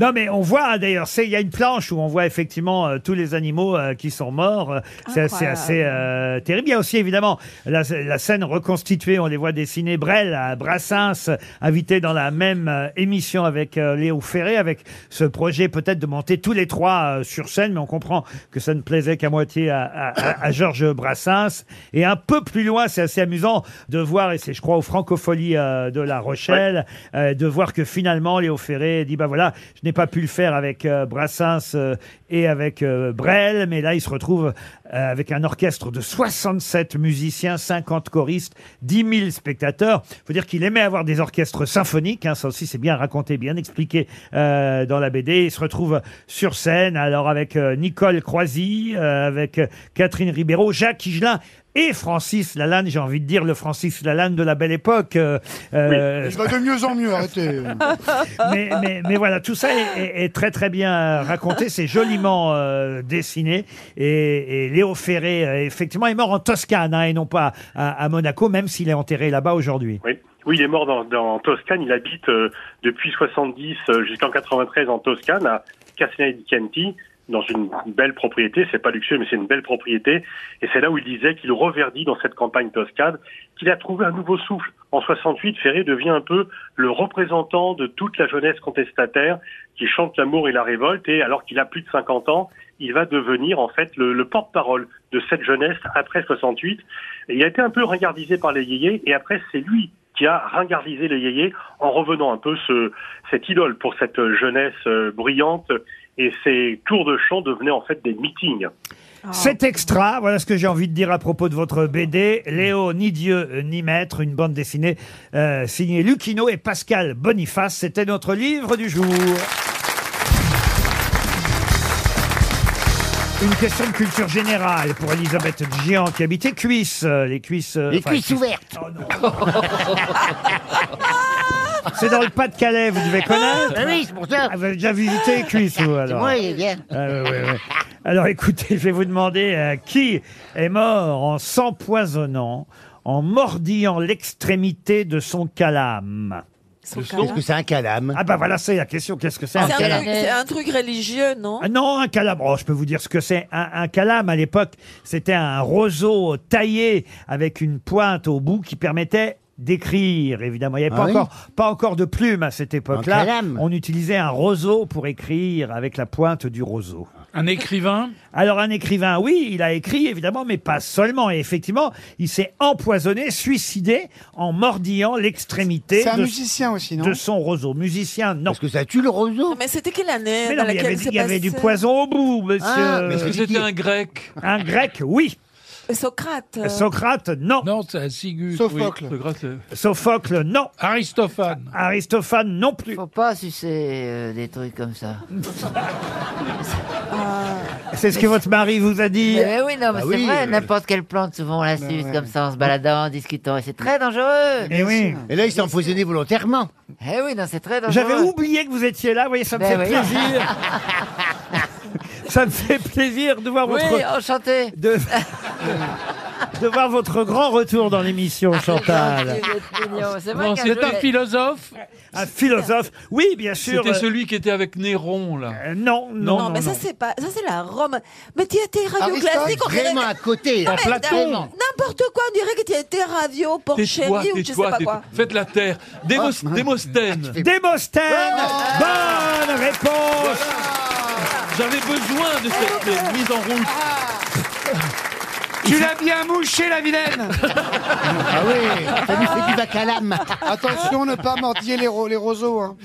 S2: non, mais on voit hein, d'ailleurs, c'est- il y a une planche où on voit effectivement euh, tous les animaux euh, qui sont morts. euh, c'est assez,
S18: Incroyable.
S2: assez euh, terrible. Il y a aussi évidemment la, la scène reconstituée. On les voit dessiner Brel à Brassens, euh, invité dans la même euh, émission avec euh, Léo Ferré, avec ce projet peut-être de monter tous les trois euh, sur scène. Mais on comprend que ça ne plaisait qu'à moitié à, à- à- à Georges Brassens. Et un peu plus loin, c'est assez amusant de voir, et c'est je crois au Francofolie euh, de La Rochelle, euh, de voir que finalement Léo Ferré dit bah voilà je n'ai pas pu le faire avec euh, Brassens euh, et avec euh, Brel mais là il se retrouve euh, avec un orchestre de 67 musiciens 50 choristes 10 000 spectateurs faut dire qu'il aimait avoir des orchestres symphoniques hein, ça aussi c'est bien raconté bien expliqué euh, dans la BD il se retrouve sur scène alors avec euh, Nicole Croisy euh, avec euh, Catherine Ribeiro Jacques Higelin et Francis Lalanne, j'ai envie de dire le Francis Lalanne de la belle époque. euh, euh,
S13: Il va de mieux en mieux, arrêtez.
S2: [LAUGHS] mais, mais- mais voilà, tout ça est, est- est très très bien raconté, c'est joliment euh, dessiné. Et, et Léo Ferré, euh, effectivement, est mort en Toscane hein, et non pas à, à Monaco, même s'il est enterré là-bas aujourd'hui.
S17: Oui. Oui, il est mort dans, dans- en Toscane. Il habite euh, depuis 70 euh, jusqu'en 93 en Toscane, à Castellani di Chianti, dans une belle propriété. C'est pas luxueux, mais c'est une belle propriété. Et c'est là où il disait qu'il reverdit dans cette campagne toscane, qu'il a trouvé un nouveau souffle. En 68, Ferré devient un peu le représentant de toute la jeunesse contestataire qui chante l'amour et la révolte. Et alors qu'il a plus de 50 ans, il va devenir en fait le, le porte-parole de cette jeunesse après 68. Et il a été un peu ringardisé par les yéyés et après c'est lui qui a ringardisé les yéyés en revenant un peu ce, cette idole pour cette jeunesse euh, brillante et ces tours de chant devenaient en fait des meetings.
S2: Cet extra, voilà ce que j'ai envie de dire à propos de votre BD, Léo, ni Dieu, euh, ni Maître, une bande dessinée euh, signée Lucchino et Pascal Boniface. C'était notre livre du jour. Une question de culture générale pour Elisabeth Gian qui habitait Cuisse. euh, Les cuisses, euh,
S8: Les
S2: enfin,
S8: cuisses ouvertes.
S2: C'est dans le Pas-de-Calais, vous devez connaître.
S8: Ah oui, c'est pour ça.
S2: Vous avez déjà visité les cuisses, vous, alors
S8: moi, il est bien.
S2: Ah, ouais, ouais, ouais. Alors écoutez, je vais vous demander euh, qui est mort en s'empoisonnant, en mordillant l'extrémité de son calame.
S4: calame Qu'est-ce que
S2: c'est un calame Ah bah voilà, c'est la question. Qu'est-ce que c'est
S4: C'est
S2: un
S4: un, truc-
S2: calame
S4: c'est un truc religieux, non
S2: ah non, un calame. Oh, je peux vous dire ce que c'est. Un, un calame, à l'époque, c'était un roseau taillé avec une pointe au bout qui permettait d'écrire, évidemment. Il n'y avait
S8: Ah
S2: pas,
S8: oui
S2: encore, pas encore de plume à cette
S8: Un
S2: époque-là.
S8: calame.
S2: On utilisait un roseau pour écrire avec la pointe du roseau.
S6: Un écrivain
S2: Alors un écrivain, oui, il a écrit évidemment, mais pas seulement. Et effectivement, il s'est empoisonné, suicidé en mordillant l'extrémité
S13: C'est un
S2: de-
S13: musicien aussi, non
S2: de son roseau. Musicien, non. Parce que ça tue le roseau.
S4: Mais c'était quelle année
S2: Mais
S4: dans
S2: non, mais il y
S4: laquelle
S2: avait,
S4: c'est
S2: il y avait du
S4: passé
S2: poison au bout, monsieur.
S4: Ah, mais
S5: Est-ce que c'était un grec
S2: Un grec, oui.
S4: Socrate. euh,
S2: Socrate, non.
S6: Non, c'est un Sigus.
S2: Sophocle.
S6: oui. Le grec, euh,
S2: Sophocle, non.
S6: Aristophane.
S2: Aristophane, non plus.
S7: Faut pas sucer euh, des trucs comme ça.
S2: Ah. C'est ce que votre mari vous a dit.
S7: Mais oui, non,
S2: Ah
S7: mais c'est
S2: oui,
S7: vrai,
S2: euh,
S7: n'importe quelle plante, souvent on la
S2: Bah
S7: suce
S2: ouais.
S7: comme ça en se baladant, en discutant, et c'est très dangereux.
S2: Eh oui.
S7: Et là, il s'est empoisonné volontairement. Eh oui, non, c'est très dangereux.
S8: Ben
S2: J'avais oublié que vous étiez là, vous voyez, ça me
S7: Ben
S2: fait
S7: [LAUGHS] oui.
S2: plaisir. Ça me fait plaisir de voir
S7: Oui,
S2: votre...
S7: enchanté.
S2: De... de voir votre grand retour dans l'émission,
S4: Ah,
S2: Chantal.
S5: Non, c'est un philosophe.
S2: Un philosophe, oui, bien sûr.
S5: C'était
S2: euh,
S5: celui qui était avec Néron, là.
S2: non,
S4: Non, mais ça c'est pas, ça c'est la Rome. Mais tu étais radio
S8: Aristote,
S4: classique, on dirait-
S8: vraiment à côté.
S4: Non,
S8: En
S4: mais
S8: Platon.
S4: t'as- N'importe quoi, on dirait que tu étais radio Porcherie
S5: Tais-toi,
S4: ou je sais
S5: tais-toi,
S4: pas
S5: tais-toi.
S4: quoi.
S5: Faites la terre. Démos- Démosthène.
S2: Démosthène Bonne réponse
S5: J'avais besoin de
S4: Ah.
S5: cette euh, mise en route.
S2: Ah.
S13: Tu l'as bien mouché, la vilaine
S8: Ah oui, ça lui fait du bacalam.
S13: Attention, ne pas mordiller les, ro- les roseaux. Hein.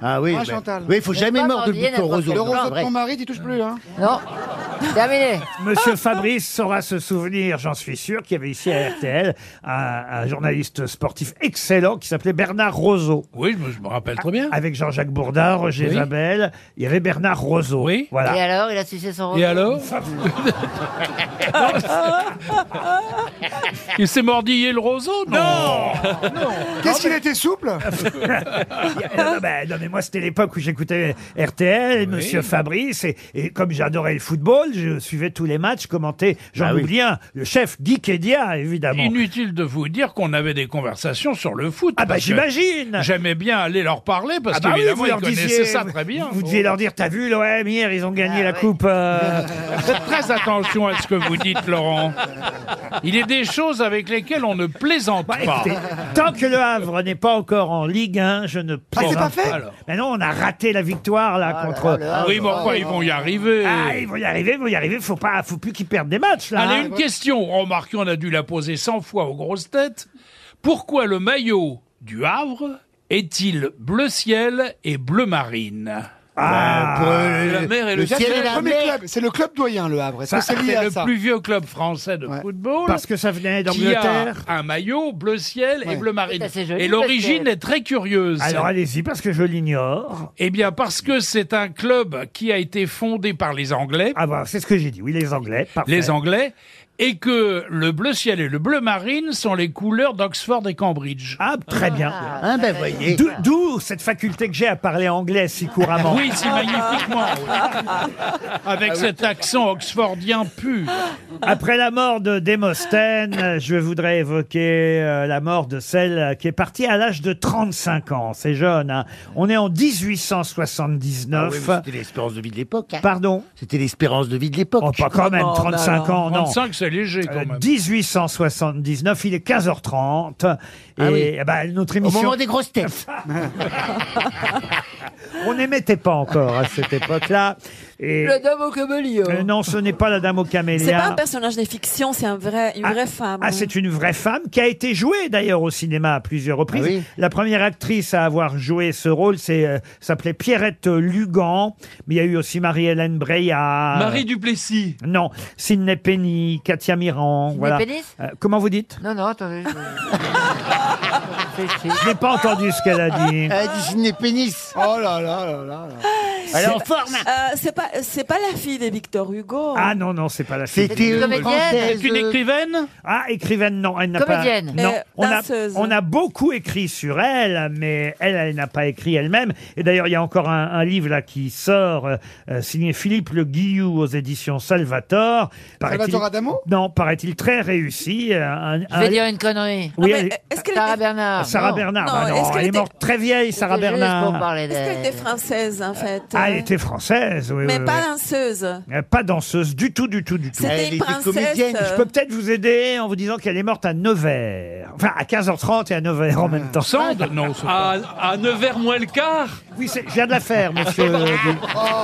S8: Ah oui,
S13: Hein,
S8: ben-
S13: Chantal
S8: oui, il faut
S13: Ne
S8: jamais
S13: pas
S8: mordre le
S13: mordiller
S8: bouton
S13: n'importe
S8: roseau.
S13: quel
S8: c'est
S13: roseau
S8: pas
S13: de
S8: vrai.
S13: ton mari, t'y touches plus. Hein.
S7: Non, terminé.
S2: Monsieur Fabrice saura se souvenir, j'en suis sûr, qu'il y avait ici à RTL un, un journaliste sportif excellent qui s'appelait Bernard Roseau.
S6: Oui, je me, je me rappelle très bien.
S2: Avec Jean-Jacques Bourdin, Roger
S6: Oui.
S2: Zabel, il y avait Bernard Roseau. Oui. Voilà.
S7: Et alors, il a sucé son
S6: Et alors
S2: [LAUGHS] [LAUGHS]
S6: Il s'est mordillé le roseau [LAUGHS] Non Ah,
S13: Qu'est-ce qu'il était souple
S2: Ah, bah, non, ben, non, mais moi, c'était l'époque où j'écoutais RTL, Monsieur Fabrice, et, et comme j'adorais le football, je suivais tous les matchs, commentais Jean
S6: Ah oui.
S2: Loublien, le chef Guy Kédia, évidemment.
S6: Inutile de vous dire qu'on avait des conversations sur le foot.
S2: Ah bah,
S6: parce que
S2: j'imagine.
S6: J'aimais bien aller leur parler parce
S2: Ah bah oui,
S6: qu'évidemment
S2: vous
S6: ils
S2: leur
S6: connaissaient
S2: disiez-
S6: ça très bien.
S2: Vous deviez leur dire, t'as vu l'OM hier, ils ont
S6: Ah
S2: gagné la coupe. euh,
S6: Faites très attention à ce que vous dites, Laurent. Il est des choses avec lesquelles on ne plaisante [LAUGHS] pas.
S2: Bah, Écoutez, tant que Le Havre n'est pas encore en Ligue 1, je ne plaisante
S6: Ah, c'est pas fait Alors.
S2: Mais non, on a raté la victoire là contre.
S6: Ah oui, mais enfin, ils vont y arriver.
S2: Ah, ils vont y arriver, ils vont y arriver. Faut pas, faut plus qu'ils perdent des matchs là.
S6: Allez,
S2: hein.
S6: une question. Remarquez, on a dû la poser 100 fois aux grosses têtes. Pourquoi le maillot du Havre est-il bleu ciel et bleu marine
S13: Ah,
S6: euh,
S13: La mer et Bah, le ciel et la C'est le mer. premier club,
S6: c'est le club doyen, le Havre.
S13: Est-ce que c'est lié à
S6: le
S13: ça
S6: plus vieux club français de football.
S2: Parce que ça venait
S6: qui a
S2: Hein, d'Angleterre.
S6: un maillot bleu ciel et
S2: Ouais.
S6: bleu marine.
S2: C'est assez joli,
S6: et l'origine
S2: bleu ciel.
S6: est très curieuse.
S2: Alors allez-y parce que je l'ignore.
S6: Eh bien, parce que c'est un club qui a été fondé par les Anglais.
S2: Ah bah, c'est ce que j'ai dit. Oui, les Anglais. parfait.
S6: Les Anglais. Et que le bleu ciel et le bleu marine sont les couleurs d'Oxford et Cambridge.
S2: Ah, très bien.
S8: Ah, ben voyez.
S2: D'où- D'où cette faculté que j'ai à parler anglais si couramment.
S6: Oui, si magnifiquement.
S2: [LAUGHS]
S6: oui. Avec cet accent oxfordien pur.
S2: Après la mort de Démosthène, je voudrais évoquer euh, la mort de celle qui est partie à l'âge de 35 ans. C'est jeune. hein. On est en 1879.
S8: Ah oui, mais C'était l'espérance de vie de l'époque. hein.
S2: Pardon
S8: C'était hein. l'espérance de vie de l'époque.
S2: Oh, pas quand même, 35 ans, non. Euh,
S6: 35, c'est léger quand même.
S2: 1879, il est 15h30. Et
S8: Ah oui.
S2: eh ben, notre
S8: Au
S2: émission.
S8: moment des grosses têtes.
S2: [LAUGHS] On n'émettait pas encore à cette époque-là. Et...
S4: La dame au camélia.
S2: Euh, non, ce n'est pas la dame aux camélias.
S4: C'est pas un personnage de fiction, c'est un vrai, une vraie femme.
S2: Ah, c'est une vraie femme qui a été jouée d'ailleurs au cinéma à plusieurs reprises.
S8: Ah oui.
S2: La première actrice à avoir joué ce rôle, c'est euh, s'appelait Pierrette Lugan, mais il y a eu aussi Marie-Hélène Breillat.
S5: Marie Duplessis.
S2: Non, Sidney Penny, Katia Miran, voilà.
S7: Pénis
S2: Euh, comment vous dites
S7: Non, non, attendez.
S2: Je n'ai pas entendu ce qu'elle a dit.
S8: Elle dit Sidney Pénis.
S13: Oh là là là là.
S8: Elle est en
S4: Ah. C'est-
S8: forme.
S4: euh, c'est pas, c'est pas la fille de Victor
S7: Oh.
S4: Hugo.
S2: Ah non, non, c'est pas la fille.
S8: C'était une Comédienne. Française. C'est une
S6: écrivaine
S2: Ah, écrivaine, non. Elle n'a pas-
S4: Comédienne.
S2: Non,
S4: Euh,
S2: on, a,
S4: danseuse.
S2: on a beaucoup écrit sur elle, mais elle, elle n'a pas écrit elle-même. Et d'ailleurs, il y a encore un, un livre là qui sort, euh, euh, signé Philippe Le Guillou aux éditions Salvator. Paraît-il-
S13: Salvatore Adamo
S2: Non, paraît-il très réussi. euh, un-
S7: Je
S2: un-
S7: vais dire une connerie.
S2: Oui, elle est-
S4: Est-ce qu'elle
S7: Sarah
S4: était-
S7: Bernard.
S2: Sarah
S7: non.
S2: Bernard,
S4: Non,
S2: bah non,
S4: est-ce qu'elle
S2: elle est
S4: était-
S2: morte très vieille, Sarah
S7: C'était juste pour
S2: Bernard.
S7: parler
S4: Est-ce qu'elle
S7: d'elle.
S4: était française en fait
S2: Ah, elle était française, oui.
S4: Mais
S2: oui,
S4: pas
S2: oui.
S4: danseuse.
S2: Euh, Pas danseuse du tout, du tout, du tout.
S4: C'était Elle une était princesse, comédienne. euh.
S2: Je peux peut-être vous aider en vous disant qu'elle est morte à Nevers. Enfin, à 15h30 et à Nevers en même temps. Ah,
S6: Sand Ah, Non, c'est pas.
S5: À, à 9h moins le quart
S2: Oui, c'est- je viens de la faire,
S4: [LAUGHS]
S2: monsieur.
S4: Oh,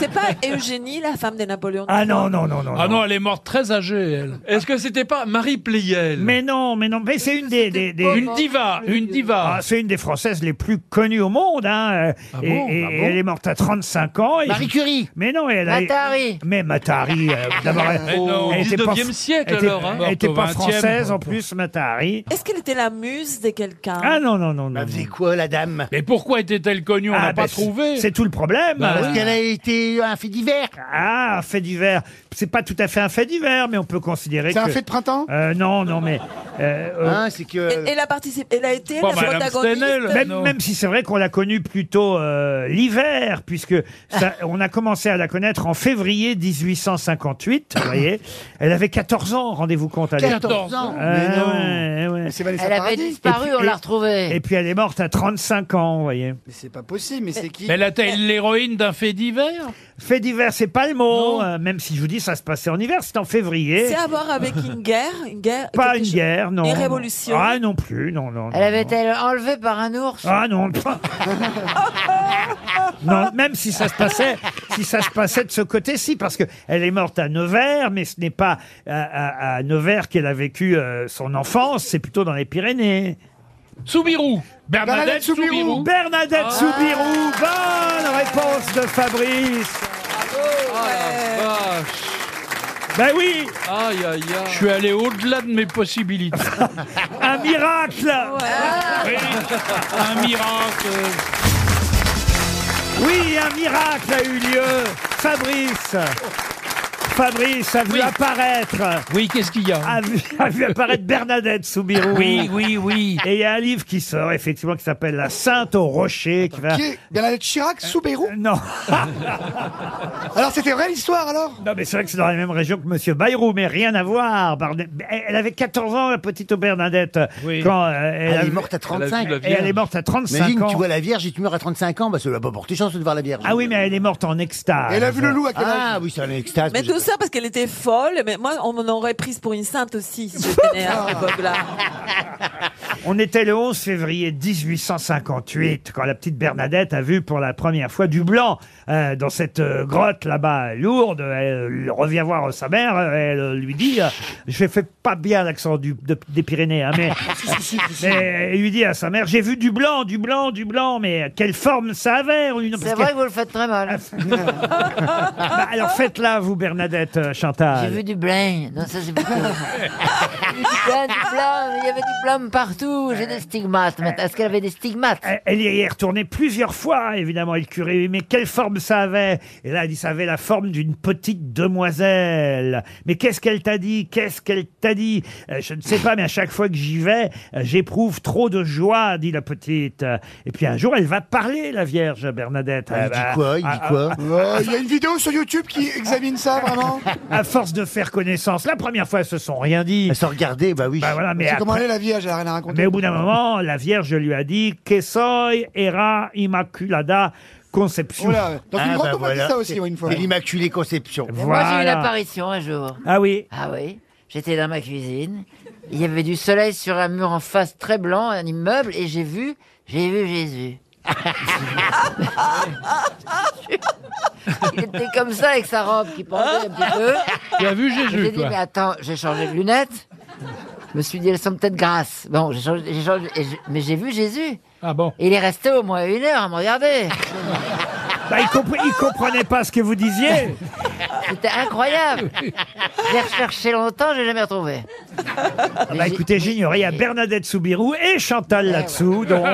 S4: C'est pas Eugénie, la femme de Napoléon.
S2: ah non, non, non, non.
S6: Ah non, elle est morte très âgée, elle.
S5: Est-ce que c'était pas Marie Pleyel
S2: Mais non, mais non, mais c'est une des, des- des-
S6: Une diva, une diva.
S2: Ah, c'est une des Françaises les plus connues au monde. Hein. euh, et,
S6: bon,
S2: et-
S6: ah
S2: et
S6: bon
S2: elle est morte à 35 ans. et-
S8: Marie Curie.
S2: Mais non, elle a.
S7: Matari.
S2: Mais Matari, euh, d'abord, elle,
S6: [LAUGHS] Mais non,
S2: elle était pas,
S5: 19e siècle,
S2: elle était-
S5: alors, hein.
S2: elle était
S6: Morte au
S2: pas
S6: 20e.
S2: française en plus, Matari.
S4: Est-ce qu'elle était la muse de quelqu'un
S2: Ah non, non, non, non.
S8: Elle
S2: non.
S8: faisait quoi, la dame
S6: Mais pourquoi était-elle connue On n'a
S2: Ah,
S6: pas
S2: bah, c'est-
S6: trouvé.
S2: C'est tout le problème.
S6: Bah,
S8: Parce qu'elle a été un fait divers.
S2: Ah, fait divers. c'est pas tout à fait un fait divers, mais on peut considérer
S13: C'est un
S2: que-
S13: fait de printemps
S2: Euh, Non, non, mais... euh, euh,
S4: Ah, Elle, elle a participé, elle a été
S2: Bon,
S4: la
S2: Madame
S4: protagoniste.
S2: Stenel, même, même si c'est vrai qu'on l'a connue plutôt euh, l'hiver, puisque
S4: [LAUGHS]
S2: ça- on a commencé à la connaître en février 1858, vous voyez. Elle avait 14 ans, rendez-vous compte. à l'époque.
S7: 14 ans.
S2: Ouais,
S7: Mais
S2: ouais, ouais.
S7: Elle avait disparu,
S2: Et puis-
S7: on l'a
S2: et-
S7: retrouvée.
S2: Et puis elle est morte à 35 ans, vous voyez.
S13: Mais c'est pas possible, mais c'est qui
S6: Mais était l'héroïne d'un fait divers
S2: Fait divers, c'est pas le mot, euh, même si je vous dis ça se passait en hiver, c'est en février.
S4: C'est à voir avec une guerre, une guerre.
S2: Pas une
S4: quelque chose-
S2: guerre, non.
S4: Une
S2: non.
S4: révolution.
S2: Ah non plus, non, non. non.
S7: Elle avait été enlevée par un ours.
S2: Ah
S7: [LAUGHS]
S2: non. non, même si ça se passait, si ça se passait de ce côté-ci, parce que elle est morte à Nevers, mais ce n'est pas à, à- à Nevers qu'elle a vécu euh, son enfance, c'est plutôt dans les Pyrénées.
S6: Soubirou
S2: Bernadette Soubirou Bernadette Soubirou Bonne réponse de Fabrice
S4: Oh,
S2: Ah. Ben oui
S5: Aïe, aïe, aïe.
S6: Je suis allé au-delà de mes possibilités.
S2: [LAUGHS] Un miracle
S4: Ah.
S6: Oui, Un miracle
S2: Oui, un miracle a eu lieu Fabrice Fabrice a vu apparaître
S6: Oui, qu'est-ce qu'il y a
S2: a vu, a vu apparaître Bernadette Soubirou
S6: Oui, oui, oui
S2: Et il y a un livre qui sort, effectivement, qui s'appelle La Sainte au Rocher. Qui va... Euh,
S13: Qui est Bernadette Chirac, Soubérou
S8: [LAUGHS]
S2: Non.
S13: alors c'était vrai l'histoire alors
S2: Non, mais c'est vrai que c'est dans la même région que Monsieur Bayrou, mais rien à voir. Barne- Elle elle avait 14 ans, la petite Bernadette.
S8: Oui.
S2: Quand euh, elle,
S8: Ah, Elle est
S2: avait-
S8: morte à 35.
S2: Et elle est morte à 35
S8: Imagine,
S2: ans.
S8: tu vois la Vierge et tu meurs à 35 ans, bah ça lui a pas porté chance de voir la Vierge.
S2: Ah oui, mais elle est morte en extase.
S8: Ah oui, c'est un extase.
S4: Mais
S8: que j'ai
S4: tout
S8: pas.
S4: ça parce qu'elle était folle, mais moi on m'en aurait prise pour une sainte aussi si j'étais
S2: [LAUGHS]
S4: née à cette époque-là.
S2: On était le 11 février 1858 quand la petite Bernadette a vu pour la première fois du blanc euh, dans cette euh, grotte là-bas lourde. Elle euh, revient voir sa mère, euh, elle euh, lui dit, euh, je fais pas bien l'accent du- de- des Pyrénées, hein,
S7: [LAUGHS]
S2: mais, mais elle lui dit à sa mère, j'ai vu du blanc, du blanc, du blanc, mais quelle forme ça avait Oui, non, parce
S7: C'est vrai que
S2: que-
S7: vous le faites très mal.
S2: [LAUGHS] Bah, alors faites-la vous Bernadette euh,
S7: J'ai
S2: Chantal.
S7: vu du blanc. Non, ça c'est beaucoup. J'ai vu du blanc, du blanc. Il y avait du blanc partout. J'ai des stigmates. maintenant. Est-ce qu'elle avait des stigmates
S2: Elle y est retournée plusieurs fois, hein, évidemment, et le curé, lui dit, mais quelle forme ça avait Et là, elle dit, ça avait la forme d'une petite demoiselle. Mais qu'est-ce qu'elle t'a dit Qu'est-ce qu'elle t'a dit Euh, Je ne sais pas, mais à chaque fois que j'y vais, euh, j'éprouve trop de joie, dit la petite. Euh, Et puis un jour, elle va parler, la Vierge Bernadette.
S8: Elle
S2: Ah,
S8: dit
S2: bah,
S8: quoi Il
S2: ah,
S8: dit
S2: ah,
S8: quoi
S2: ah,
S13: Ouais, Euh, Il y a une vidéo sur YouTube qui examine ça vraiment
S2: à force de faire connaissance, la première fois, elles se sont rien dit. Elles se regardaient, bah oui. voilà, mais
S13: C'est comment
S2: après-
S13: elle est la vierge, elle a rien à raconter. Euh,
S2: Mais au bout d'un moment, la Vierge lui a dit Que soy era immaculada conception.
S13: Oh là, dans une
S8: Ah,
S13: grande
S8: bah
S13: on m'a dit
S8: voilà.
S13: ça aussi ouais, une fois.
S8: Et l'Immaculée Conception.
S7: Mais Moi, j'ai eu
S2: Voilà.
S7: l'apparition un jour.
S2: Ah oui
S7: Ah oui. J'étais dans ma cuisine. Il y avait du soleil sur un mur en face très blanc, un immeuble, et j'ai vu, j'ai vu
S2: [LAUGHS]
S7: Jésus. Il était comme ça avec sa robe qui pendait un petit peu.
S6: Tu as vu Jésus,
S7: J'ai dit,
S6: toi
S7: mais attends, j'ai changé de lunettes. Je me suis dit, elles sont peut-être grasses. Bon, j'ai changé, j'ai changé- et je- mais j'ai vu Jésus.
S6: Ah bon
S7: Il est resté au moins une heure à me regarder.
S2: Bah, il, compre- il comprenait pas ce que vous
S7: [LAUGHS]
S2: disiez.
S7: C'était incroyable. J'ai recherché longtemps, j'ai jamais retrouvé.
S2: Bah, écoutez, j'ignorais. Il y a Bernadette Soubirou et
S13: Eh
S2: Chantal là-dessous, donc.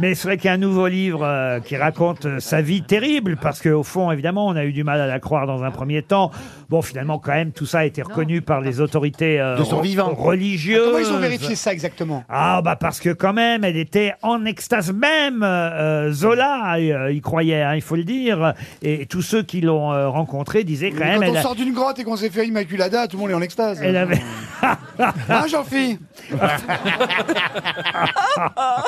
S2: Mais c'est vrai qu'il y a un nouveau livre euh, qui raconte euh, sa vie terrible, parce qu'au fond, évidemment, on a eu du mal à la croire dans un premier temps. Bon, finalement, quand même, tout ça a été reconnu par les autorités euh,
S13: De son
S2: re-
S13: vivant.
S2: religieuses.
S13: Comment ils ont vérifié ça exactement
S2: Ah bah parce que quand même, elle était en extase même. euh, Zola euh, y croyait, hein, il faut le dire. Et tous ceux qui l'ont euh, rencontré disaient quand
S13: Quand
S2: même...
S13: on
S2: elle a-
S13: sort d'une grotte et qu'on s'est fait Immaculada, tout le monde est en extase.
S2: [LAUGHS] Elle avait...
S13: [LAUGHS] Hein, Jean-Philippe
S8: [LAUGHS]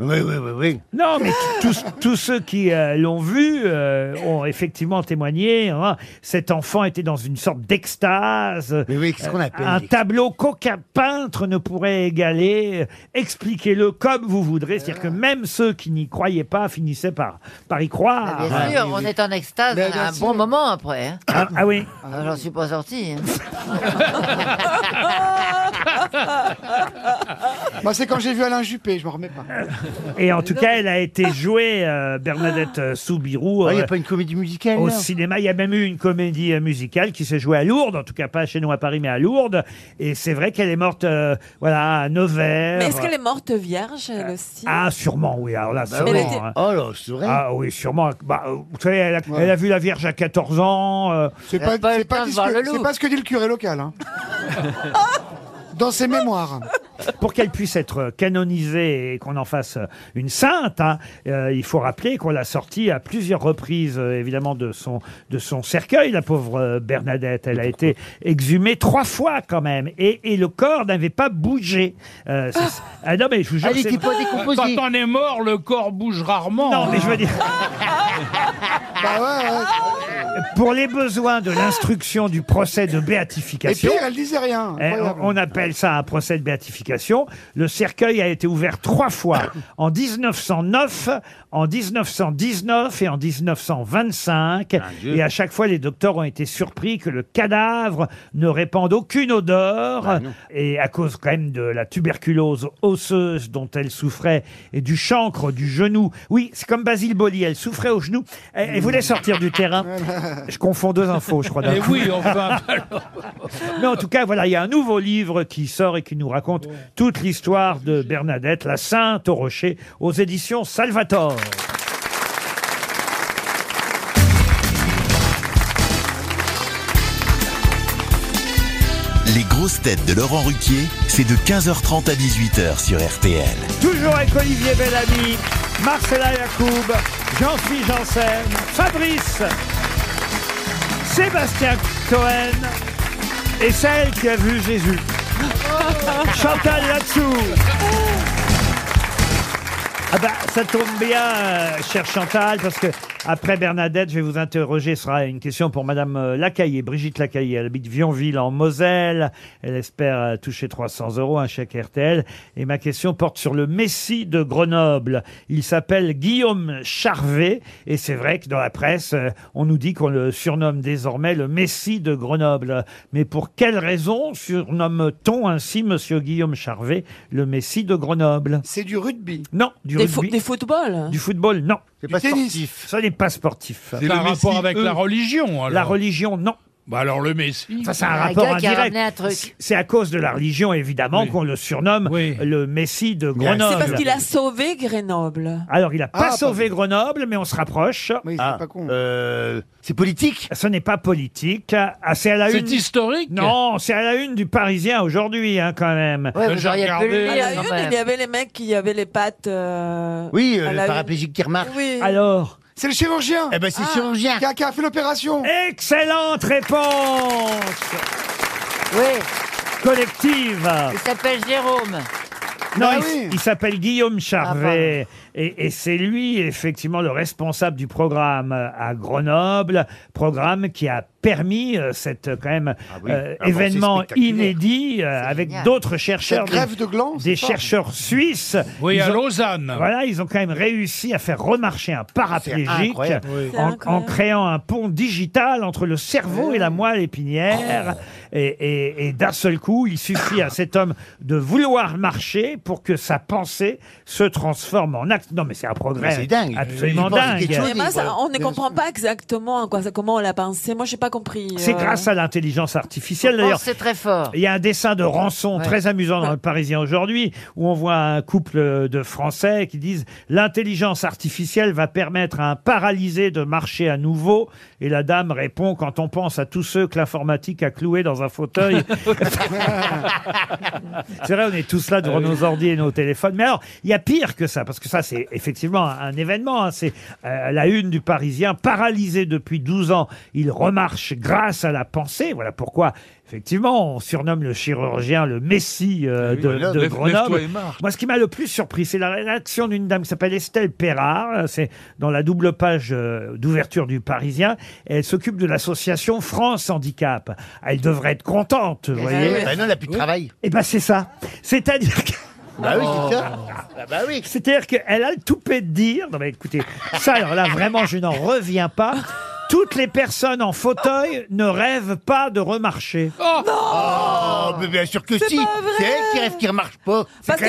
S8: Oui, oui, oui, oui.
S2: Non, mais tous, tous ceux qui euh, l'ont vu euh, ont effectivement témoigné. hein. Cet enfant était dans une sorte d'extase.
S8: appelle
S2: Un tableau qu'aucun peintre ne pourrait égaler. Expliquez-le comme vous voudrez. C'est-à-dire
S7: Ah.
S2: que même ceux qui n'y croyaient pas finissaient par, par y croire.
S7: Bien
S8: Ah,
S7: sûr, on est en extase
S2: Ah, Mais bien
S7: un
S2: sûr.
S7: bon moment après. hein.
S2: Ah, ah oui.
S7: Ah, J'en suis pas sorti. hein.
S13: Moi, Bah, c'est quand j'ai vu Alain Juppé, je m'en remets pas.
S2: Et en tout cas, elle a été jouée, euh, Bernadette euh, Soubirou.
S13: Ah, il y a
S2: pas
S8: une comédie musicale
S2: Au
S8: alors
S2: cinéma, il y a même eu une comédie euh, musicale qui s'est jouée à Lourdes, en tout cas pas chez nous à Paris, mais à Lourdes. Et c'est vrai qu'elle est morte, euh, voilà, à Nevers.
S4: Mais est-ce qu'elle est morte vierge, elle aussi
S2: Ah, sûrement, oui. Alors là,
S4: Bah
S2: sûrement.
S4: oui. Elle était-
S2: hein.
S8: Oh là, c'est vrai.
S2: Ah oui, sûrement. Bah, euh, vous savez, elle a, elle a vu la Vierge à 14 ans. euh,
S13: C'est pas, c'est pas discu- c'est pas ce que dit le curé local. hein. Dans ses mémoires.
S2: Pour qu'elle puisse être canonisée et qu'on en fasse une sainte, hein, euh, il faut rappeler qu'on l'a sortie à plusieurs reprises, euh, évidemment, de son, de son cercueil, la pauvre euh, Bernadette. Elle a été exhumée trois fois quand même. Et, et le corps n'avait pas bougé. Euh, c'est- ah non, mais je vous jure, c'est-
S6: Quand on est mort, le corps bouge rarement.
S2: Non, mais je veux dire.
S13: Bah
S2: Pour les besoins de l'instruction du procès de
S13: Et
S2: béatification.
S13: pire, elle disait rien.
S2: Eh,
S13: Ah, Incroyable.
S2: on, on appelle ça un procès de béatification. Le cercueil a été ouvert trois fois, en 1909, en 1919 et en 1925.
S18: Dieu.
S2: Et à chaque fois, les docteurs ont été surpris que le cadavre ne répande aucune odeur. et à cause quand même de la tuberculose osseuse dont elle souffrait et du chancre du genou. Oui, c'est comme Basile Boli, elle souffrait au genou. Elle, elle voulait sortir du terrain.
S13: bah.
S2: Je confonds deux infos, je crois. d'un
S6: Mais
S2: coup.
S6: oui, enfin.
S2: [LAUGHS] Mais en tout cas, voilà, il y a un nouveau livre qui sort et qui nous raconte toute l'histoire de Bernadette, la Sainte au Rocher, aux éditions Salvatore.
S1: Les grosses têtes de Laurent Ruquier, c'est de 15h30 à 18h sur RTL.
S2: Toujours avec Olivier Bellamy, Marcela Yacoub, Jean-Philippe Janssen, Fabrice, Sébastien Cohen et celle qui a vu Jésus. Chantal là-dessous. Ah bah, ça tombe bien, euh, cher Chantal, parce que après Bernadette, je vais vous interroger. Ce sera une question pour Madame euh, Lacaillé, Brigitte Lacaillé. Elle habite Vionville, en Moselle. Elle espère euh, toucher 300 euros, un chèque RTL. Et ma question porte sur le Messie de Grenoble. Il s'appelle Guillaume Charvet. Et c'est vrai que dans la presse, euh, on nous dit qu'on le surnomme désormais le Messie de Grenoble. Mais pour quelle raison surnomme-t-on ainsi Monsieur Guillaume Charvet le Messie de Grenoble
S13: C'est du rugby.
S2: Non, du
S4: Des
S2: rugby.
S4: fo- des footballs
S2: Du football, non. C'est
S6: pas tennis.
S2: sportif. Ça n'est pas sportif.
S6: C'est un rapport avec la religion, alors.
S2: La religion, non.
S6: Bah alors le Messie.
S2: Enfin, c'est un rapport indirect. C'est- C'est à cause de la religion, évidemment, qu'on le surnomme le Messie de
S4: C'est
S2: Grenoble.
S4: parce qu'il a sauvé Grenoble.
S2: Alors, il n'a
S4: Ah,
S2: pas
S4: pas
S2: sauvé Grenoble, mais on se rapproche. c'est politique Ah, euh, C'est pas politique. Ah, c'est à la
S6: C'est
S2: une-
S6: historique
S2: Non, c'est à la une du Parisien aujourd'hui, hein, quand même.
S4: À
S6: Ah,
S4: la une, Ah, il y avait les mecs qui avaient les pattes. euh, à la une.
S8: Ah,
S13: qui remarque.
S4: Oui. Ah.
S2: Alors
S13: C'est le chirurgien. Eh
S8: ben, c'est le chirurgien.
S13: Qui a, qui a fait l'opération.
S2: Eh, Excellente réponse
S7: Oui.
S2: Collective
S7: Il s'appelle Jérôme.
S2: Non,
S18: Ah
S7: Bah
S2: il,
S7: oui.
S2: il s'appelle Guillaume Charvet. et et c'est lui, effectivement, le responsable du programme euh, à Grenoble. Programme qui a permis euh, cette, euh, quand même,
S18: oui.
S2: euh,
S18: Ah bon, c'est
S2: événement
S18: spectaculaire.
S2: inédit euh, avec
S18: génial.
S2: d'autres chercheurs.
S18: Cette grève
S2: des-
S18: de gland, c'est
S2: Des
S18: ça
S2: chercheurs suisses.
S6: Oui,
S2: Ils
S6: à
S2: ont-
S6: Lausanne.
S2: Voilà, ils ont quand même réussi à faire remarcher un paraplégique
S6: incroyable. Oui. C'est
S2: en- en,
S6: incroyable.
S2: créant un pont digital entre le cerveau
S8: Ah.
S2: et la moelle
S8: Oh.
S2: épinière. Et, et- et d'un seul coup, il suffit à cet homme de vouloir marcher pour que sa pensée se transforme en acte. Non, mais c'est un progrès
S8: Mais c'est dingue.
S2: absolument
S8: Il pense qu'il
S2: dingue.
S8: est
S4: Mais moi, Eh ben, ça, on ne comprend pas exactement à quoi, ça- comment on l'a pensé. Moi, j'ai pas compris.
S2: C'est
S4: euh.
S2: grâce à l'intelligence artificielle
S4: Oh,
S2: d'ailleurs.
S4: c'est
S7: très fort.
S2: Il y a un dessin de rançon
S7: Ouais.
S2: très amusant dans le Parisien aujourd'hui où on voit un couple de Français qui disent l'intelligence artificielle va permettre à un paralysé de marcher à nouveau et la dame répond quand on pense à tous ceux que l'informatique a cloués dans un fauteuil. c'est vrai, on est tous là devant
S6: Ah
S2: nos ordi et nos téléphones. Mais alors, il y a pire que ça parce que ça c'est effectivement un événement. hein. C'est euh, la une du Parisien paralysé depuis 12 ans, il remarche grâce à la pensée. Voilà pourquoi. Effectivement, on surnomme le chirurgien le Messie euh,
S6: Ah oui,
S2: de,
S6: voilà.
S2: de
S6: Lève-
S2: Grenoble.
S6: lève-toi et marche.
S2: Moi, ce qui m'a le plus surpris, c'est la réaction d'une dame qui s'appelle Estelle Perard. C'est dans la double page euh, d'ouverture du Parisien. Elle s'occupe de l'association France Handicap. Elle devrait être contente, vous voyez.
S8: Bah non, elle a plus de travail.
S2: Eh ben, c'est ça. C'est-à-dire que...
S8: [LAUGHS] Bah oui, c'est ça. Bah, bah oui.
S2: C'est-à-dire qu'elle a le toupet de dire, non mais écoutez, ça alors là vraiment je n'en reviens pas, toutes les personnes en fauteuil ne rêvent pas de remarcher.
S18: Oh
S8: Oh, mais bien sûr que
S4: C'est
S8: si.
S4: pas vrai.
S8: C'est elle qui rêve qui ne marche pas.
S4: Parce que-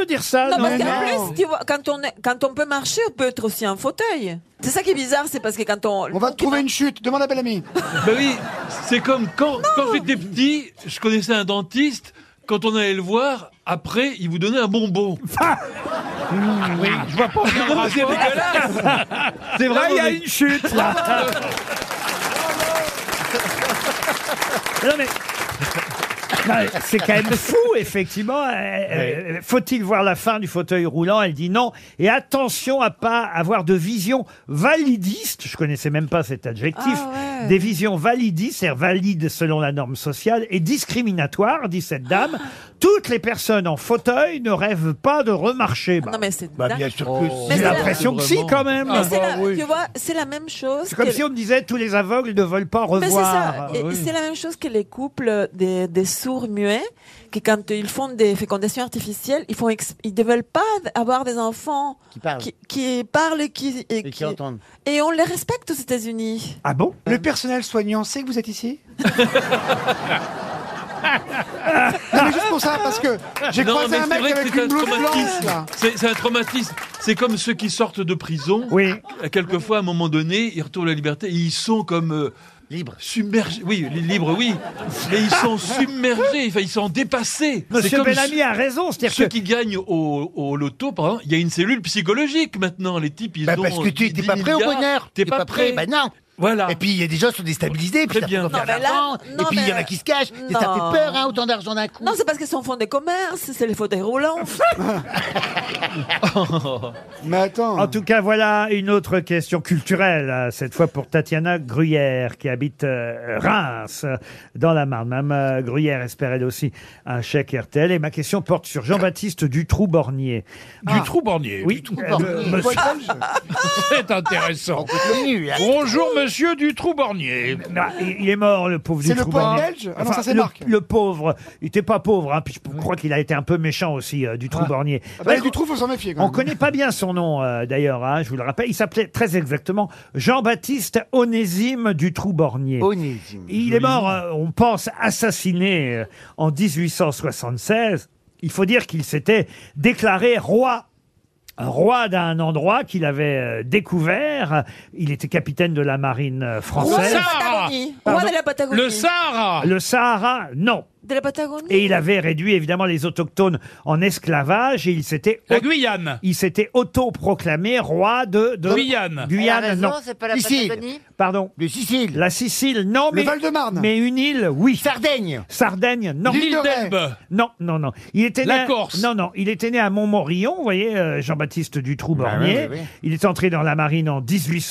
S2: de dire ça.
S4: Non,
S8: non,
S4: parce
S8: non.
S4: qu'en plus, tu vois, quand on, est- quand on peut marcher, on peut être aussi en fauteuil. C'est ça qui est bizarre, c'est parce que quand on. On va trouver une chute, demande à Bellamy.
S2: Ah,
S5: Ben oui, c'est comme quand, quand j'étais petit, je connaissais un dentiste. Quand on allait le voir, après, il vous donnait un bonbon. Ah oui, je vois pas.
S6: bien le
S5: Oh, c'est
S6: rapport.
S2: [LAUGHS]
S5: dégueulasse. C'est
S2: Là, il y a
S5: vraiment-
S2: une chute, là. Non, mais. [LAUGHS] Non, mais C'est quand même fou, effectivement. Euh, euh, Faut-il voir la fin du fauteuil roulant Elle dit non. Et attention à pas avoir de vision validiste. Je connaissais même pas cet adjectif.
S18: Ah ouais.
S2: Des visions validistes, c'est-à-dire valides selon la norme sociale et discriminatoires, dit cette dame.
S4: Ah.
S2: Toutes les personnes en fauteuil ne rêvent pas de remarcher. non
S4: Ah mais c'est
S2: bah,
S4: dingue.
S2: bien sûr Ah,
S4: Mais c'est
S2: J'ai
S4: la-
S2: l'impression que si quand même.
S4: Mais c'est la, Tu vois, c'est la même chose.
S2: bah C'est comme
S4: que-
S2: si on me disait tous les aveugles ne veulent pas revoir.
S4: Mais c'est ça. Et
S2: Ah oui.
S4: C'est la même chose que les couples des, des sourds muets, qui quand ils font des fécondations artificielles, ils font, ex- ils ne veulent pas avoir des enfants
S8: qui parlent,
S4: qui, qui parlent et qui, et
S8: qui entendent.
S4: Et on les respecte
S2: [LAUGHS]
S4: aux États-Unis.
S2: Ah bon
S13: Le personnel soignant sait que vous êtes ici Non, mais juste pour ça, parce que j'ai
S5: Non, mais
S13: croisé un
S5: c'est
S13: mec
S5: vrai que
S13: avec
S5: c'est
S13: une
S5: un
S13: blouse blanche,
S5: traumatisme.
S13: là. Ah,
S5: C'est c'est un traumatisme. C'est comme ceux qui sortent de prison. Euh, Quelquefois, à un moment donné, ils retrouvent la liberté et ils sont comme. euh,
S8: libres.
S5: Submergés. Oui, li- libres, oui. Mais ils
S13: [LAUGHS]
S5: sont submergés. Enfin, ils sont dépassés. C'est
S2: Monsieur
S5: comme
S2: Bellamy
S5: ceux-
S2: a raison, c'est-à-dire
S5: Ceux
S2: que-
S5: qui gagnent au, au loto, par exemple, il y a une cellule psychologique maintenant. Les types, ils
S8: Bah,
S5: ont.
S8: parce que tu
S5: n'es
S8: n'es pas prêt au bonheur.
S5: T'es pas prêt.
S8: Bah non.
S5: Voilà.
S8: Et puis il y a des gens qui sont déstabilisés, puis
S5: Très
S8: ça
S5: bien.
S8: fait
S5: Non, mais là,
S8: l'argent, et
S4: non,
S8: puis il y en
S4: mais-
S8: a qui se cachent, et ça
S4: Non.
S8: fait peur, hein, autant d'argent d'un coup.
S4: Non, c'est parce qu'ils sont fonds des commerces, c'est les
S8: [LAUGHS]
S4: fauteuils roulants.
S13: Mais attends.
S2: En tout cas, voilà une autre question culturelle, euh, cette fois pour Tatiana Gruyère, qui habite euh, Reims, euh, dans la Marne. Mme euh, Gruyère espère elle aussi un chèque RTL. Et ma question porte sur Jean-Baptiste Dutroux-Bornier.
S6: Ah. Dutroux-Bornier.
S2: Oui, euh,
S6: Dutroux-Bornier.
S2: monsieur-
S6: C'est intéressant. Bonjour, monsieur Dutroux-Bornier.
S2: Ah, il il est mort, le pauvre
S6: C'est le
S2: Dutroux-Bornier.
S6: poète belge Ah non, ça, c'est
S2: le,
S6: Marc.
S2: le pauvre, il était pas pauvre, hein, puis je crois qu'il a été un peu méchant aussi, euh, Dutroux-Bornier.
S13: Ah bah, du trou, faut s'en méfier. Quand
S2: On
S13: même.
S2: connaît pas bien son nom euh, d'ailleurs, hein, je vous le rappelle. Il s'appelait très exactement Jean-Baptiste Onésime du Trou-Bornier.
S8: Onésime.
S2: Il est mort, euh, on pense, assassiné euh, en 1876. Il faut dire qu'il s'était déclaré roi un roi d'un endroit qu'il avait euh, découvert. Il était capitaine de la marine euh, française.
S4: Roi de la Patagonie. Roi de la Patagonie. Le Sahara.
S2: Le Sahara, non.
S4: De la Patagonie.
S2: Et il avait réduit évidemment les autochtones en esclavage et il s'était. La Guyane. Il s'était autoproclamé roi de, de-
S6: Guyane.
S2: Guyane,
S6: Elle a raison,
S2: non.
S6: c'est pas Eh, la Sicile. Patagonie
S2: Pardon.
S8: De Sicile.
S2: La Sicile, non.
S6: Le
S2: mais
S6: Val-de-Marne.
S2: Mais une île, oui.
S8: Sardaigne.
S2: Sardaigne, non.
S6: L'île L'île de Ré. d'Elbe.
S2: Non, non, non. Il était
S6: La
S2: né à-
S6: Corse.
S2: Non, non. Il était né à Montmorillon, vous voyez, euh, Jean-Baptiste Dutroux-Bornier.
S8: Ah
S6: ouais, ouais, ouais.
S2: Il est entré dans la marine en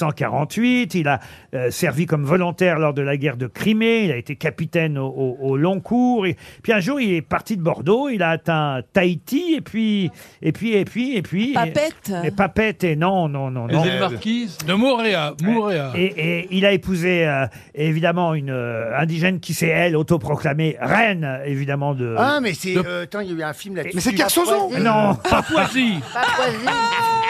S2: 1848. Il a euh, servi comme volontaire lors de la guerre de Crimée. Il a été capitaine au, au- au long cours. Et puis un jour, il est parti de Bordeaux. Il a atteint Tahiti. Et puis, et puis, et puis, et puis.
S6: Papette.
S2: Et, et Papette. Et non, non, non, non.
S6: Les îles Marquises de Moréa. Moréa.
S2: Et, et il a épousé euh, évidemment une euh, indigène qui s'est elle autoproclamée reine évidemment de.
S8: Ah, mais c'est.
S2: de-
S8: euh, attends, il y a eu un film là-dessus.
S2: Mais c'est
S8: du
S2: Kersozon.
S8: Papouasie.
S2: Non. Papouasie.
S8: Ah.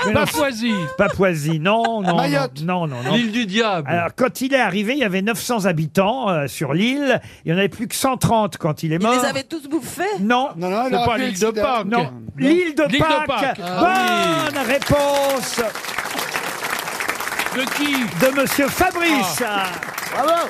S2: Mais non,
S6: Papouasie.
S2: Papouasie, non, non.
S6: Mayotte.
S2: Non, non, non.
S6: L'île du diable.
S2: Alors, quand il est arrivé, il y avait 900 habitants euh, sur l'île. Il n'y en avait plus que 130 quand il est
S4: Ils
S2: mort.
S4: les avaient tous bouffés.
S2: Non,
S4: elle C'est aurait pas pu l'île le de sida. Pâques.
S2: Non, l'île de
S4: L'île de
S2: Pâques.
S4: Pâques.
S6: Ah
S2: Bonne réponse.
S6: De qui
S2: De Monsieur Fabrice.
S8: Bravo.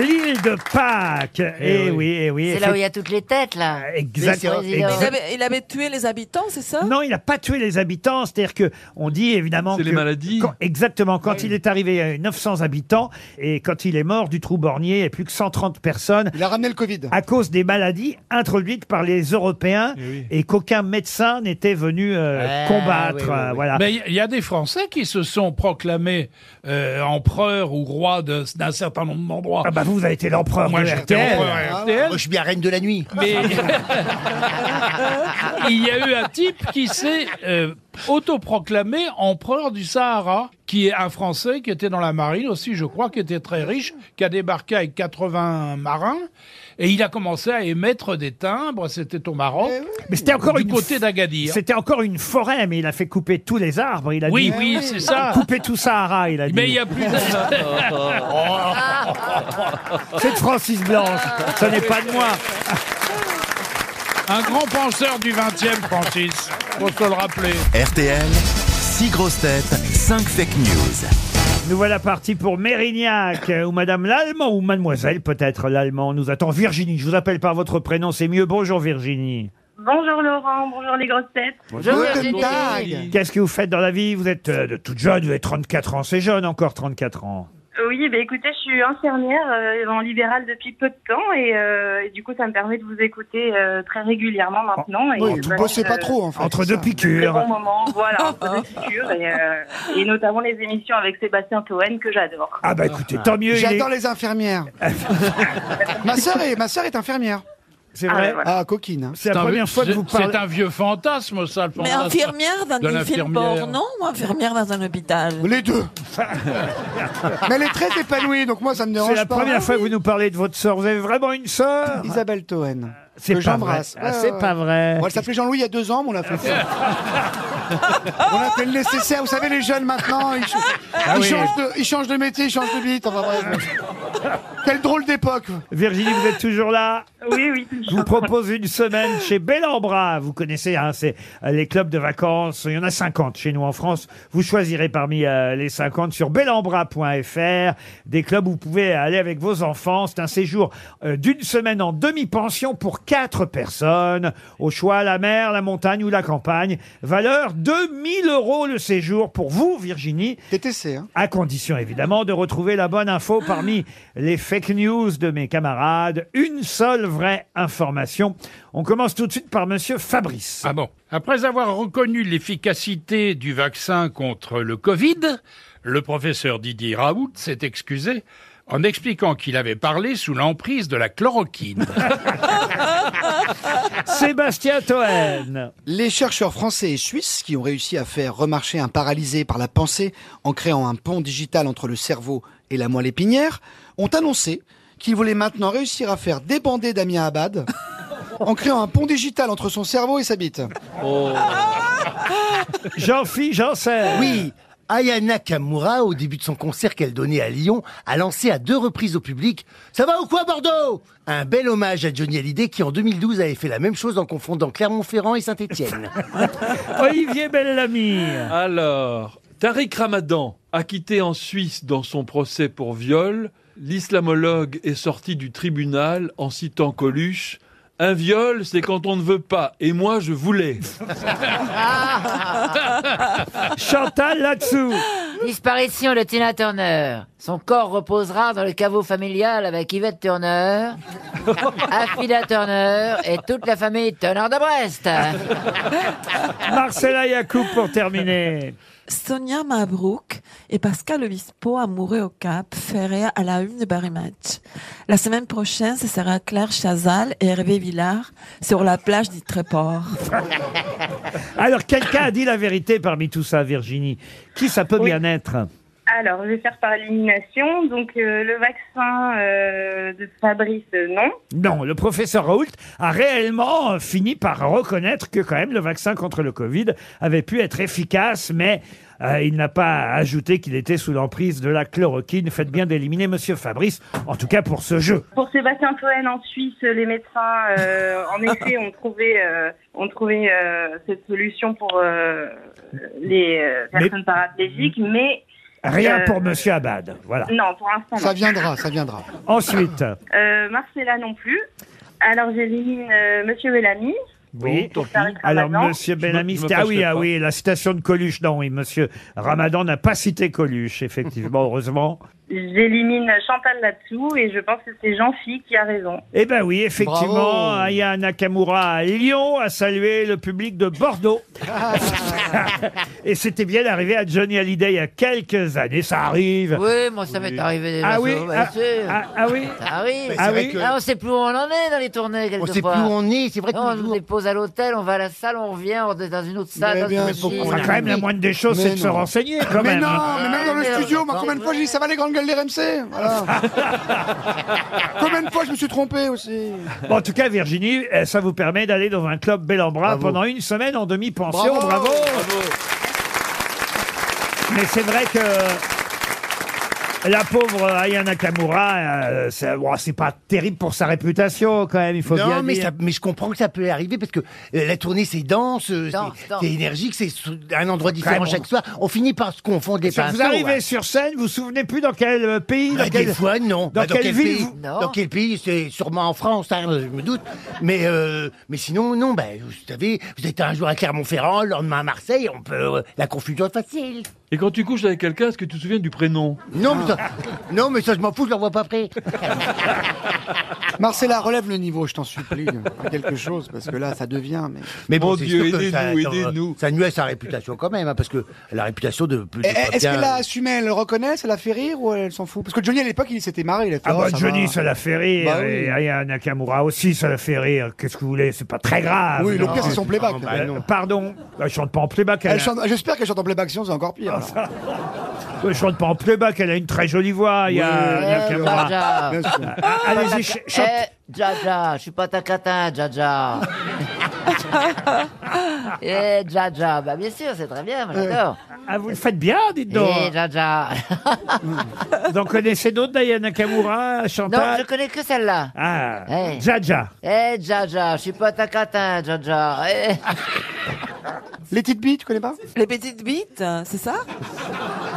S2: L'île de Pâques. Eh, oui, eh oui.
S7: C'est là où il y a toutes les têtes, là.
S2: Exactement.
S7: Les présidents.
S2: Exact-
S4: Il avait, il avait tué les habitants, c'est ça
S2: Non, il n'a pas tué les habitants. C'est-à-dire que on dit évidemment
S5: C'est
S2: que
S5: les maladies.
S2: quand- exactement. Quand il est arrivé à 900 habitants et quand il est mort du trou bornier, il n'y a plus que 130 personnes.
S13: Il a ramené le Covid.
S2: À cause des maladies introduites par les
S6: Eh
S2: Européens et, qu'aucun médecin n'était venu euh,
S6: Ah,
S2: combattre.
S6: oui, oui,
S2: euh,
S6: oui.
S2: Voilà.
S6: Mais il y- y a des Français qui se sont proclamés euh, empereurs ou rois de- d'un certain nombre d'endroits.
S2: Ah bah vous, vous avez été l'empereur
S6: Moi,
S2: de
S6: j'étais
S2: RTL.
S6: empereur
S2: Ah,
S6: RTL.
S8: Moi, je suis bien reine de la nuit.
S6: Mais [LAUGHS] il y a eu un type qui s'est euh, autoproclamé empereur du Sahara. qui est un Français qui était dans la marine aussi, je crois, qui était très riche, qui a débarqué avec 80 marins, et il a commencé à émettre des timbres, c'était au Maroc,
S8: Eh
S2: Mais c'était encore
S6: du
S2: une
S6: côté
S2: f-
S6: d'Agadir.
S2: C'était encore une forêt, mais il a fait couper tous les arbres. Il a
S6: Oui,
S2: dit-
S6: oui, c'est ça.
S2: Couper tout Sahara, il a dit.
S6: Mais il n'y a
S2: [LAUGHS]
S6: plus
S2: C'est de Francis Blanche, ce n'est pas de moi.
S6: Un grand penseur du 20e, Francis, faut se le rappeler.
S1: RTL, 6 grosses têtes, 5 fake news.
S2: Nous voilà partis pour Mérignac, euh, où Madame l'Allemand, ou Mademoiselle peut-être l'Allemand, nous attend. Virginie, je vous appelle par votre prénom, c'est mieux. Bonjour Virginie.
S18: Bonjour Laurent, bonjour les grosses têtes.
S2: Qu'est-ce que vous faites dans la vie Vous êtes euh, de toute jeune, vous avez 34 ans, c'est jeune encore 34 ans.
S18: Oui, ben écoutez, je suis infirmière euh, en libéral depuis peu de temps et, euh, et du coup, ça me permet de vous écouter euh, très régulièrement maintenant. Et
S13: Oui,
S18: je
S13: vous
S18: passe,
S13: bossez pas
S18: euh,
S13: trop, en fait,
S2: Entre deux
S18: Très
S2: piqûres.
S18: bon moment, voilà, entre deux piqûres et, euh, et notamment les émissions avec Sébastien Toen que j'adore.
S2: Ah bah écoutez, tant mieux. il est-
S13: J'adore les
S2: [LAUGHS]
S13: infirmières. ma sœur est, ma sœur est infirmière.
S2: C'est vrai.
S13: Ah, coquine. hein.
S2: C'est la
S6: un
S2: première
S6: vieux-
S2: fois que vous
S6: c'est-
S2: parlez-
S6: C'est un vieux fantasme, ça, le
S4: Mais
S6: fantasme
S4: infirmière dans
S6: de
S4: des films
S6: l'infirmière.
S4: porno ou infirmière dans un hôpital
S13: Les deux. [LAUGHS] Mais elle est très épanouie, donc moi ça me dérange
S2: C'est
S13: pas. Ah
S2: la première fois que vous nous parlez de votre sœur. Vous avez vraiment une sœur
S13: Isabelle Toen.
S2: C'est
S13: que
S2: pas
S13: j'embrasse.
S2: vrai. Ah, c'est pas vrai.
S13: Bon, elle s'appelait Jean-Louis il y a deux ans, mais on l'a
S2: [LAUGHS]
S13: fait faire. on a fait le nécessaire. Vous savez, les jeunes maintenant, ils, ch-
S2: Ah
S13: ils
S2: oui.
S13: changent, de, ils changent de métier, ils changent de bite. Enfin, bref. Quelle drôle d'époque.
S2: Virginie, vous êtes toujours là
S18: Oui, oui.
S2: Je vous propose une semaine chez Bellambra. Vous connaissez, hein, c'est euh, les clubs de vacances. Il y en a 50 chez nous en France. Vous choisirez parmi euh, les 50 sur bellambra.fr. Des clubs où vous pouvez aller avec vos enfants. C'est un séjour euh, d'une semaine en demi-pension pour quatre personnes. Au choix, la mer, la montagne ou la campagne. Valeur 2000 euros le séjour pour vous, Virginie.
S13: TTC,
S2: À condition, évidemment, de retrouver la bonne info parmi les fake news de mes camarades. Une seule vraie information. On commence tout de suite par
S6: [LAUGHS]
S2: Monsieur Fabrice.
S6: Ah bon Après avoir reconnu l'efficacité du vaccin contre le Covid, le professeur Didier Raoult s'est excusé en expliquant qu'il avait parlé sous l'emprise de la chloroquine.
S2: Sébastien Toen.
S13: Les chercheurs français et suisses qui ont réussi à faire remarcher un paralysé par la pensée en créant un pont digital entre le cerveau et la moelle épinière ont annoncé qu'ils voulaient maintenant réussir à faire débander Damien Abad en créant un pont digital entre son cerveau et sa bite.
S2: jean philippe Janssen.
S8: Oui. Ayana Kamura, au début de son concert qu'elle donnait à Lyon, a lancé à deux reprises au public « Ça va ou quoi, Bordeaux ?» Un bel hommage à Johnny Hallyday qui, en 2012, avait fait la même chose en confondant Clermont-Ferrand et [LAUGHS] Saint-Étienne.
S2: Olivier Bellamy.
S5: Alors, Tariq Ramadan, acquitté en Suisse dans son procès pour viol, l'islamologue est sorti du tribunal en citant Coluche. Un viol, c'est quand on ne veut pas, et moi je voulais.
S2: Chantal là-dessous.
S7: Disparition de Tina Turner. Son corps reposera dans le caveau familial avec Yvette Turner, Afida Turner et toute la famille Turner de Brest.
S2: Marcella Yacoub pour terminer.
S4: Sonia Mabrouk et Pascal Obispo amoureux au Cap, ferré à la une de Barry Match. La semaine prochaine, ce sera Claire Chazal et Hervé Villard sur la plage d'Itréport.
S2: Alors, quelqu'un a dit la vérité parmi tout ça, Virginie. Qui ça peut bien être
S18: [LAUGHS] Alors, je vais faire par élimination. Donc, euh, le vaccin euh, de Fabrice, euh, non.
S2: Non, le professeur Raoult a réellement euh, fini par reconnaître que quand même le vaccin contre le Covid avait pu être efficace, mais euh, il n'a pas ajouté qu'il était sous l'emprise de la chloroquine. Faites bien d'éliminer Monsieur Fabrice, en tout cas pour ce jeu.
S18: Pour Sébastien Toen en Suisse, les médecins, euh, en effet, ont trouvé, euh, ont trouvé euh, cette solution pour euh, les euh,
S2: Mais- Mm.
S18: personnes paraplégiques, mais
S2: Rien
S18: euh,
S2: pour Monsieur Abad, voilà.
S18: Non, pour l'instant. non.
S13: ça viendra.
S2: Ensuite,
S18: Euh, Marcella non plus. Alors j'élimine euh, Monsieur Bellamy.
S2: oui.
S18: Pour Tariq
S2: Alors,
S18: Ramadan.
S2: Monsieur Bellamy, c'était- ah oui, ah oui, la citation de Coluche, non, oui, Monsieur Ramadan n'a pas cité Coluche, effectivement, heureusement.
S18: J'élimine Chantal là-dessous et je pense que c'est Jean-Phi qui a raison.
S2: Eh ben oui, effectivement, euh,
S18: Bravo.
S2: Aya Nakamura à Lyon a salué le public de Bordeaux.
S7: Ah.
S2: [LAUGHS] Et c'était bien arrivé à Johnny Hallyday il y a quelques années, ça arrive.
S7: Oui, moi ça m'est arrivé déjà.
S2: Ah oui,
S7: ça,
S2: ah,
S7: bien sûr.
S2: ah, ah oui.
S7: Ça arrive.
S2: Mais c'est Ah vrai oui. que-
S7: Ah, on sait plus où on en est dans les tournées quelquefois.
S8: sait plus où on est, c'est vrai que
S7: On nous dépose à l'hôtel, on va à la salle, on revient, on est dans une autre salle. dans une autre
S2: Enfin, quand même, la moindre des choses,
S13: Mais
S2: c'est de se
S13: non.
S2: renseigner quand
S13: mais
S2: même. hein.
S13: non, mais même dans le
S7: Ah,
S13: studio, moi, combien de fois j'ai dit ça va les grandes gueules des RMC
S2: [LAUGHS]
S13: Voilà. Combien de fois je me suis trompé aussi
S2: Bon, en tout cas, Virginie, euh, ça vous permet d'aller dans un club bel en bras pendant une semaine en demi-pension. Bravo, Mais c'est vrai que la pauvre Aya Nakamura, euh, c'est bon, c'est pas terrible pour sa réputation quand même, il faut bien
S8: non, mais,
S2: dire.
S8: ça- mais je comprends que ça peut arriver parce que euh, la tournée c'est dense, euh,
S2: Dense,
S8: c'est-
S2: dense.
S8: c'est énergique, c'est sou- un endroit différent
S2: Vraiment.
S8: chaque soir. On finit par se confondre les
S2: Parce que
S8: pinceaux.
S2: vous arrivez
S8: ouais.
S2: sur scène, vous vous souvenez plus dans quel euh, pays
S8: hein. Bah,
S2: dans quel...
S8: Des fois, non.
S2: Dans
S8: Bah,
S2: quelle
S8: quel
S2: ville
S8: pays
S2: vous-
S8: Dans quel pays C'est sûrement en France, hein, je me doute. Mais, euh, mais sinon, non. Bah, vous savez, vous êtes un jour à Clermont-Ferrand, le lendemain à Marseille, on peut euh, la confusion est facile.
S5: Et quand tu couches avec quelqu'un, est-ce que tu te souviens du prénom
S8: Non, mais ça,
S2: Ah.
S8: non, mais ça je m'en fous, je l'envoie pas après.
S13: Marcella, relève le niveau, je t'en supplie. Fais quelque chose, parce que là, ça devient. Mais,
S8: Mais bon, c'est sûr que ça- ça- Ça nuit à sa réputation quand même, hein, parce que la réputation de. de
S2: Eh,
S13: Et-
S8: pas
S13: Eh, Est-ce
S8: bien-
S13: qu'elle l'a assumé, elle le reconnaît, ça l'a fait rire ou elle s'en fout Parce que Johnny à l'époque il s'était marré, il a fait,
S2: Ah
S13: oh,
S2: bah
S13: ça
S2: Johnny,
S13: va.
S2: ça l'a fait rire.
S13: Bah oui.
S2: Et Aya Nakamura aussi, ça l'a fait rire. Qu'est-ce que vous voulez C'est pas très grave.
S13: Oui, le pire, c'est son
S2: Non,
S13: playback.
S2: bah, euh, pardon, elle chante pas en playback.
S13: Elle
S2: a- Ah,
S13: chante- J'espère qu'elle chante en playback, sinon c'est encore pire. alors.
S2: Elle chante pas en playback, elle a une très jolie voix. Il y a
S7: Ouais,
S2: Nakamura.
S7: Jaja.
S2: Ah, Allez-y, ch- chante.
S7: Eh, Jaja, je suis pas ta catin,
S2: [LAUGHS]
S7: Jaja. Eh, Jaja, bah bien sûr, c'est très bien, moi, j'adore.
S2: Ah, vous le faites bien, dites donc. Ah,
S7: Eh, Jaja.
S2: Vous en connaissez d'autres, Aya Nakamura,
S7: Non,
S2: Chantal
S7: je connais que celle-là.
S2: Ah,
S7: Eh.
S2: Jaja.
S7: Eh, Jaja, je suis pas ta catin, Jaja. Eh.
S13: Les petites billes, tu connais pas
S4: Les petites bites, c'est ça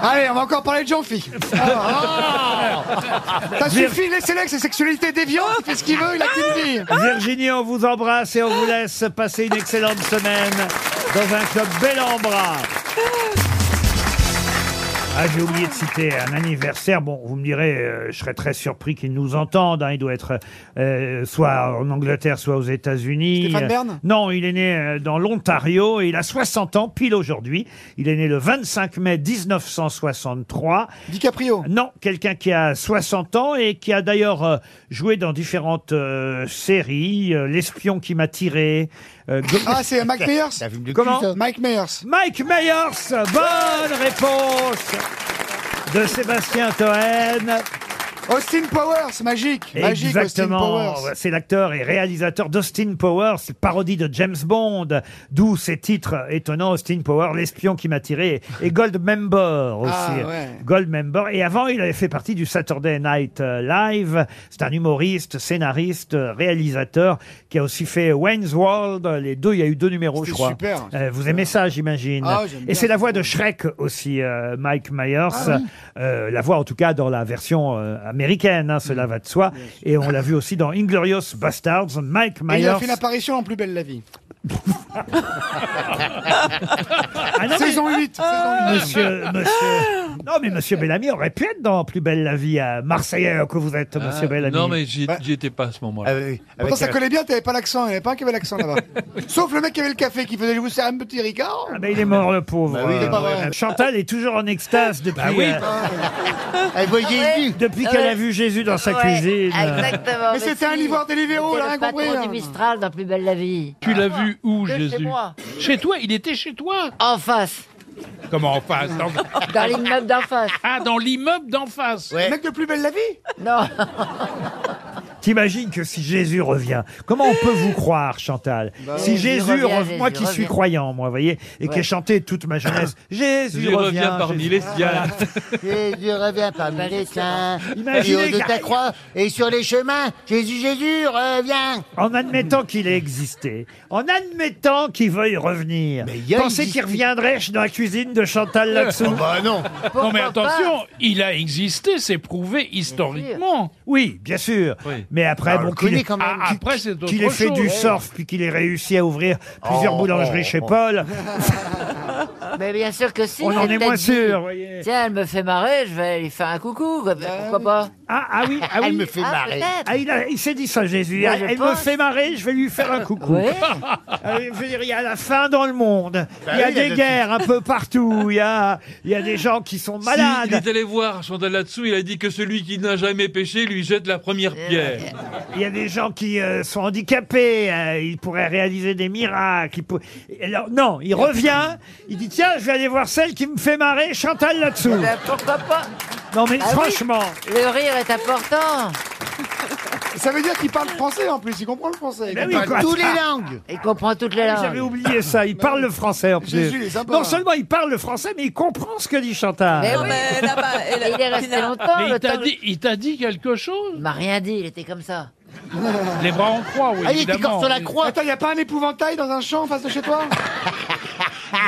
S13: Allez, on va encore parler
S2: [LAUGHS]
S13: de Jean-Phi. Ah, ah. Ça
S2: Vir-
S13: suffit, laissez-le avec ses sexualités déviantes, il fait ce qu'il veut, il a qu'une vie.
S2: Ah. Virginie, on vous embrasse et on vous laisse passer une excellente semaine dans un club bel en bras. Ah, j'ai oublié de citer un anniversaire. Bon, vous me direz, euh, je serais très surpris qu'il nous entende. hein. Il doit être euh, soit en Angleterre, soit aux États-Unis. Euh,
S13: Stéphane Bern
S2: Non, il est né euh, dans l'Ontario et il a 60 ans pile aujourd'hui. Il est né le 25 mai 1963.
S13: DiCaprio
S2: Non, quelqu'un qui a 60 ans et qui a d'ailleurs euh, joué dans différentes euh, séries. euh, L'espion qui m'a tiré. euh, Go-
S13: Ah, c'est euh, Mike Myers
S2: Comment
S13: Mike Myers.
S2: Mike Myers, bonne réponse de Sébastien Toen.
S13: Austin Powers, magique. Magique, Austin
S2: Exactement.
S13: Powers.
S2: C'est l'acteur et réalisateur d'Austin Powers, parodie de James Bond, d'où ces titres étonnants Austin Powers, l'espion qui m'a tiré, et Goldmember aussi.
S13: Ah, ouais.
S2: Goldmember. Et avant, il avait fait partie du Saturday Night euh, Live. C'est un humoriste, scénariste, euh, réalisateur qui a aussi fait Wayne's World. Les deux, il y a eu deux numéros, je crois.
S13: super,
S2: Euh, vous aimez ça, j'imagine.
S13: Ah, j'aime bien,
S2: et c'est la voix de Shrek aussi, euh, Mike Myers.
S13: Ah oui.
S2: Euh, la voix, en tout cas, dans la version euh, américaine, hein,
S13: Mm.
S2: cela va de soi. Et on l'a vu aussi dans Inglorious Bastards, Mike
S13: Et il
S2: Myers.
S13: a fait une apparition en Plus Belle
S2: [LAUGHS]
S13: la Vie.
S2: Ah non, mais- Ah,
S13: saison 8.
S2: Monsieur, monsieur. Non, mais monsieur Bellamy aurait pu être dans Plus belle la vie à Marseillais alors que vous êtes, monsieur
S5: Ah,
S2: Bellamy.
S5: Non, mais j'y j'y étais pas à ce moment-là.
S13: Pourtant, ça collait bien, t'avais pas l'accent, il n'y avait pas un qui avait
S2: [LAUGHS]
S13: l'accent là-bas. Sauf le mec qui avait le café, qui faisait, je vous sers un petit ricard.
S2: Ah, mais il est mort, le pauvre.
S13: Bah oui, c'est pas vrai.
S2: Chantal est toujours en extase depuis.
S13: Bah oui. Ah, Eh,
S2: Elle voit Jésus. Depuis qu'elle a
S7: Ouais.
S2: vu Jésus dans sa
S7: Ouais,
S2: cuisine.
S7: Exactement.
S13: Mais c'était un livreur Deliveroo,
S7: C'était
S13: là,
S7: le
S13: rien compris,
S7: patron
S13: là.
S7: du Mistral dans Plus belle la vie.
S6: Tu l'as vu où,
S7: Que Chez
S6: Jésus
S7: moi.
S6: Chez toi, il était chez toi.
S7: En face.
S6: Comment en face dans...
S7: Dans l'immeuble d'en face.
S6: Ah, dans l'immeuble d'en face.
S13: Le mec de plus belle la vie
S7: Non.
S2: T'imagines que si Jésus revient, comment on peut vous croire, Chantal
S13: Bah
S2: Si
S13: oui.
S2: Jésus,
S13: Jésus revient,
S2: revient, moi
S13: Jésus
S2: qui suis
S13: revient.
S2: croyant, moi, voyez, et qui ai chanté toute ma jeunesse, Jésus
S5: Jésus
S2: revient,
S5: revient parmi [COUGHS]
S2: Jésus-
S5: les
S2: Voilà.
S5: siens.
S8: Jésus revient
S2: Bah,
S8: parmi les saints.
S2: Imaginez
S8: Imaginez haut de
S2: que-
S8: ta croix et sur les chemins. Jésus, Jésus, reviens.
S2: En admettant qu'il ait existé, en admettant qu'il veuille revenir,
S8: a
S2: pensez
S8: existé.
S2: qu'il reviendrait dans la cuisine
S6: [COUGHS]
S2: de Chantal là-dessous
S6: Oh bah
S8: non.
S6: non, mais attention, il a existé, c'est prouvé historiquement.
S2: Oui, bien sûr. Mais après,
S6: Ah, on
S2: bon,
S6: le
S2: qu'il
S6: connaît
S2: ait,
S6: quand même. Ah, après, c'est autre
S2: qu'il ait fait
S6: chose.
S2: du
S6: Ouais.
S2: surf, puis qu'il ait réussi à ouvrir plusieurs
S6: Oh,
S2: boulangeries
S6: oh,
S2: chez
S6: oh.
S2: Paul.
S7: Mais bien sûr que si.
S2: On en
S7: elle
S2: est
S7: t'a
S2: moins
S7: dit,
S2: sûr, voyez.
S7: Tiens, elle me fait marrer, je vais lui faire un coucou. quoi. Pourquoi pas
S2: Ah, ah oui, ah oui.
S7: peut-être.
S2: Ah, il a- il s'est dit ça, Jésus.
S7: Moi,
S2: elle
S7: je
S2: elle me
S7: pense.
S2: fait marrer, je vais lui faire un coucou. [LAUGHS]
S7: Ouais.
S2: Euh, je veux dire, il y a la faim dans le monde.
S5: Bah
S2: il y a
S5: oui, il y a
S2: des
S5: de-
S2: guerres un peu partout. Il y a, il y a des gens qui sont
S5: Si, il
S2: malades.
S5: est allé voir Chantal là-dessous, il a dit que celui qui n'a jamais péché lui jette la première pierre.
S2: Il y a des gens qui euh, sont handicapés, euh, ils pourraient réaliser des miracles. ils pour- Alors, non, il revient, il dit tiens, je vais aller voir celle qui me fait marrer, Chantal là-dessous.
S7: Ben, pourquoi pas
S2: Non mais
S7: Ah oui,
S2: franchement.
S7: Le rire est important.
S13: [LAUGHS] Ça veut dire qu'il parle français en plus, il comprend le français.
S2: Ben oui, quoi.
S7: Il comprend toutes les langues.
S2: Ah J'avais oublié ça, il parle le français
S7: [LAUGHS]
S2: en plus.
S13: Jésus, il est sympa,
S2: non
S13: hein.
S2: seulement il parle le français, mais il comprend ce que dit Chantal.
S7: Mais oui. il est resté longtemps.
S6: Mais il
S7: le
S6: t'a
S7: temps-
S6: dit, il t'a dit quelque chose
S7: Il m'a rien dit, il était comme ça.
S6: [LAUGHS]
S7: Ah,
S6: Les bras en croix, oui, évidemment.
S13: Attends, y a pas un épouvantail dans un champ en face de chez toi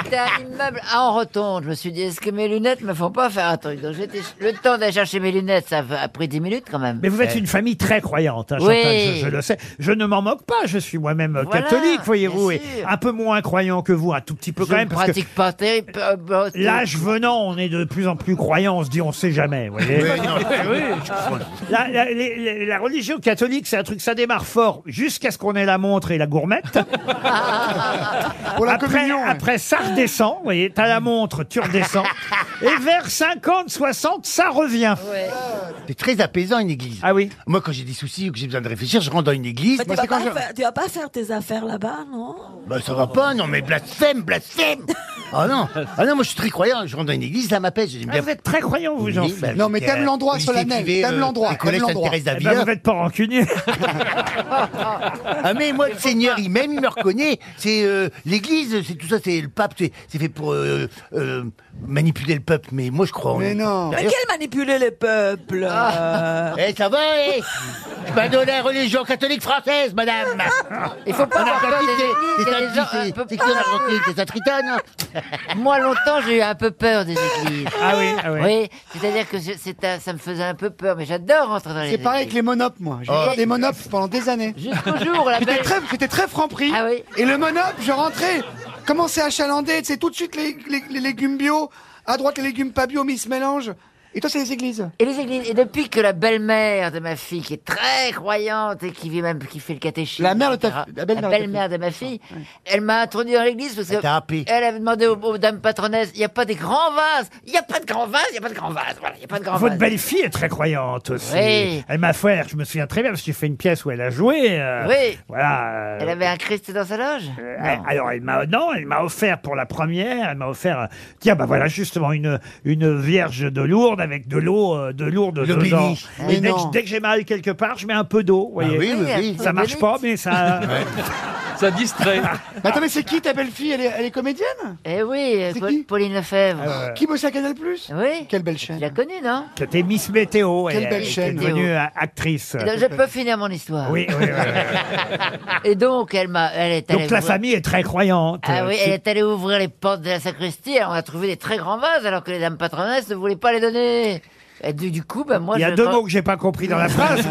S7: C'était un immeuble en rotonde. Je me suis dit, est-ce que mes lunettes me font pas faire un truc Donc j'étais le temps d'aller chercher mes lunettes, ça a pris 10 minutes quand même.
S2: Mais vous êtes
S7: Eh.
S2: une famille très croyante, hein,
S7: Oui.
S2: Chantal, je, je le sais. Je ne m'en moque pas, je suis moi-même euh,
S7: Voilà,
S2: catholique, voyez-vous, et
S7: bien sûr.
S2: un peu moins croyant que vous, un tout petit peu
S7: Je
S2: quand
S7: ne
S2: même. parce que
S7: pratique pas terrible. euh, bah,
S2: L'âge venant, on est de plus en plus croyant, on se dit on sait jamais, vous voyez.
S7: Oui, non,
S6: [LAUGHS] oui.
S2: La, la- les- les- la religion catholique, c'est un truc, ça démarre fort jusqu'à ce qu'on ait la montre et la gourmette. après, après, ça redescend, vous voyez, t'as la montre, tu
S8: [LAUGHS]
S2: redescends. et vers 50, 60, ça revient.
S8: C'est très apaisant une église.
S2: Ah oui
S8: Moi, quand j'ai des soucis ou que j'ai besoin de réfléchir, je rentre dans une église.
S4: Mais tu,
S8: Moi,
S4: vas
S8: c'est quand
S4: Bah,
S8: je-
S4: pas faire- tu vas pas faire tes affaires là-bas, non
S8: Bah, ça va pas, non, mais blasphème,
S4: [LAUGHS]
S8: blasphème Ah non, ah non, moi je suis très croyant, je rentre dans une église, ça m'apaise. j'aime bien.
S2: Ah, vous êtes très croyant, vous, jean
S8: bah,
S13: Non, mais
S8: j'étais,
S13: t'aimes
S8: euh,
S13: l'endroit,
S8: au lycée
S13: solennel,
S8: privé,
S13: t'aimes
S8: euh,
S13: l'endroit,
S8: au collège
S13: t'aimes l'endroit.
S8: Sainte-Thérèse
S13: Eh ben,
S8: d'Avila.
S2: vous n'êtes pas rancunier.
S8: [LAUGHS]
S2: [LAUGHS]
S8: Ah mais moi le Seigneur il m'aime, il me reconnaît. C'est euh, l'Église, c'est tout ça, c'est le pape, c'est c'est fait pour euh, euh, manipuler le peuple. Mais moi je crois. en-
S4: Mais
S8: non.
S4: Mais quel manipuler les peuples euh.
S8: Eh ça
S13: [LAUGHS]
S8: va eh Pas de la religion catholique française, madame.
S7: Il faut pas
S8: On a
S7: avoir peur
S8: sorti
S7: des
S8: des- des
S7: églises, il y a des gens
S8: anti-
S7: un peu
S8: c'est- c'est
S7: peur.
S8: qui, on a sorti des satritanes, hein
S7: [LAUGHS] Moi, longtemps, j'ai eu un peu peur des églises.
S2: Ah oui, ah oui.
S7: c'est-à-dire que je- c'est un- ça me faisait un peu peur, mais j'adore rentrer dans les
S13: C'est
S7: églises.
S13: pareil avec les monopes, moi. J'ai
S7: Oh.
S13: eu des monopes pendant des années.
S7: Jusqu'au jour, [LAUGHS] Ah la
S13: J'étais
S7: belle-
S13: très, j'étais très franc-prix. Et le monop, je rentrais, commençais à chalander, tu sais, tout de suite les, les- les légumes bio, à droite les légumes pas bio, mais ils se mélangent. Et toi, c'est les églises.
S7: Et les églises. Et depuis que la belle-mère de ma fille, qui est très croyante et qui vit même, qui fait le catéchisme, la mère de la
S8: belle-mère de ta
S7: belle-mère de ma fille, elle m'a introduit dans l'église parce
S8: Elle
S7: que
S8: t'a happé.
S7: elle avait demandé aux, aux dames patronesses, il n'y a pas des grands vases, il n'y a pas de grands vases, il n'y a pas de grands vases, voilà, il n'y a pas de grands
S2: Votre
S7: vases.
S2: belle-fille est très croyante aussi.
S7: Oui.
S2: Elle m'a fait, je me souviens très bien, parce que j'ai fait une pièce où elle a joué. euh,
S7: Oui.
S2: Voilà. euh,
S7: Elle avait un Christ dans sa loge.
S2: elle- alors elle m'a non, elle m'a offert pour la première, elle m'a offert euh, tiens bah voilà justement une une vierge de Lourdes avec de l'eau euh, de Lourdes
S8: Le
S2: dedans.
S8: béni.
S2: Et
S8: Mais
S2: dès,
S8: non.
S2: que, dès que j'ai mal quelque part, je mets un peu d'eau, vous
S8: Ah
S2: voyez.
S8: oui, oui, oui.
S2: Ça marche pas mais ça [LAUGHS]
S5: Ça distrait.
S13: Mais attends, mais Bah, c'est qui ta belle-fille elle est, elle est comédienne
S7: Eh oui, euh, Paul- Pauline Lefebvre.
S2: Ah ouais.
S13: Qui bosse à Canal Plus
S7: Oui.
S13: Quelle belle chaîne.
S7: Tu l'as connue, non
S2: qui était Miss Météo
S13: Quelle
S2: elle-
S13: belle
S2: elle était
S13: chaîne.
S2: devenue euh, actrice.
S7: Et donc, Eh ben, Je peux finir mon histoire.
S2: Oui, oui,
S7: [LAUGHS]
S2: oui,
S7: Et donc, elle, m'a, elle est allée.
S2: Donc la
S7: ouvrir-
S2: famille est très croyante.
S7: Ah
S2: euh,
S7: oui,
S2: c'est-
S7: elle est allée ouvrir les portes de la sacristie. Alors, on a trouvé des très grands vases, alors que les dames patronesses ne voulaient pas les donner. Et du, du coup, ben, moi,
S2: Il y a
S7: je-
S2: deux mots que j'ai pas compris
S7: [LAUGHS]
S2: dans la phrase.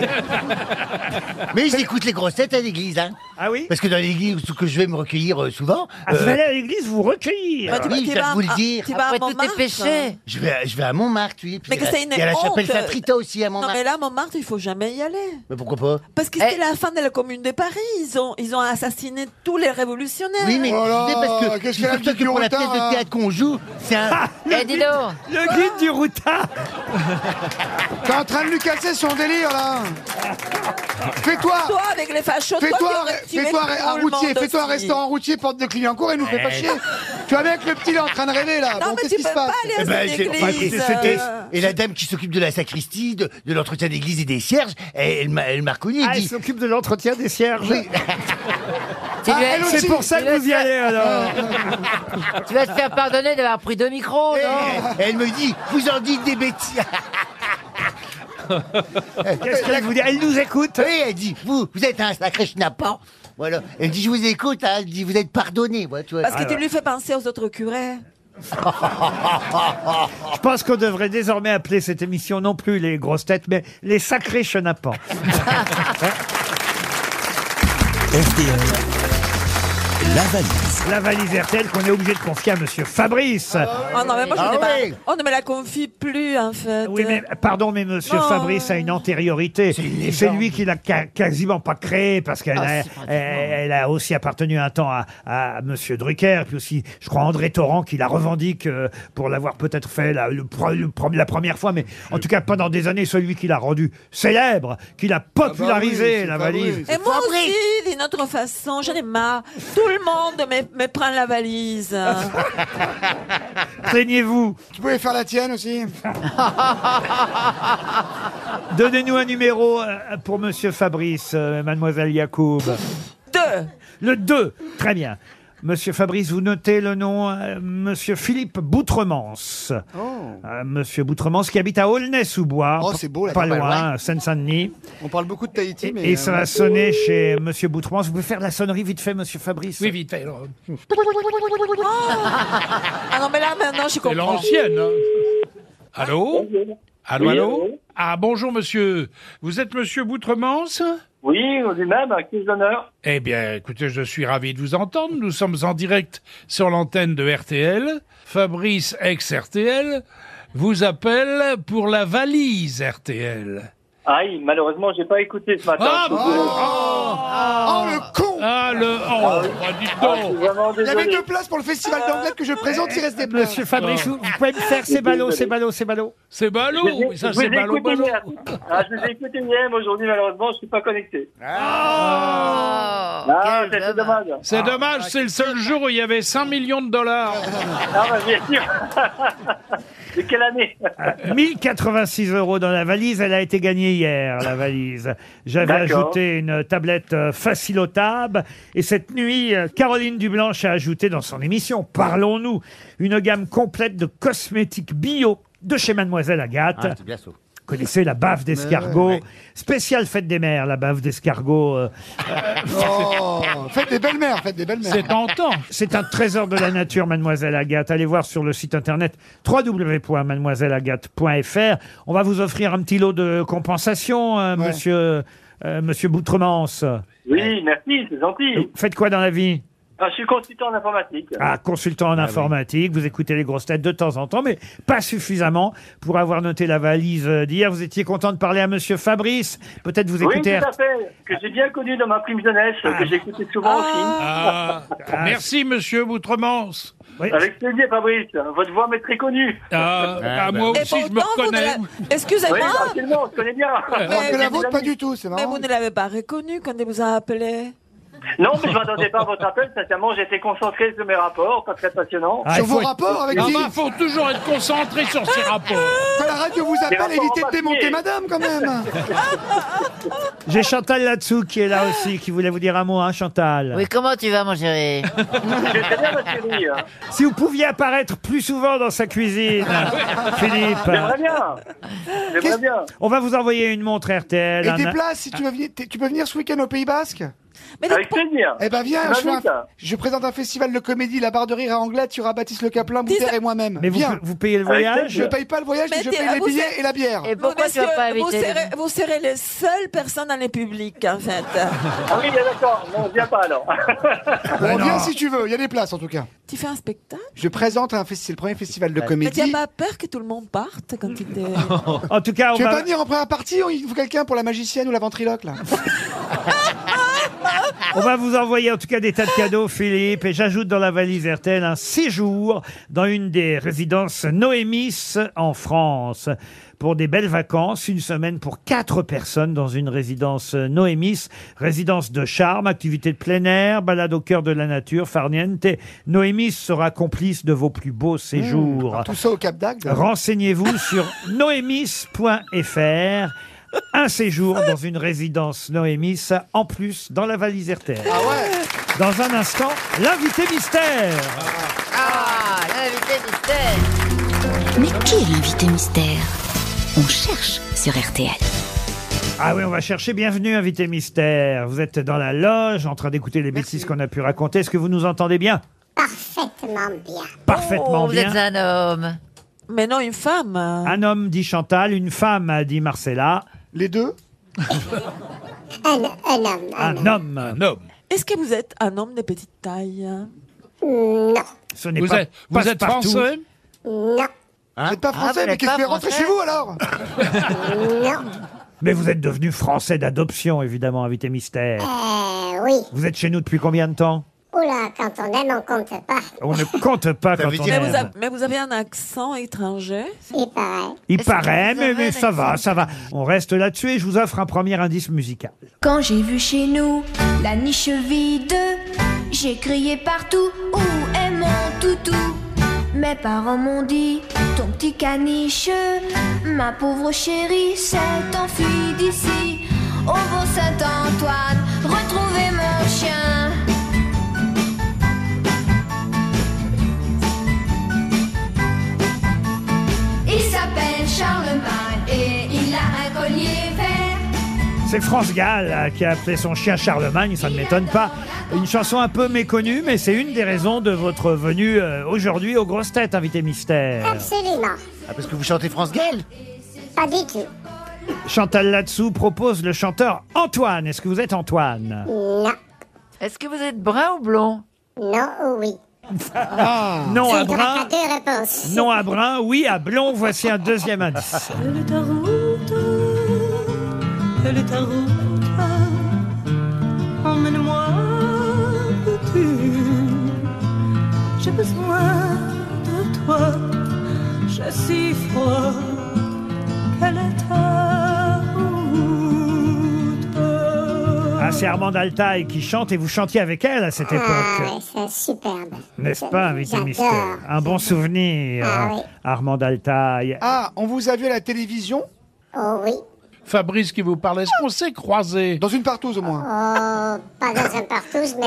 S8: Mais j'écoute les grossettes à l'église, hein.
S2: Ah oui
S8: Parce que dans l'église où que je vais me recueillir euh, souvent.
S2: Ah, vous
S8: euh,
S2: allez à l'église vous recueillir.
S8: Bah, tu- Oui, tu je vas- vous le ah, dire. tu vas à
S7: Après tous tes
S8: Montmartre,
S7: péchés.
S8: je vais, à- je vais à Montmartre, oui. puis
S4: Mais
S8: il
S4: que
S8: y a-
S4: c'est une
S8: Il y a la chapelle
S4: honte.
S8: Saint-Rita aussi à
S4: Non
S8: Montmartre.
S4: mais là, Montmartre, il faut jamais y aller.
S8: Mais pourquoi pas
S4: Parce
S7: Eh.
S4: que c'est la fin de la Commune de Paris. Ils ont, ils ont assassiné tous les révolutionnaire.
S8: Oui, mais
S13: Oh là,
S8: je sais parce que
S13: qu'est-ce
S8: je
S13: qu'elle a hein
S8: trouve
S13: dit
S8: que pour la
S13: depuis
S8: pièce
S4: hein
S13: longtemps,
S8: de théâtre qu'on joue, c'est
S2: [LAUGHS]
S8: un.
S7: Eh, dis donc.
S2: Le guide du routard
S13: [LAUGHS] T'es en train de lui casser son délire, là. Fais-toi.
S4: Toi, avec les fachos, toi,
S13: Fais-toi
S4: tu
S13: un-
S4: aurais tué
S13: fais-toi
S4: tout
S13: un
S4: le
S13: routier,
S4: monde
S13: fais-toi un
S4: aussi.
S13: restaurant routier, porte de Clignancourt et nous fais pas
S8: Eh.
S13: chier. Tu vois bien que le petit il est en train de rêver là.
S4: Non,
S13: Bon,
S4: mais
S13: qu'est-ce
S4: tu
S13: qui
S4: peux
S13: se passe
S4: pas aller à
S8: Eh ben,
S4: cette
S8: c'est-
S4: église,
S8: bah, écoutez, c'était-
S2: Ah.
S4: euh.
S8: Et la dame qui s'occupe de la sacristie, de, de l'entretien d'église et des cierges, elle, elle m'a- elle m'a reconnu. Elle
S2: Ah, elle
S8: dit
S2: s'occupe de l'entretien des cierges. [LAUGHS]
S7: Tu
S13: Ah,
S7: vas-
S13: elle
S2: C'est
S13: aussi.
S2: pour ça que vous y allez alors.
S7: [LAUGHS] tu vas te faire pardonner d'avoir pris deux micros,
S13: Eh,
S7: non
S8: Elle me dit, vous en dites
S2: [LAUGHS]
S8: des bêtises.
S2: Qu'est-ce qu'elle vous dit Elle nous écoute.
S8: Euh, Oui, elle dit, vous, vous êtes un sacré schnappant. Voilà. Elle dit, je vous écoute. hein. Elle dit, vous êtes pardonné. Voilà, tu vois. Ah,
S4: Parce que tu lui fais penser aux
S8: [LAUGHS]
S4: autres curés.
S2: Je pense qu'on devrait désormais appeler cette émission non plus les grosses têtes, mais les sacrés chenapans.
S1: RTL, la valise.
S2: la valise RTL qu'on est obligé de confier à Monsieur Fabrice. Ah
S4: Oh non, mais moi je
S8: Ah
S4: n'ai pas. On ne me la confie plus en fait.
S2: Oui, mais pardon, mais Monsieur
S4: Non.
S2: Fabrice a une antériorité. C'est lui qui l'a ca- quasiment pas créé parce qu'elle a, elle, elle a aussi appartenu un temps à, à Monsieur Drucker, puis aussi, je crois, André Torrent qui la revendique euh, pour l'avoir peut-être fait la, le pro- le pro- la première fois, mais en tout cas pendant des années, celui qui l'a rendu célèbre, qui l'a popularisé
S3: c'est
S2: la
S3: Fabrice.
S2: valise.
S4: Et moi aussi, d'une autre façon, j'en ai marre. Tout le monde me, me prend la
S2: [LAUGHS]
S4: valise.
S2: Plaignez-vous.
S13: Tu pouvais faire la tienne aussi
S2: Donnez-nous un numéro euh, pour Monsieur Fabrice, euh, Mademoiselle Yacoub.
S4: Deux.
S2: Le 2. Très bien. Monsieur Fabrice, vous notez le nom euh, Monsieur Philippe Boutremans. Euh, Monsieur Boutremans qui habite à Aulnay-sous-Bois.
S13: Oh, c'est beau, là,
S2: Pas
S13: pas
S2: loin,
S13: loin.
S2: Seine-Saint-Denis.
S13: On parle beaucoup de Tahiti, mais. euh,
S2: Et ça va sonner chez Monsieur Boutremans. Vous pouvez faire la sonnerie vite fait, Monsieur Fabrice Oui,
S6: vite fait.
S4: Ah non, mais là maintenant je
S6: C'est
S4: comprends.
S6: l'ancienne. hein. Allô Allô,
S4: Oui,
S6: allô Ah, bonjour, monsieur. Vous êtes monsieur Boutremans
S17: Oui, lui-même, à qui d'honneur
S6: Eh bien, écoutez, je suis ravi de vous entendre. Nous sommes en direct sur l'antenne de RTL. Fabrice, ex-RTL, vous appelle pour la valise RTL.
S17: Aïe, malheureusement, j'ai pas écouté ce matin.
S6: Ah,
S17: Je suis
S6: bon
S17: désolé.
S13: Oh, le con
S6: Ah, le. Oh, bah, dites
S17: Ah,
S6: donc
S13: Il y avait deux places pour le festival d'anglais que je présente, il reste des places.
S2: Monsieur Fabrice, vous, vous pouvez me faire ces ballots, ces ballots, ces ballots
S6: C'est
S17: Je vous ai- je vous ai écouté hier. Ah, je vous ai écouté hier, mais aujourd'hui, malheureusement, je suis pas connecté. Ah, c'est c'est dommage.
S6: C'est dommage, c'est le seul jour où il y avait 5 millions de dollars.
S17: Ah, bah, bien sûr. [LAUGHS] De quelle année
S2: 1086 euros dans la valise. Elle a été gagnée hier, la valise. J'avais
S17: D'accord.
S2: ajouté une tablette euh, facile au tab. Et cette nuit, euh, Caroline Dublanche a ajouté dans son émission Parlons-nous une gamme complète de cosmétiques bio de chez Mademoiselle Agathe.
S8: Ah, c'est bien ça.
S2: Vous connaissez la bave d'escargot.
S8: Ouais,
S2: Spéciale fête des mères, la bave d'escargot.
S8: [LAUGHS]
S2: euh,
S13: Oh, faites des belles-mères, faites des belles-mères.
S6: tentant.
S2: C'est un trésor de la nature, Mademoiselle Agathe. Allez voir sur le site internet www.mademoiselleagathe.fr. On va vous offrir un petit lot de compensation, euh, monsieur, euh, monsieur Boutremans.
S17: Ah. Oui, merci, c'est gentil.
S2: Vous Faites quoi dans la vie
S17: Ah, je suis consultant en informatique.
S2: ah, consultant en informatique, vous écoutez les grosses têtes de temps en temps, mais pas suffisamment pour avoir noté la valise euh, d'hier. Vous étiez content de parler à Monsieur Fabrice. Peut-être vous
S17: oui, tout
S2: écoutez
S17: à fait, que j'ai bien connu dans ma prime jeunesse, que j'écoutais souvent aussi.
S6: Ah. Merci, monsieur Boutremans.
S17: Avec plaisir, Fabrice. Votre voix m'est très connue. ben
S6: Ah, ah, moi
S4: Et
S6: aussi, je me
S4: pourtant, vous ne
S6: reconnais.
S4: la- Excusez-moi.
S17: Oui, absolument, on se connaît bien.
S13: Alors que la vôtre, pas du tout, c'est
S4: Mais
S13: marrant.
S4: vous ne l'avez pas reconnu quand il vous a appelé.
S17: Non, mais je m'attendais pas à votre appel. Sincèrement, j'étais concentré sur mes rapports, pas très passionnant.
S13: Sur vos rapports avec
S6: Ah
S13: qui
S6: bah, faut toujours être concentré sur ses rapports.
S13: Quand la radio vous
S17: Des
S13: appelle,
S17: rapports
S13: évitez
S17: en
S13: de
S17: papier.
S13: démonter madame quand même
S2: J'ai Chantal Latsou qui est là aussi, qui voulait vous dire un mot, hein, Chantal.
S7: Oui, comment tu vas,
S17: [LAUGHS]
S7: mon chéri
S17: Je sais bien, ma chérie. hein.
S2: Si vous pouviez apparaître plus souvent dans sa cuisine,
S17: J'aimerais
S2: Philippe.
S17: bien. J'aimerais bien.
S2: On va vous envoyer une montre RTL.
S13: Et
S2: un-
S13: des places, si tu veux venir, t'es- tu peux venir ce week-end au Pays Basque
S17: Avec plaisir.
S13: Eh ben viens, je,
S17: Tu
S13: fais un-
S17: m'invites.
S13: je présente un festival de comédie, la barre de rire à Anglette, tu auras Baptiste Le Caplin, Boutère et moi-même.
S2: Mais vous,
S13: viens.
S2: vous payez le
S17: Avec
S2: voyage
S13: Je paye pas le voyage, mais je
S4: t'es-
S13: paye les
S4: vous
S13: billets
S4: serez-
S13: et la bière.
S7: Et pourquoi tu
S4: Monsieur,
S7: vas pas
S4: vous
S7: inviter
S4: serez, vous serez les seules personnes dans le public, en fait.
S17: Ah oui, bien d'accord. Non, viens pas
S4: [LAUGHS]
S17: alors.
S13: Bon, Bah, viens si tu veux, il y a des places en tout cas.
S4: tu fais un spectacle
S13: Je présente un festi- le premier festival
S2: Bah,
S13: de
S4: Mais tu n'as
S13: comédie.
S4: pas peur que tout le monde parte quand tu t'es...
S13: [LAUGHS]
S2: En tout cas, on
S13: Tu veux
S2: va-
S13: pas venir en première partie Il faut quelqu'un pour la magicienne ou la
S2: [LAUGHS]
S13: ventriloque là.
S2: on va vous envoyer en tout cas des tas de cadeaux, Philippe. Et j'ajoute dans la valise RTL un séjour dans une des résidences Noémis en France. Pour des belles vacances, une semaine pour quatre personnes dans une résidence Noémis, résidence de charme, activité de plein air, balade au cœur de la nature, farniente. Noémis sera complice de vos plus beaux séjours.
S13: Mmh. Tout ça au Cap d'Agde.
S2: Renseignez-vous sur [LAUGHS] noémis.fr. Un séjour dans une résidence Noémis, en plus dans la valise RTL.
S13: Ah ouais
S2: Dans un instant, l'invité mystère.
S7: Ah, l'invité mystère
S11: Mais qui est l'invité mystère On cherche sur RTL.
S2: Ah oui, on va chercher. Bienvenue, invité mystère. Vous êtes dans la loge, en train d'écouter les bêtises qu'on a pu raconter. Est-ce que vous nous entendez bien
S19: Parfaitement bien.
S2: Parfaitement
S7: Oh, Vous
S2: bien. Ah.
S7: êtes un homme.
S4: Mais non, une femme.
S2: Un homme, dit Chantal. Une femme, a dit Marcella.
S13: Les deux Ah
S19: Un, un homme.
S2: Un homme.
S6: Un homme.
S2: Ah.
S4: Est-ce que vous êtes un homme de petite taille
S19: Non.
S2: Ce n'est
S6: Vous
S2: pas
S6: êtes- vous êtes
S2: passe-partout.
S6: français
S19: Non.
S2: Hein
S13: vous n'êtes pas
S2: Ah,
S13: français,
S2: vous
S13: mais
S2: n'êtes
S13: qu'est-ce
S2: pas
S13: qui fait rentrer
S2: français
S13: chez vous alors
S19: Non.
S2: Mais vous êtes devenu français d'adoption, évidemment, invité mystère.
S19: Euh, oui.
S2: Vous êtes chez nous depuis combien de temps
S19: Oula, quand on aime, on compte pas.
S2: On ne compte [LAUGHS] pas quand on
S4: mais, vous
S2: aime.
S4: avez, mais vous avez un accent étranger
S19: Il paraît.
S2: Il paraît, mais, mais ça va, ça va. On reste là-dessus et je vous offre un premier indice musical.
S12: Quand j'ai vu chez nous la niche vide, j'ai crié partout où est mon toutou. Mes parents m'ont dit ton petit caniche, ma pauvre chérie s'est enfuie d'ici. Au Beau Saint-Antoine, retrouvez mon chien. Il s'appelle Charlemagne et il a un collier vert.
S2: C'est France Gall euh, qui a appelé son chien Charlemagne, ça ne m'étonne pas. Une chanson un peu méconnue, mais c'est une des raisons de votre venue euh, aujourd'hui aux grosses têtes, invité mystère.
S19: Absolument.
S2: Ah, parce que vous chantez France Gall
S19: Pas du tout.
S2: Chantal Latsou propose le chanteur Antoine. Est-ce que vous êtes Antoine
S19: Non.
S7: Est-ce que vous êtes brun ou Ah. blond
S19: Non ou oui
S2: Non à
S19: C'est grâce à
S2: brun,
S19: deux réponses.
S2: non à brun, oui à blond. Voici un deuxième indice.
S12: Elle est à route, elle est à route, emmène-moi tu J'ai besoin de toi, j'ai si froid, elle est à route.
S2: Ah, c'est Armand Altaï qui chante et vous chantiez avec elle à cette époque.
S19: C'est superbe.
S2: N'est-ce pas, invité
S19: Ah, J'adore.
S2: mystère Un bon souvenir, hein,
S19: Ah oui.
S2: Armand Altaï.
S13: Ah, on vous a vu à la télévision
S19: Oh oui.
S6: Fabrice qui vous parlait, est-ce qu'on s'est croisés
S13: Dans une partouze au moins.
S19: Oh, pas dans un partouze, mais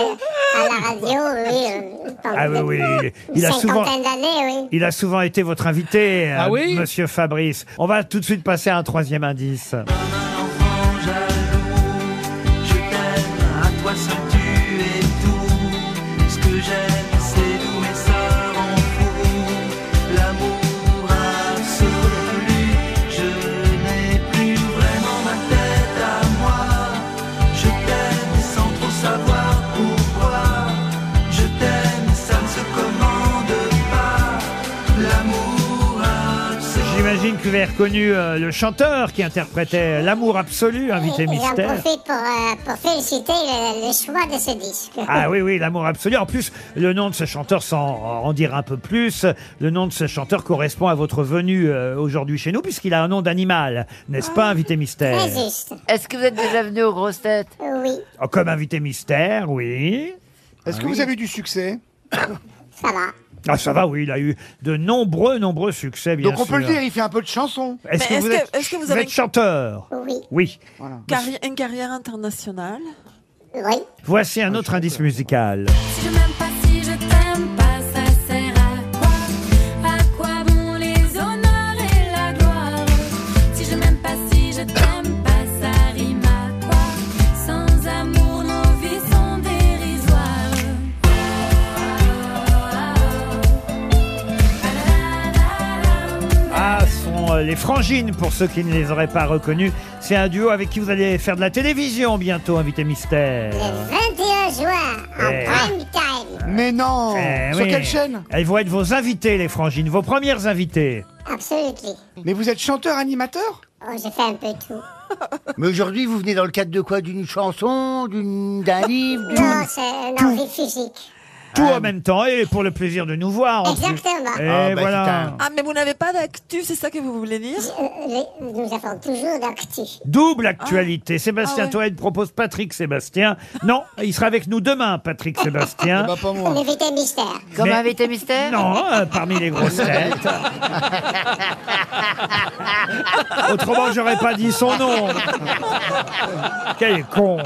S19: à la radio, oui. euh, pendant
S2: Ah oui, oui, il-
S19: une
S2: il a souvent-
S19: cinquantaine d'années, oui.
S2: Il a souvent été votre invité,
S6: Ah
S2: euh,
S6: oui
S2: monsieur Fabrice. On va tout de suite passer à un troisième indice.
S12: Je t'aime, à toi seul tu es tout. Ce que j'aime, c'est d'où mes soeurs en fous. L'amour absolu, je n'ai plus vraiment ma tête à moi. Je t'aime sans trop savoir pourquoi. Je t'aime, ça ne se commande pas. L'amour absolu.
S2: J'imagine que vous avez reconnu euh, le chanteur qui interprétait L'amour absolu, invité
S19: Et j'en
S2: mystère.
S19: profite pour, euh, pour féliciter le, le choix de ce disque.
S2: Ah oui, oui, l'amour absolu. En plus, le nom de ce chanteur, sans en dire un peu plus, le nom de ce chanteur correspond à votre venue euh, aujourd'hui chez nous, puisqu'il a un nom d'animal, n'est-ce pas, invité mystère
S4: Ah,
S7: Est-ce que vous êtes déjà venu aux grosses têtes
S19: Oui.
S2: Oh, Comme invité mystère, oui.
S13: Est-ce que
S2: Ah oui.
S13: vous avez eu du succès
S19: Ça va.
S2: Ah ça va, oui, il a eu de nombreux, nombreux succès, bien
S13: Donc on
S2: sûr.
S13: peut le dire, il fait un peu de chanson.
S2: Est-ce que, vous êtes,
S4: est-ce que vous
S2: vous
S4: avez-
S2: êtes chanteur
S19: Oui.
S2: Oui.
S4: Carri- Une carrière internationale
S19: Oui.
S2: Voici un autre indice musical.
S12: Si je m'aime pas, si je t'aime pas, Ah, ça sert à quoi À quoi bon les honneurs et la gloire Si je m'aime pas, si je t'aime pas, ça rime à quoi Sans amour, nos vies sont dérisoires.
S2: Ah, ce sont euh, les Frangines, pour ceux qui ne les auraient pas reconnus. C'est un duo avec qui vous allez faire de la télévision bientôt, invité mystère.
S19: Le 21 juin, en
S2: Eh.
S19: prime time.
S13: Mais non
S2: Eh
S13: Sur
S2: oui.
S13: quelle chaîne
S2: Elles vont être vos invités, les Frangines, vos premières invitées.
S19: Absolument.
S13: Mais vous êtes chanteur, animateur
S19: Oh, j'ai fait un peu tout.
S8: Mais aujourd'hui, vous venez dans le cadre de quoi D'une chanson D'une d'un livre
S19: Non,
S8: d'une-
S19: c'est une envie physique.
S2: Tout
S13: Ah.
S2: en même temps, et pour le plaisir de nous voir. en plus.
S19: Exactement.
S2: Et
S8: Ah, bah,
S2: voilà.
S8: putain.
S13: hein.
S4: Ah, mais vous n'avez pas d'actu, c'est ça que vous voulez dire
S19: Euh, les- nous avons toujours d'actu.
S2: Double actualité. Sébastien
S4: Ah ouais.
S2: Toed propose Patrick Sébastien. Non, il sera avec nous demain,
S13: [LAUGHS]
S2: Patrick
S7: Eh
S2: Sébastien.
S13: Ah, bah, pas
S19: L'invité mystère.
S7: ben, Comme
S2: Mais-
S7: invité mystère
S2: Non, euh, parmi les grosses têtes.
S7: [LAUGHS]
S2: Autrement, j'aurais pas dit son nom. Quel con.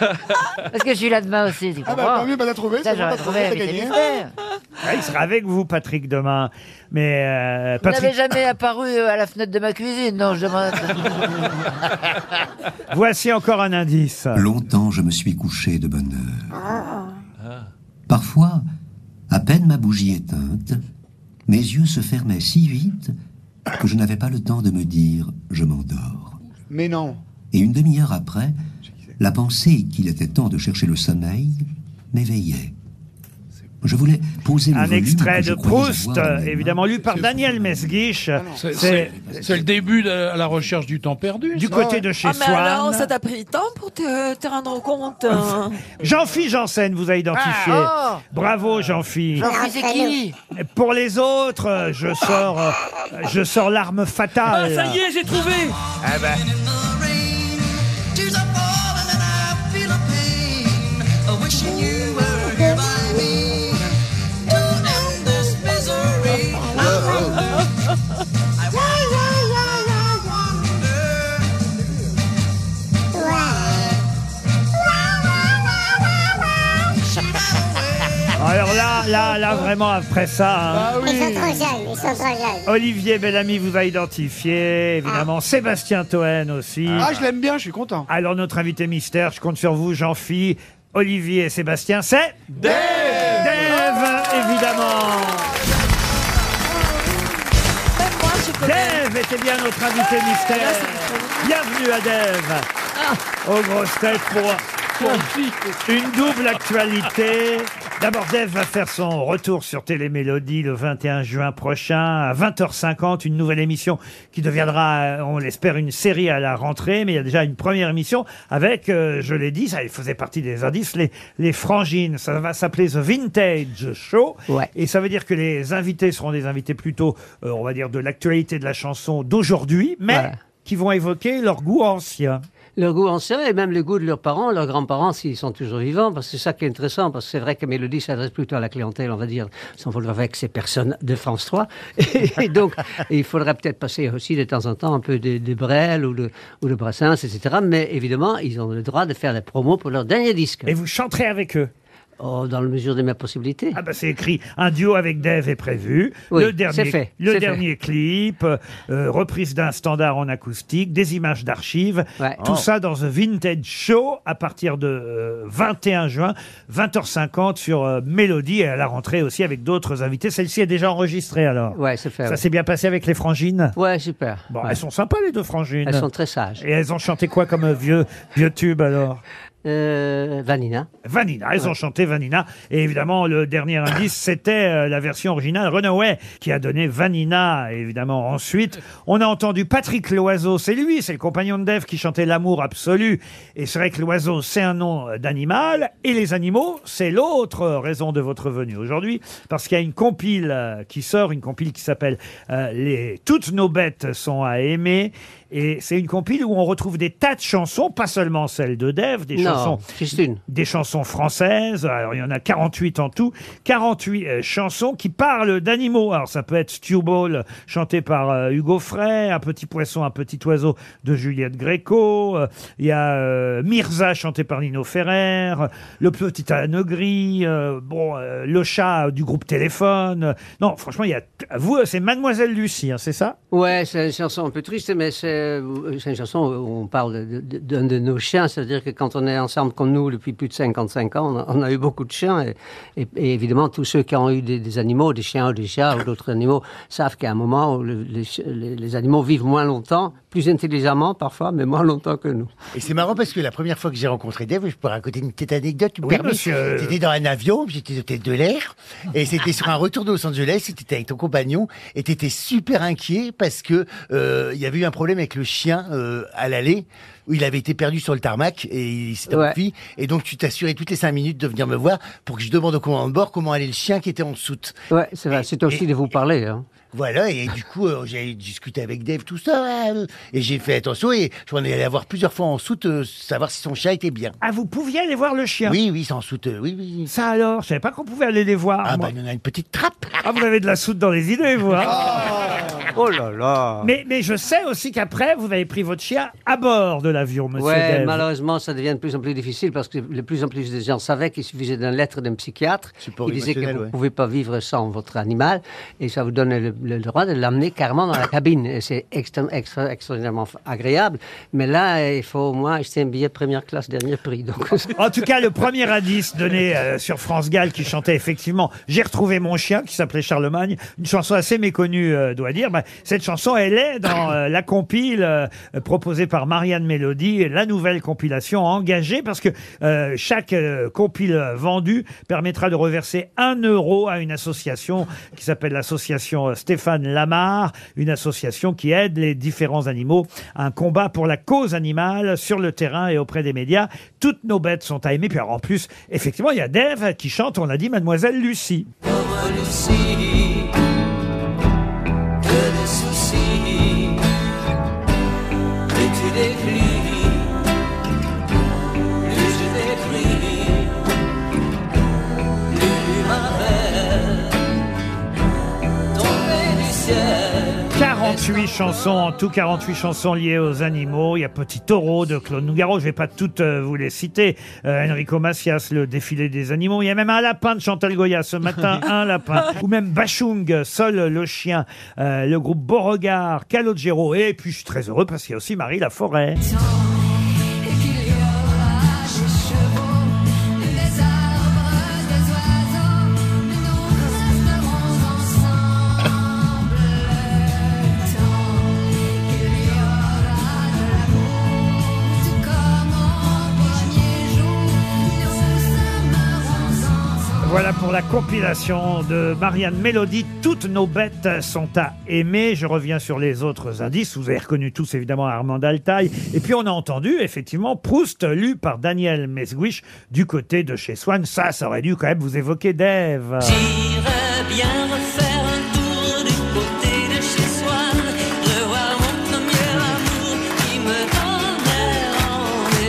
S7: Parce que je suis là demain aussi, tu
S13: Ah
S7: comprends
S13: bah tant mieux, bah t'as trouvé,
S7: Ça,
S13: c'est bon,
S7: j'aurais
S13: t'as
S7: trouvé
S13: trouvé, t'as
S7: invité
S13: gagné.
S7: mystère.
S2: Ah, il sera avec vous, Patrick, demain. Mais euh,
S7: Vous n'avez
S2: Patrick,
S7: jamais apparu euh, à la fenêtre de ma cuisine, non, je demande.
S13: [LAUGHS]
S2: voici encore un indice.
S20: Longtemps je me suis couché de bonne heure.
S5: Ah.
S20: Parfois, à peine ma bougie éteinte, mes yeux se fermaient si vite que je n'avais pas le temps de me dire je m'endors.
S13: Mais non.
S20: Et une demi-heure après, la pensée qu'il était temps de chercher le sommeil m'éveillait. Je voulais poser le
S2: Un
S20: volume
S2: extrait
S20: que je
S2: de
S20: croyais
S2: Proust, euh,
S20: avoir dans mes
S2: évidemment lu par Daniel Mesguich.
S6: C'est- C'est c'est le début de la la recherche du temps perdu.
S2: Du
S6: ça.
S2: côté de chez
S4: Ah, mais alors,
S2: Swann.
S4: ça t'a pris le temps pour te, te rendre compte. hein.
S2: [LAUGHS] Jean-Philippe Janssen vous a identifié.
S4: Ah, oh
S2: Bravo Jean-Philippe.
S19: Ah,
S4: Jean-Phi, c'est qui
S2: Pour les autres, euh, je sors, euh, je sors l'arme fatale.
S13: Ah,
S12: est, j'ai trouvé
S2: Ah ben. Alors là, là, là, vraiment après ça. hein.
S13: Bah
S19: Ils sont trop jeunes, ils sont trop jeunes. Ah.
S2: Olivier Bellamy vous a identifié, évidemment. Sébastien Toen aussi.
S13: Ah, je l'aime bien, je suis content.
S2: Alors notre invité mystère, je compte sur vous, Jean-Phi, Olivier et Sébastien, c'est Dave. Dave, évidemment. Dave était bien notre invité mystère. Bienvenue à Dave. Aux grosses têtes pour, pour une double actualité. D'abord, Dave va faire son retour sur Télémélodie le 21 juin prochain à 20h50, une nouvelle émission qui deviendra, euh, on l'espère, une série à la rentrée, mais il y a déjà une première émission avec, euh, je l'ai dit, ça il faisait partie des indices, les, les frangines. Ça va s'appeler The Vintage Show. Et ça veut dire que les invités seront des invités plutôt, euh, on va dire, de l'actualité de la chanson d'aujourd'hui, mais qui vont évoquer leur goût ancien.
S21: Le goût ancien et même le goût de leurs parents, leurs grands-parents s'ils sont toujours vivants, parce que c'est ça qui est intéressant, parce que c'est vrai que Mélodie s'adresse plutôt à la clientèle, on va dire, sans vouloir avec ces personnes de France 3. [LAUGHS] Et donc, il faudra peut-être passer aussi de temps en temps un peu de, de Brel ou de, ou de Brassens, etc. Mais évidemment, ils ont le droit de faire des promos pour leur dernier disque. Et
S2: vous chanterez avec eux
S21: Oh, dans la mesure de mes possibilités.
S2: Ah bah c'est écrit, un duo avec Dave est prévu.
S21: Oui,
S2: le dernier,
S21: c'est fait,
S2: le
S21: c'est
S2: dernier clip, euh, euh, reprise d'un standard en acoustique, des images d'archives, tout
S21: Oh.
S2: ça dans The Vintage Show à partir de euh, 21 juin, 20h50 sur euh, Mélodie et à la rentrée aussi avec d'autres invités. Celle-ci est déjà enregistrée alors.
S21: Ouais, c'est fait.
S2: Ça
S21: ouais.
S2: s'est bien passé avec les frangines
S21: Ouais, super.
S2: Bon,
S21: Ouais.
S2: elles sont sympas les deux frangines.
S21: Elles sont très sages.
S2: Et elles ont chanté quoi comme euh, vieux, vieux tube alors
S21: Euh, Vanina.
S2: Vanina, elles ont
S21: Ouais.
S2: chanté Vanina. Et évidemment, le
S21: [COUGHS]
S2: dernier indice, c'était euh, la version originale Runaway qui a donné Vanina, évidemment. Ensuite, on a entendu Patrick Loiseau, c'est lui, c'est le compagnon de Dev qui chantait L'amour absolu. Et c'est vrai que Loiseau, c'est un nom euh, d'animal. Et les animaux, c'est l'autre euh, raison de votre venue aujourd'hui. Parce qu'il y a une compile euh, qui sort, une compile qui s'appelle euh, les... Toutes nos bêtes sont à aimer. Et c'est une compile où on retrouve des tas de chansons, pas seulement celles de Dev, des
S21: Non,
S2: chansons
S21: juste une.
S2: des chansons françaises. Alors, il y en a 48 en tout. 48 euh, chansons qui parlent d'animaux. Alors, ça peut être Stew Ball, chanté par euh, Hugo Frey, Un petit poisson, un petit oiseau de Juliette Gréco. Euh, Il y a euh, Mirza, chanté par Nino Ferrer. Le petit âne gris. euh, bon, euh, le chat du groupe Téléphone. Euh, Non, franchement, il y a. Vous, euh, c'est Mademoiselle Lucie, hein, c'est ça
S21: Ouais, c'est une chanson un peu triste, mais c'est c'est une chanson où on parle de- de- d'un de nos chiens. C'est-à-dire que quand on est ensemble comme nous depuis plus de 55 ans, on a, on a eu beaucoup de chiens. Et, et- et évidemment, tous ceux qui ont eu des, des animaux, des chiens ou des chats ou d'autres animaux, savent qu'à un moment, où le- les, chi- les- les animaux vivent moins longtemps, plus intelligemment parfois, mais moins longtemps que nous.
S8: Et c'est marrant parce que la première fois que j'ai rencontré Dave, je peux raconter une petite anecdote, tu me
S21: Oui,
S8: permets
S21: monsieur.
S8: C'était dans un avion, j'étais au tête de l'air, et c'était sur un retour de Los Angeles, tu étais avec ton compagnon, et tu étais super inquiet parce que euh, il y avait eu un problème avec le chien euh, à l'aller, où il avait été perdu sur le tarmac, et il s'était enfui, et donc tu t'assurais toutes les cinq minutes de venir me voir pour que je demande au commandant de bord comment allait le chien qui était en soute.
S21: Ouais, c'est vrai, c'est aussi de vous parler. hein.
S8: Voilà, et du coup, euh, j'ai discuté avec Dave, tout ça, euh, et j'ai fait attention, et j'en ai allé la voir plusieurs fois en soute, euh, savoir si son chat était bien.
S2: Ah, vous pouviez aller voir le chien
S8: Oui, oui, c'est en soute, euh, oui, oui.
S2: Ça alors, je savais pas qu'on pouvait aller les voir.
S8: Ah, bah, il y en a une petite trappe.
S2: Ah, vous avez de la soude dans les idées, vous.
S8: [LAUGHS]
S2: hein
S21: Oh là là
S2: Ah. Mais, mais je sais aussi qu'après, vous avez pris votre chien à bord de l'avion, monsieur
S21: Ouais,
S2: Dave.
S21: malheureusement, ça devient de plus en plus difficile parce que de plus en plus de gens savaient qu'il suffisait d'une lettre d'un psychiatre qui disait que vous
S8: émotionnel,
S21: ne
S8: ouais.
S21: pouvez pas vivre sans votre animal et ça vous donne le, le droit de l'amener carrément dans la cabine. Et c'est extré- extra- extraordinairement f- agréable. Mais là, il faut au moins acheter un billet première classe, dernier prix. Donc,
S2: En tout cas, le premier indice donné euh, sur France Gall qui chantait effectivement J'ai retrouvé mon chien qui s'appelait Charlemagne, une chanson assez méconnue, euh, doit dire. Bah, cette chanson, elle est dans euh, la compile euh, proposée par Marianne Mélodie. Mélodie, et la nouvelle compilation engagée, parce que euh, chaque euh, compile vendu permettra de reverser un euro à une association qui s'appelle l'association Stéphane Lamar, une association qui aide les différents animaux, un combat pour la cause animale sur le terrain et auprès des médias. Toutes nos bêtes sont à aimer. Puis alors, en plus, effectivement, il y a Dave qui chante, on l'a dit, Mademoiselle Lucie.
S12: Lucie, que de soucis, plus tu dépluies, plus je dépluie, plus ma belle, tombée du ciel.
S2: 48 chansons, en tout 48 chansons liées aux animaux. Il y a Petit Taureau de Claude Nougaro, je vais pas toutes euh, vous les citer. Euh, Enrico Macias, le défilé des animaux. Il y a même un lapin de Chantal Goya ce matin, un lapin. Ou même Bachung, Sol le chien, euh, le groupe Beauregard, Calogero. Et puis je suis très heureux parce qu'il y a aussi Marie Laforêt.
S12: Et qu'il y aura les chevaux, les arbres, les oiseaux, nous resterons ensemble. Tant qu'il y aura de l'amour, tout comme au premier jour, nous sommes ensemble.
S2: Voilà pour la compilation de Marianne Mélodie. Toutes nos bêtes sont à aimer. Je reviens sur les autres indices. Vous avez reconnu tous évidemment Armand Altaï. Et puis on a entendu effectivement Proust lu par Daniel Mesguich du côté de chez Swann. Ça, ça aurait dû quand même vous évoquer Dave.
S12: J'irais bien refaire un tour du côté de chez soi, revoir mon premier amour qui me donnait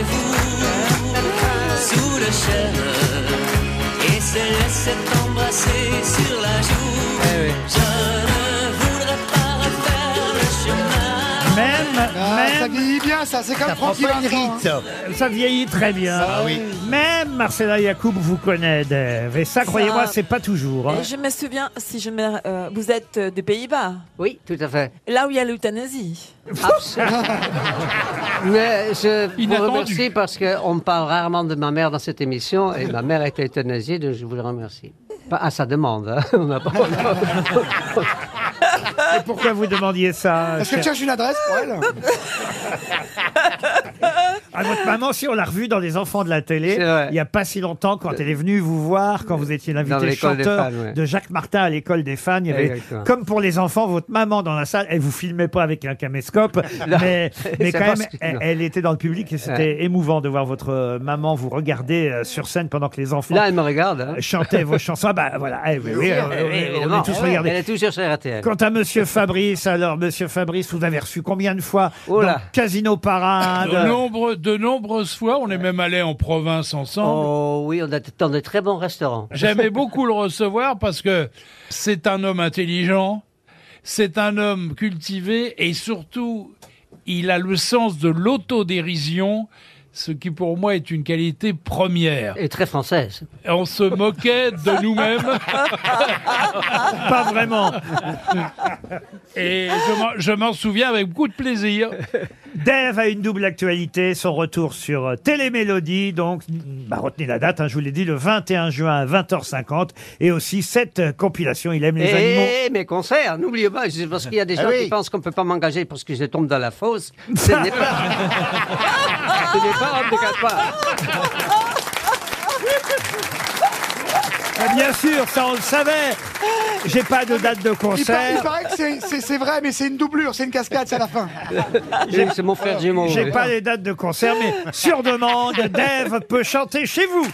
S12: rendez-vous sous le chêne et se laissait embrasser sur la joue. Je ne voudrais pas refaire le chemin.
S2: Même, même-
S13: Ça vieillit bien, ça. C'est comme
S2: Ça prend
S13: Francky
S2: pas une
S13: Vincent,
S2: rite.
S13: hein.
S2: Ça vieillit très bien.
S13: Ah oui.
S2: Même Marcella Yacoub vous connaît, Dave. Et ça,
S4: Ça-
S2: croyez-moi, c'est pas toujours. hein.
S4: Et je me souviens, si je me, euh, vous êtes euh, des Pays-Bas.
S21: Oui, tout à fait.
S4: Là où il y a l'euthanasie. [LAUGHS]
S2: Ah.
S21: Mais je vous
S4: Inattendu.
S21: remercie parce qu'on parle rarement de ma mère dans cette émission et ma mère est euthanasiée, donc je vous le remercie. Pas à sa demande. hein. [LAUGHS] On n'a pas-
S2: Et pourquoi vous demandiez ça
S13: Est-ce que tu
S2: Ah, cher-
S13: cherches une adresse pour elle
S2: Ah, votre maman, si on l'a revue dans Les Enfants de la télé, il n'y a pas si longtemps, quand elle est venue vous voir, quand vous étiez
S21: Dans
S2: l'invité
S21: l'école des
S2: chanteur
S21: fans, ouais.
S2: de Jacques Martin à l'école des fans, il y avait,
S21: Exactement.
S2: comme pour les enfants, votre maman dans la salle, elle vous filmait pas avec un caméscope,
S21: [LAUGHS] Non.
S2: mais, mais
S21: C'est
S2: quand
S21: parce
S2: même,
S21: que-
S2: elle,
S21: non.
S2: elle était dans le public et c'était
S21: Ouais.
S2: émouvant de voir votre euh, maman vous regarder euh, sur scène pendant que les enfants
S21: Là, elle me regarde. hein.
S2: chantaient
S21: [LAUGHS]
S2: vos chansons. Ah, bah voilà, eh oui, oui,
S21: Eh
S2: euh,
S21: oui,
S2: on est- on
S21: évidemment.
S2: est tous
S21: Eh oui,
S2: regardés.
S21: Elle est toujours sur RTL.
S2: Quant à Monsieur Fabrice, alors Monsieur Fabrice, vous avez reçu combien de fois
S21: Oh
S2: dans Casino Parade
S6: De, nombre- de nombreuses fois, on est même allé en province ensemble.
S21: Oh oui, on est dans de très bons restaurants. [LAUGHS]
S6: J'aimais beaucoup le recevoir parce que c'est un homme intelligent, c'est un homme cultivé et surtout, il a le sens de l'autodérision, ce qui pour moi est une qualité première.
S21: Et très française.
S6: On se moquait de nous-mêmes.
S2: [LAUGHS] Pas vraiment.
S6: Et je m'en- je m'en souviens avec beaucoup de plaisir.
S2: Dave a une double actualité, son retour sur euh, Télémélodie, donc bah, retenez la date, hein, je vous l'ai dit, le 21 juin à 20h50, et aussi cette euh, compilation, il aime
S13: Eh
S2: les animaux.
S21: Et Eh, mes concerts, n'oubliez pas, c'est parce qu'il y a des
S2: Ah
S21: gens
S2: oui.
S21: qui pensent qu'on ne peut pas m'engager parce que je tombe dans la
S2: [LAUGHS]
S21: fosse. Ce n'est pas, ce n'est pas obligatoire.
S12: [LAUGHS]
S13: eh
S2: Ah, bien sûr, ça on le savait. J'ai pas de date de
S13: il, paraît- il
S2: concert.
S13: paraît que c'est- c'est c'est vrai, mais c'est une doublure, c'est une cascade, c'est à la fin.
S21: Eh Oui, C'est mon frère Gémeaux.
S2: J'ai
S21: oui.
S2: pas les dates de concert, mais sur demande, Dave peut chanter chez vous.